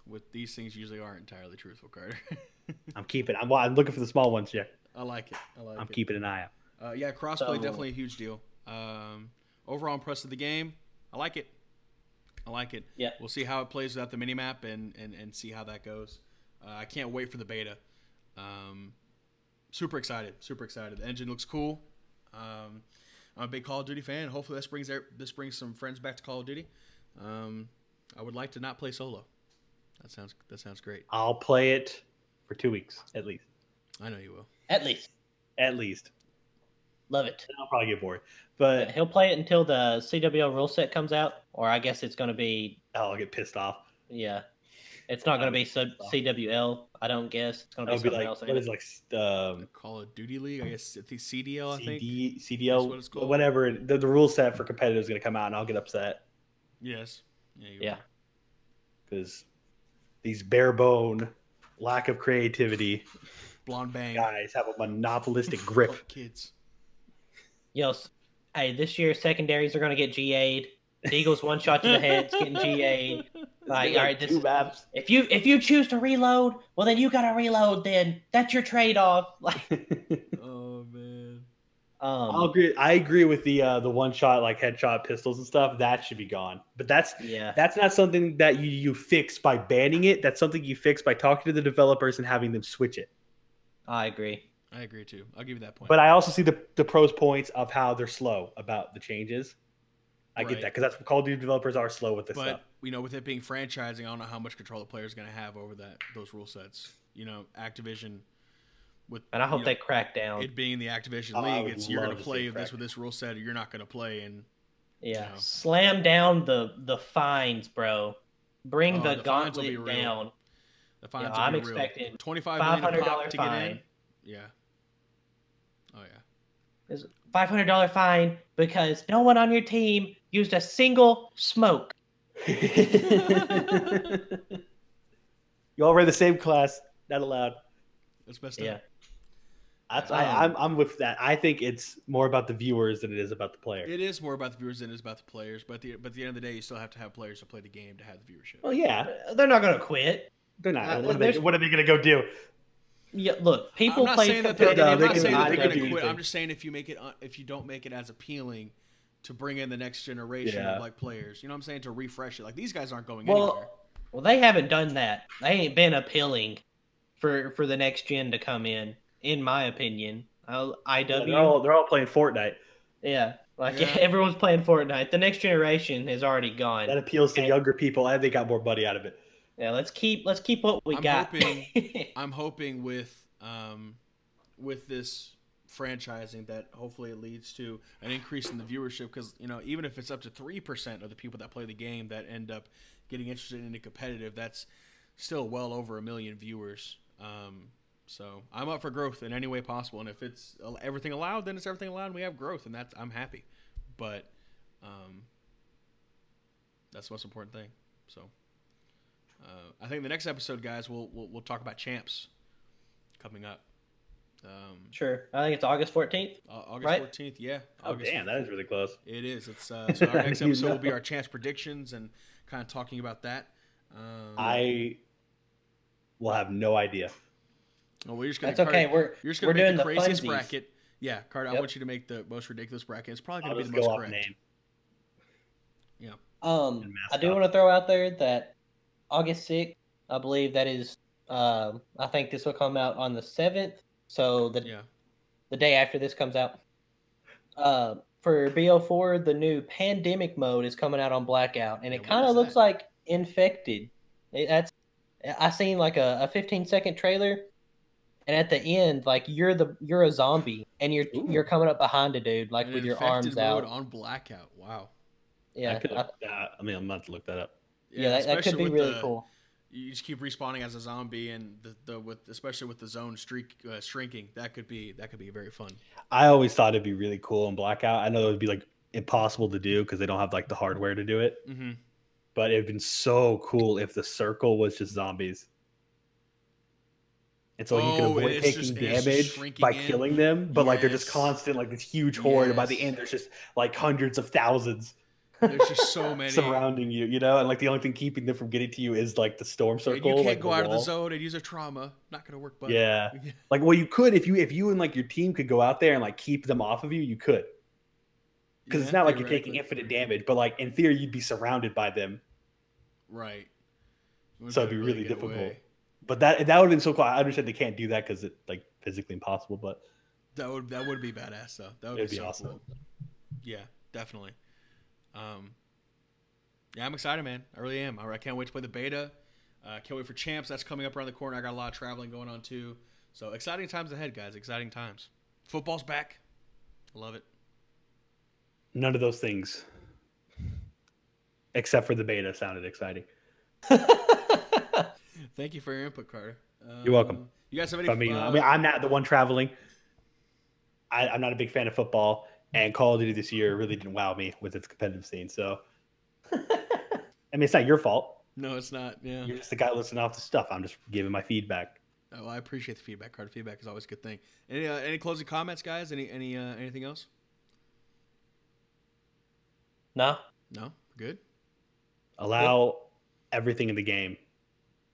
[SPEAKER 3] with these things usually aren't entirely truthful, Carter.
[SPEAKER 2] I'm keeping. I'm, well, I'm looking for the small ones. Yeah,
[SPEAKER 3] I like it. I like
[SPEAKER 2] I'm
[SPEAKER 3] it.
[SPEAKER 2] keeping an eye out.
[SPEAKER 3] Uh, yeah, crossplay
[SPEAKER 1] So-
[SPEAKER 3] definitely a huge deal. Um, overall impressed with the game. I like it. I like it.
[SPEAKER 1] Yeah.
[SPEAKER 3] We'll see how it plays without the minimap and and and see how that goes. Uh, I can't wait for the beta. Um, super excited. Super excited. The engine looks cool. Um, I'm a big Call of Duty fan. Hopefully this brings their- this brings some friends back to Call of Duty. Um, I would like to not play solo. That sounds that sounds great.
[SPEAKER 2] I'll play it for two weeks at least.
[SPEAKER 3] I know you will.
[SPEAKER 1] at least
[SPEAKER 2] At least.
[SPEAKER 1] love it.
[SPEAKER 2] I'll probably get bored, but
[SPEAKER 1] He'll play it until the CWO rule set comes out, or I guess it's going to be
[SPEAKER 2] oh, I'll get pissed off.
[SPEAKER 1] yeah. It's not going to be sub
[SPEAKER 2] Oh.
[SPEAKER 1] CWL. I don't guess it's going to
[SPEAKER 2] That
[SPEAKER 1] be
[SPEAKER 2] would be
[SPEAKER 1] something
[SPEAKER 2] like
[SPEAKER 1] else.
[SPEAKER 2] what is like s- um,
[SPEAKER 3] The Call of Duty League. I guess it's the CDL. I think.
[SPEAKER 2] CD,
[SPEAKER 3] That's
[SPEAKER 2] CDL,
[SPEAKER 3] what it's called.
[SPEAKER 2] whatever. it- The, the rule set for competitive is going to come out, and I'll get upset
[SPEAKER 3] Yes. Yeah. you
[SPEAKER 1] Yeah.
[SPEAKER 3] will.
[SPEAKER 2] because these bare bone, lack of creativity
[SPEAKER 3] Blonde bang.
[SPEAKER 2] guys have a monopolistic grip.
[SPEAKER 3] Fuck kids.
[SPEAKER 1] Yo, s- hey, this year secondaries are going to get GA'd. Deagle's one shot to the head, it's getting GA'd. Like, all right, this,
[SPEAKER 2] two maps.
[SPEAKER 1] if you if you choose to reload, well then you got to reload. Then that's your trade off. Like,
[SPEAKER 3] Um, Oh man.
[SPEAKER 1] um,
[SPEAKER 2] I'll agree. I agree with the uh, the one shot like headshot pistols and stuff. That should be gone. But that's
[SPEAKER 1] yeah,
[SPEAKER 2] that's not something that you you fix by banning it. That's something you fix by talking to the developers and having them switch it.
[SPEAKER 1] I agree.
[SPEAKER 3] I agree too. I'll give you that point.
[SPEAKER 2] But I also see the, the pros points of how they're slow about the changes. I
[SPEAKER 3] Right.
[SPEAKER 2] get that because that's what Call of Duty developers are slow with this
[SPEAKER 3] But,
[SPEAKER 2] stuff.
[SPEAKER 3] you know, with it being franchising, I don't know how much control the player's going to have over that those rule sets. You know, Activision with
[SPEAKER 1] And I hope
[SPEAKER 3] you
[SPEAKER 1] they crack down.
[SPEAKER 3] know, it being the Activision
[SPEAKER 2] Oh, I
[SPEAKER 3] league,
[SPEAKER 2] would
[SPEAKER 3] it's you're going
[SPEAKER 2] love
[SPEAKER 3] to
[SPEAKER 2] to see
[SPEAKER 3] play
[SPEAKER 2] it crack.
[SPEAKER 3] this with this rule set, or you're not going to play. And
[SPEAKER 1] Yeah.
[SPEAKER 3] know.
[SPEAKER 1] Slam down the the fines, bro. Bring
[SPEAKER 3] Oh,
[SPEAKER 1] the,
[SPEAKER 3] the fines will be
[SPEAKER 1] gauntlet
[SPEAKER 3] real.
[SPEAKER 1] down.
[SPEAKER 3] the fines
[SPEAKER 1] Yeah,
[SPEAKER 3] will
[SPEAKER 1] I'm
[SPEAKER 3] be real.
[SPEAKER 1] expecting
[SPEAKER 3] $25
[SPEAKER 1] Five
[SPEAKER 3] million a
[SPEAKER 1] hundred
[SPEAKER 3] pop
[SPEAKER 1] dollar
[SPEAKER 3] to get in.
[SPEAKER 1] fine.
[SPEAKER 3] Yeah. Oh yeah.
[SPEAKER 1] Five hundred dollar fine because no one on your team used a single smoke.
[SPEAKER 2] you all wear the same class. Not allowed.
[SPEAKER 3] That's messed
[SPEAKER 1] Yeah.
[SPEAKER 3] up.
[SPEAKER 2] That's,
[SPEAKER 3] Oh.
[SPEAKER 2] I, I'm, I'm with that. I think it's more about the viewers than it is about the player.
[SPEAKER 3] It is more about the viewers than it is about the players, but at the but at the end of the day, you still have to have players to play the game to have the viewership.
[SPEAKER 2] well, yeah,
[SPEAKER 1] They're not gonna quit.
[SPEAKER 2] they're not.
[SPEAKER 1] Uh,
[SPEAKER 2] what, are they,
[SPEAKER 1] there's-
[SPEAKER 2] what are they going to go do?
[SPEAKER 1] Yeah, look, people
[SPEAKER 3] I'm not
[SPEAKER 1] play
[SPEAKER 3] saying that they're,
[SPEAKER 1] competitive.
[SPEAKER 2] No,
[SPEAKER 3] I'm
[SPEAKER 2] they
[SPEAKER 3] not
[SPEAKER 2] can-
[SPEAKER 3] saying that
[SPEAKER 2] I
[SPEAKER 3] they're
[SPEAKER 2] don't
[SPEAKER 3] going to
[SPEAKER 2] do
[SPEAKER 3] quit. I'm
[SPEAKER 2] anything.
[SPEAKER 3] just saying if you make it un- if you don't make it as appealing to bring in the next generation
[SPEAKER 2] Yeah.
[SPEAKER 3] of like players, you know what I'm saying to refresh it. Like these guys aren't going
[SPEAKER 1] Well-
[SPEAKER 3] anywhere.
[SPEAKER 1] Well, they haven't done that. They ain't been appealing for for the next gen to come in, in my opinion. I'll- IW.
[SPEAKER 2] they're all they're all playing Fortnite.
[SPEAKER 1] Yeah, like
[SPEAKER 3] Yeah.
[SPEAKER 1] everyone's playing Fortnite. The next generation is already gone.
[SPEAKER 2] That appeals to younger people, and they got more money out of it.
[SPEAKER 1] yeah, let's keep let's keep what we
[SPEAKER 3] I'm
[SPEAKER 1] got.
[SPEAKER 3] hoping- I'm hoping with um, with this franchising that hopefully it leads to an increase in the viewership because you know even if it's up to three percent of the people that play the game that end up getting interested in the competitive, that's still well over a million viewers. Um, so I'm up for growth in any way possible, and if it's al- everything allowed, then it's everything allowed, and we have growth, and that's I'm happy. But um, that's the most important thing. So. Uh, I think the next episode, guys, we'll we'll, we'll talk about champs coming up. Um,
[SPEAKER 1] sure. I think it's August fourteenth.
[SPEAKER 3] Au- Uh, August
[SPEAKER 1] Right?
[SPEAKER 3] 14th, yeah.
[SPEAKER 2] Oh,
[SPEAKER 3] August
[SPEAKER 2] damn, that is really close.
[SPEAKER 3] It is. It's uh, so our next
[SPEAKER 2] You
[SPEAKER 3] episode will
[SPEAKER 2] know.
[SPEAKER 3] be our champs predictions and kind of talking about that. Um,
[SPEAKER 2] I will have no idea.
[SPEAKER 3] well, we're just gonna
[SPEAKER 1] That's okay.
[SPEAKER 3] Card,
[SPEAKER 1] We're
[SPEAKER 3] you're just
[SPEAKER 1] we're
[SPEAKER 3] gonna
[SPEAKER 1] doing
[SPEAKER 3] make the
[SPEAKER 1] the
[SPEAKER 3] craziest
[SPEAKER 1] funsies.
[SPEAKER 3] bracket. Yeah, card. I
[SPEAKER 1] Yep.
[SPEAKER 3] want you to make the most ridiculous bracket. It's probably
[SPEAKER 2] I'll
[SPEAKER 3] gonna be
[SPEAKER 2] just
[SPEAKER 3] the
[SPEAKER 2] go
[SPEAKER 3] most
[SPEAKER 2] off
[SPEAKER 3] correct.
[SPEAKER 2] name.
[SPEAKER 1] Um,
[SPEAKER 2] and
[SPEAKER 1] I do
[SPEAKER 2] mascot.
[SPEAKER 1] want to throw out there that August sixth, I believe that is. Um, I think this will come out on the seventh, so the
[SPEAKER 3] Yeah.
[SPEAKER 1] the day after this comes out. Uh, for BO4, the new pandemic mode is coming out on Blackout, and
[SPEAKER 3] Yeah,
[SPEAKER 1] it
[SPEAKER 3] what
[SPEAKER 1] kind
[SPEAKER 3] is
[SPEAKER 1] of looks
[SPEAKER 3] that?
[SPEAKER 1] like infected. It- that's I seen like a, a 15 second trailer, and at the end, like you're the you're a zombie, and you're
[SPEAKER 2] Ooh.
[SPEAKER 1] you're coming up behind a dude like
[SPEAKER 3] An
[SPEAKER 1] with your
[SPEAKER 3] infected
[SPEAKER 1] arms out.
[SPEAKER 3] mode on blackout. Wow.
[SPEAKER 2] Yeah, I,
[SPEAKER 1] yeah,
[SPEAKER 2] could,
[SPEAKER 1] I-
[SPEAKER 2] uh, I mean, I'm about to look that up.
[SPEAKER 1] yeah, that, that could
[SPEAKER 3] especially
[SPEAKER 1] be
[SPEAKER 3] with
[SPEAKER 1] really
[SPEAKER 3] the-
[SPEAKER 1] cool.
[SPEAKER 3] you just keep respawning as a zombie and the, the with especially with the zone streak uh, shrinking that could be that could be very fun
[SPEAKER 2] I always thought it'd be really cool in Blackout. I know it would be like impossible to do because they don't have like the hardware to do it.
[SPEAKER 3] mm-hmm.
[SPEAKER 2] But it'd been so cool if the circle was just zombies. And so you can
[SPEAKER 3] Oh, and
[SPEAKER 2] avoid
[SPEAKER 3] it's
[SPEAKER 2] taking
[SPEAKER 3] just- and it's just
[SPEAKER 2] damage
[SPEAKER 3] shrinking
[SPEAKER 2] by
[SPEAKER 3] in.
[SPEAKER 2] killing them, but like they're just
[SPEAKER 3] Yes.
[SPEAKER 2] constant, like this huge horde. And by the
[SPEAKER 3] Yes.
[SPEAKER 2] end, there's just like hundreds of thousands
[SPEAKER 3] there's just so many
[SPEAKER 2] surrounding you, you know? And like the only thing keeping them from getting to you is like the storm
[SPEAKER 3] And
[SPEAKER 2] circle.
[SPEAKER 3] you can't
[SPEAKER 2] like,
[SPEAKER 3] go out of the
[SPEAKER 2] wall.
[SPEAKER 3] zone and use a trauma not gonna work but
[SPEAKER 2] Yeah. Like, well, you could if you if you and like your team could go out there and like keep them off of you, you could because it's not like you're taking infinite damage, but like in theory, you'd be surrounded by them.
[SPEAKER 3] right Wouldn't
[SPEAKER 2] So it'd
[SPEAKER 3] be a
[SPEAKER 2] be really
[SPEAKER 3] good
[SPEAKER 2] difficult.
[SPEAKER 3] way.
[SPEAKER 2] But that that would have been so cool. I understand they can't do that because it's like physically impossible. But
[SPEAKER 3] that would that would be badass though that would
[SPEAKER 2] It'd
[SPEAKER 3] be,
[SPEAKER 2] be
[SPEAKER 3] so
[SPEAKER 2] awesome.
[SPEAKER 3] cool. yeah definitely um yeah i'm excited man i really am i I can't wait to play the beta uh, can't wait for champs that's coming up around the corner i got a lot of traveling going on too so exciting times ahead guys exciting times football's back I love it
[SPEAKER 2] none of those things, except for the beta, sounded exciting.
[SPEAKER 3] thank you for your input carter um,
[SPEAKER 2] You're welcome.
[SPEAKER 3] you guys have any
[SPEAKER 2] If I mean,
[SPEAKER 3] uh,
[SPEAKER 2] I mean, I'm not the one traveling. I, I'm not a big fan of football, and Call of Duty this year really didn't wow me with its competitive scene. So, I mean, it's not your fault.
[SPEAKER 3] no it's not yeah
[SPEAKER 2] You're just the guy listening off the stuff. I'm just giving my feedback.
[SPEAKER 3] oh, i appreciate the feedback carter feedback is always a good thing any uh, any closing comments guys any any uh, anything else
[SPEAKER 1] No,
[SPEAKER 3] no good
[SPEAKER 2] Allow everything in the game.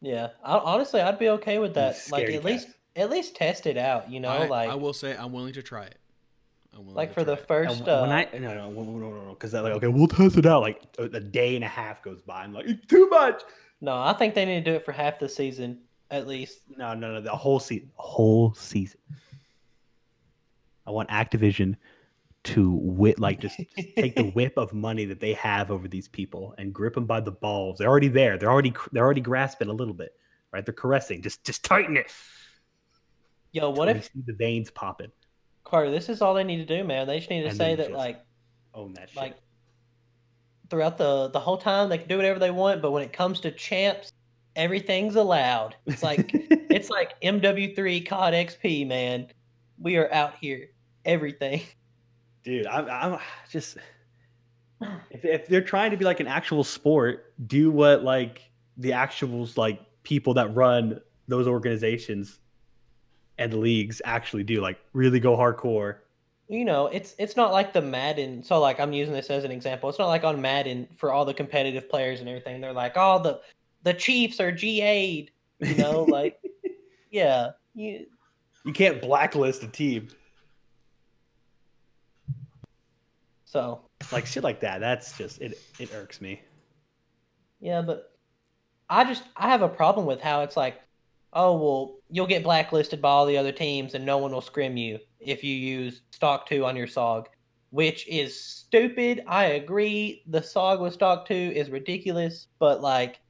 [SPEAKER 1] yeah. I, honestly, I'd be okay with that.
[SPEAKER 2] These
[SPEAKER 1] Like at
[SPEAKER 2] scaredy
[SPEAKER 1] least
[SPEAKER 2] cats.
[SPEAKER 1] at least test it out. You know,
[SPEAKER 3] I,
[SPEAKER 1] like
[SPEAKER 3] I will say I'm willing to try it. I'm willing
[SPEAKER 1] like
[SPEAKER 3] to
[SPEAKER 1] for the
[SPEAKER 3] try
[SPEAKER 2] And
[SPEAKER 3] it.
[SPEAKER 1] first.
[SPEAKER 2] when- when
[SPEAKER 1] uh,
[SPEAKER 2] I no no no no no because they're like okay we'll test it out like a, a day and a half goes by I'm like it's too much
[SPEAKER 1] No, I think they need to do it for half the season at least.
[SPEAKER 2] no no no the whole season whole season I want Activision to whip like just, just take the whip of money that they have over these people and grip them by the balls they're already there they're already they're already grasping a little bit right they're caressing just just tighten it
[SPEAKER 1] Yo, what
[SPEAKER 2] Till we
[SPEAKER 1] if
[SPEAKER 2] see the veins popping
[SPEAKER 1] Carter? This is all they need to do, man. They just need to
[SPEAKER 2] And
[SPEAKER 1] say
[SPEAKER 2] then
[SPEAKER 1] that,
[SPEAKER 2] just-
[SPEAKER 1] like,
[SPEAKER 2] own that shit.
[SPEAKER 1] like throughout the the whole time they can do whatever they want, but when it comes to champs, everything's allowed. It's like it's like MW3 COD XP, man. We are out here, everything.
[SPEAKER 2] dude i'm, I'm just if, if they're trying to be like an actual sport do what like the actuals like people that run those organizations and leagues actually do like really go hardcore
[SPEAKER 1] you know, it's it's not like the Madden. So like I'm using this as an example. It's not like on Madden for all the competitive players and everything. They're like, oh, the the Chiefs are GA'd. You know, like yeah, you,
[SPEAKER 2] you can't blacklist a team
[SPEAKER 1] so
[SPEAKER 2] like shit like that that's just it it irks me
[SPEAKER 1] yeah, but I just I have a problem with how it's like, oh well, you'll get blacklisted by all the other teams and no one will scrim you if you use stock two on your SOG. which is stupid. I agree. The song with Stock 2 is ridiculous, but like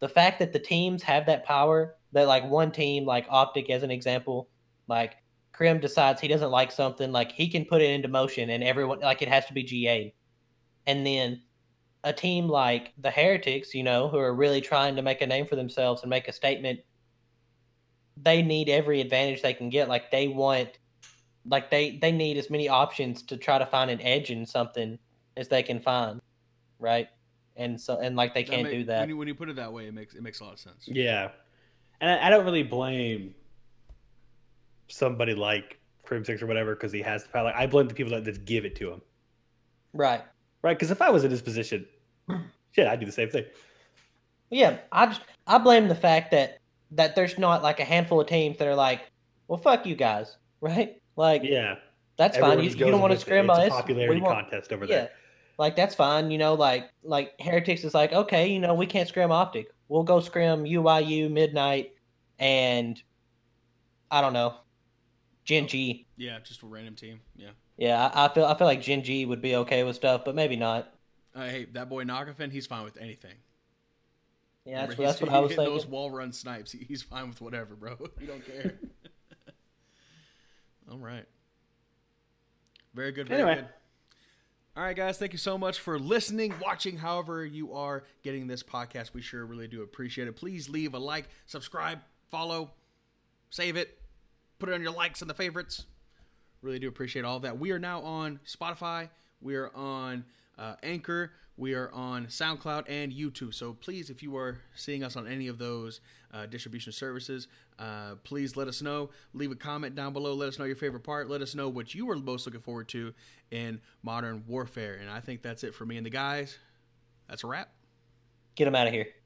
[SPEAKER 1] the fact that the teams have that power, that like one team, like Optic as an example, like Krim decides he doesn't like something, like he can put it into motion and everyone, like it has to be GA. And then a team like the Heretics, you know, who are really trying to make a name for themselves and make a statement, they need every advantage they can get. Like they want like they they need as many options to try to find an edge in something as they can find right and so and like they can't
[SPEAKER 3] make-
[SPEAKER 1] do that
[SPEAKER 3] When you, when you put it that way, it makes it makes a lot of sense.
[SPEAKER 2] Yeah, and I, I don't really blame somebody like Crim Six or whatever because he has the power. Like, I blame the people that, that give it to him,
[SPEAKER 1] right
[SPEAKER 2] right? Because if I was in his position, shit, I'd do the same thing.
[SPEAKER 1] yeah i just i blame the fact that that there's not like a handful of teams that are like well fuck you guys right like
[SPEAKER 2] Yeah,
[SPEAKER 1] that's fine
[SPEAKER 2] everyone
[SPEAKER 1] you,
[SPEAKER 2] just
[SPEAKER 1] you
[SPEAKER 2] goes
[SPEAKER 1] don't want to
[SPEAKER 2] with it.
[SPEAKER 1] scramble
[SPEAKER 2] It's a
[SPEAKER 1] us
[SPEAKER 2] popularity
[SPEAKER 1] we want,
[SPEAKER 2] contest over
[SPEAKER 1] yeah
[SPEAKER 2] there.
[SPEAKER 1] like that's fine you know like like heretics is like okay you know we can't scrim optic we'll go scrim uiu midnight and i don't know gen g
[SPEAKER 3] Yeah, just a random team. Yeah.
[SPEAKER 1] Yeah, I, I feel I feel like Gen G would be okay with stuff, but maybe not.
[SPEAKER 3] Uh, hey, that boy Nakafin, he's fine with anything.
[SPEAKER 1] Yeah, that's,
[SPEAKER 3] Remember,
[SPEAKER 1] that's
[SPEAKER 3] he's-
[SPEAKER 1] what I
[SPEAKER 3] he
[SPEAKER 1] was
[SPEAKER 3] hit
[SPEAKER 1] thinking.
[SPEAKER 3] Those wall run snipes, he, he's fine with whatever, bro. He don't care. All right. Very good. Very
[SPEAKER 2] Anyway.
[SPEAKER 3] good. All right, guys. Thank you so much for listening, watching, however you are getting this podcast. We sure really do appreciate it. Please leave a like, subscribe, follow, save it, put it on your likes and the favorites. Really do appreciate all of that. We are now on Spotify. We are on uh, Anchor. We are on SoundCloud and YouTube. So please, if you are seeing us on any of those uh, distribution services, uh, please let us know. Leave a comment down below. Let us know your favorite part. Let us know what you were most looking forward to in Modern Warfare. And I think that's it for me and the guys. That's a wrap.
[SPEAKER 1] Get him out of here.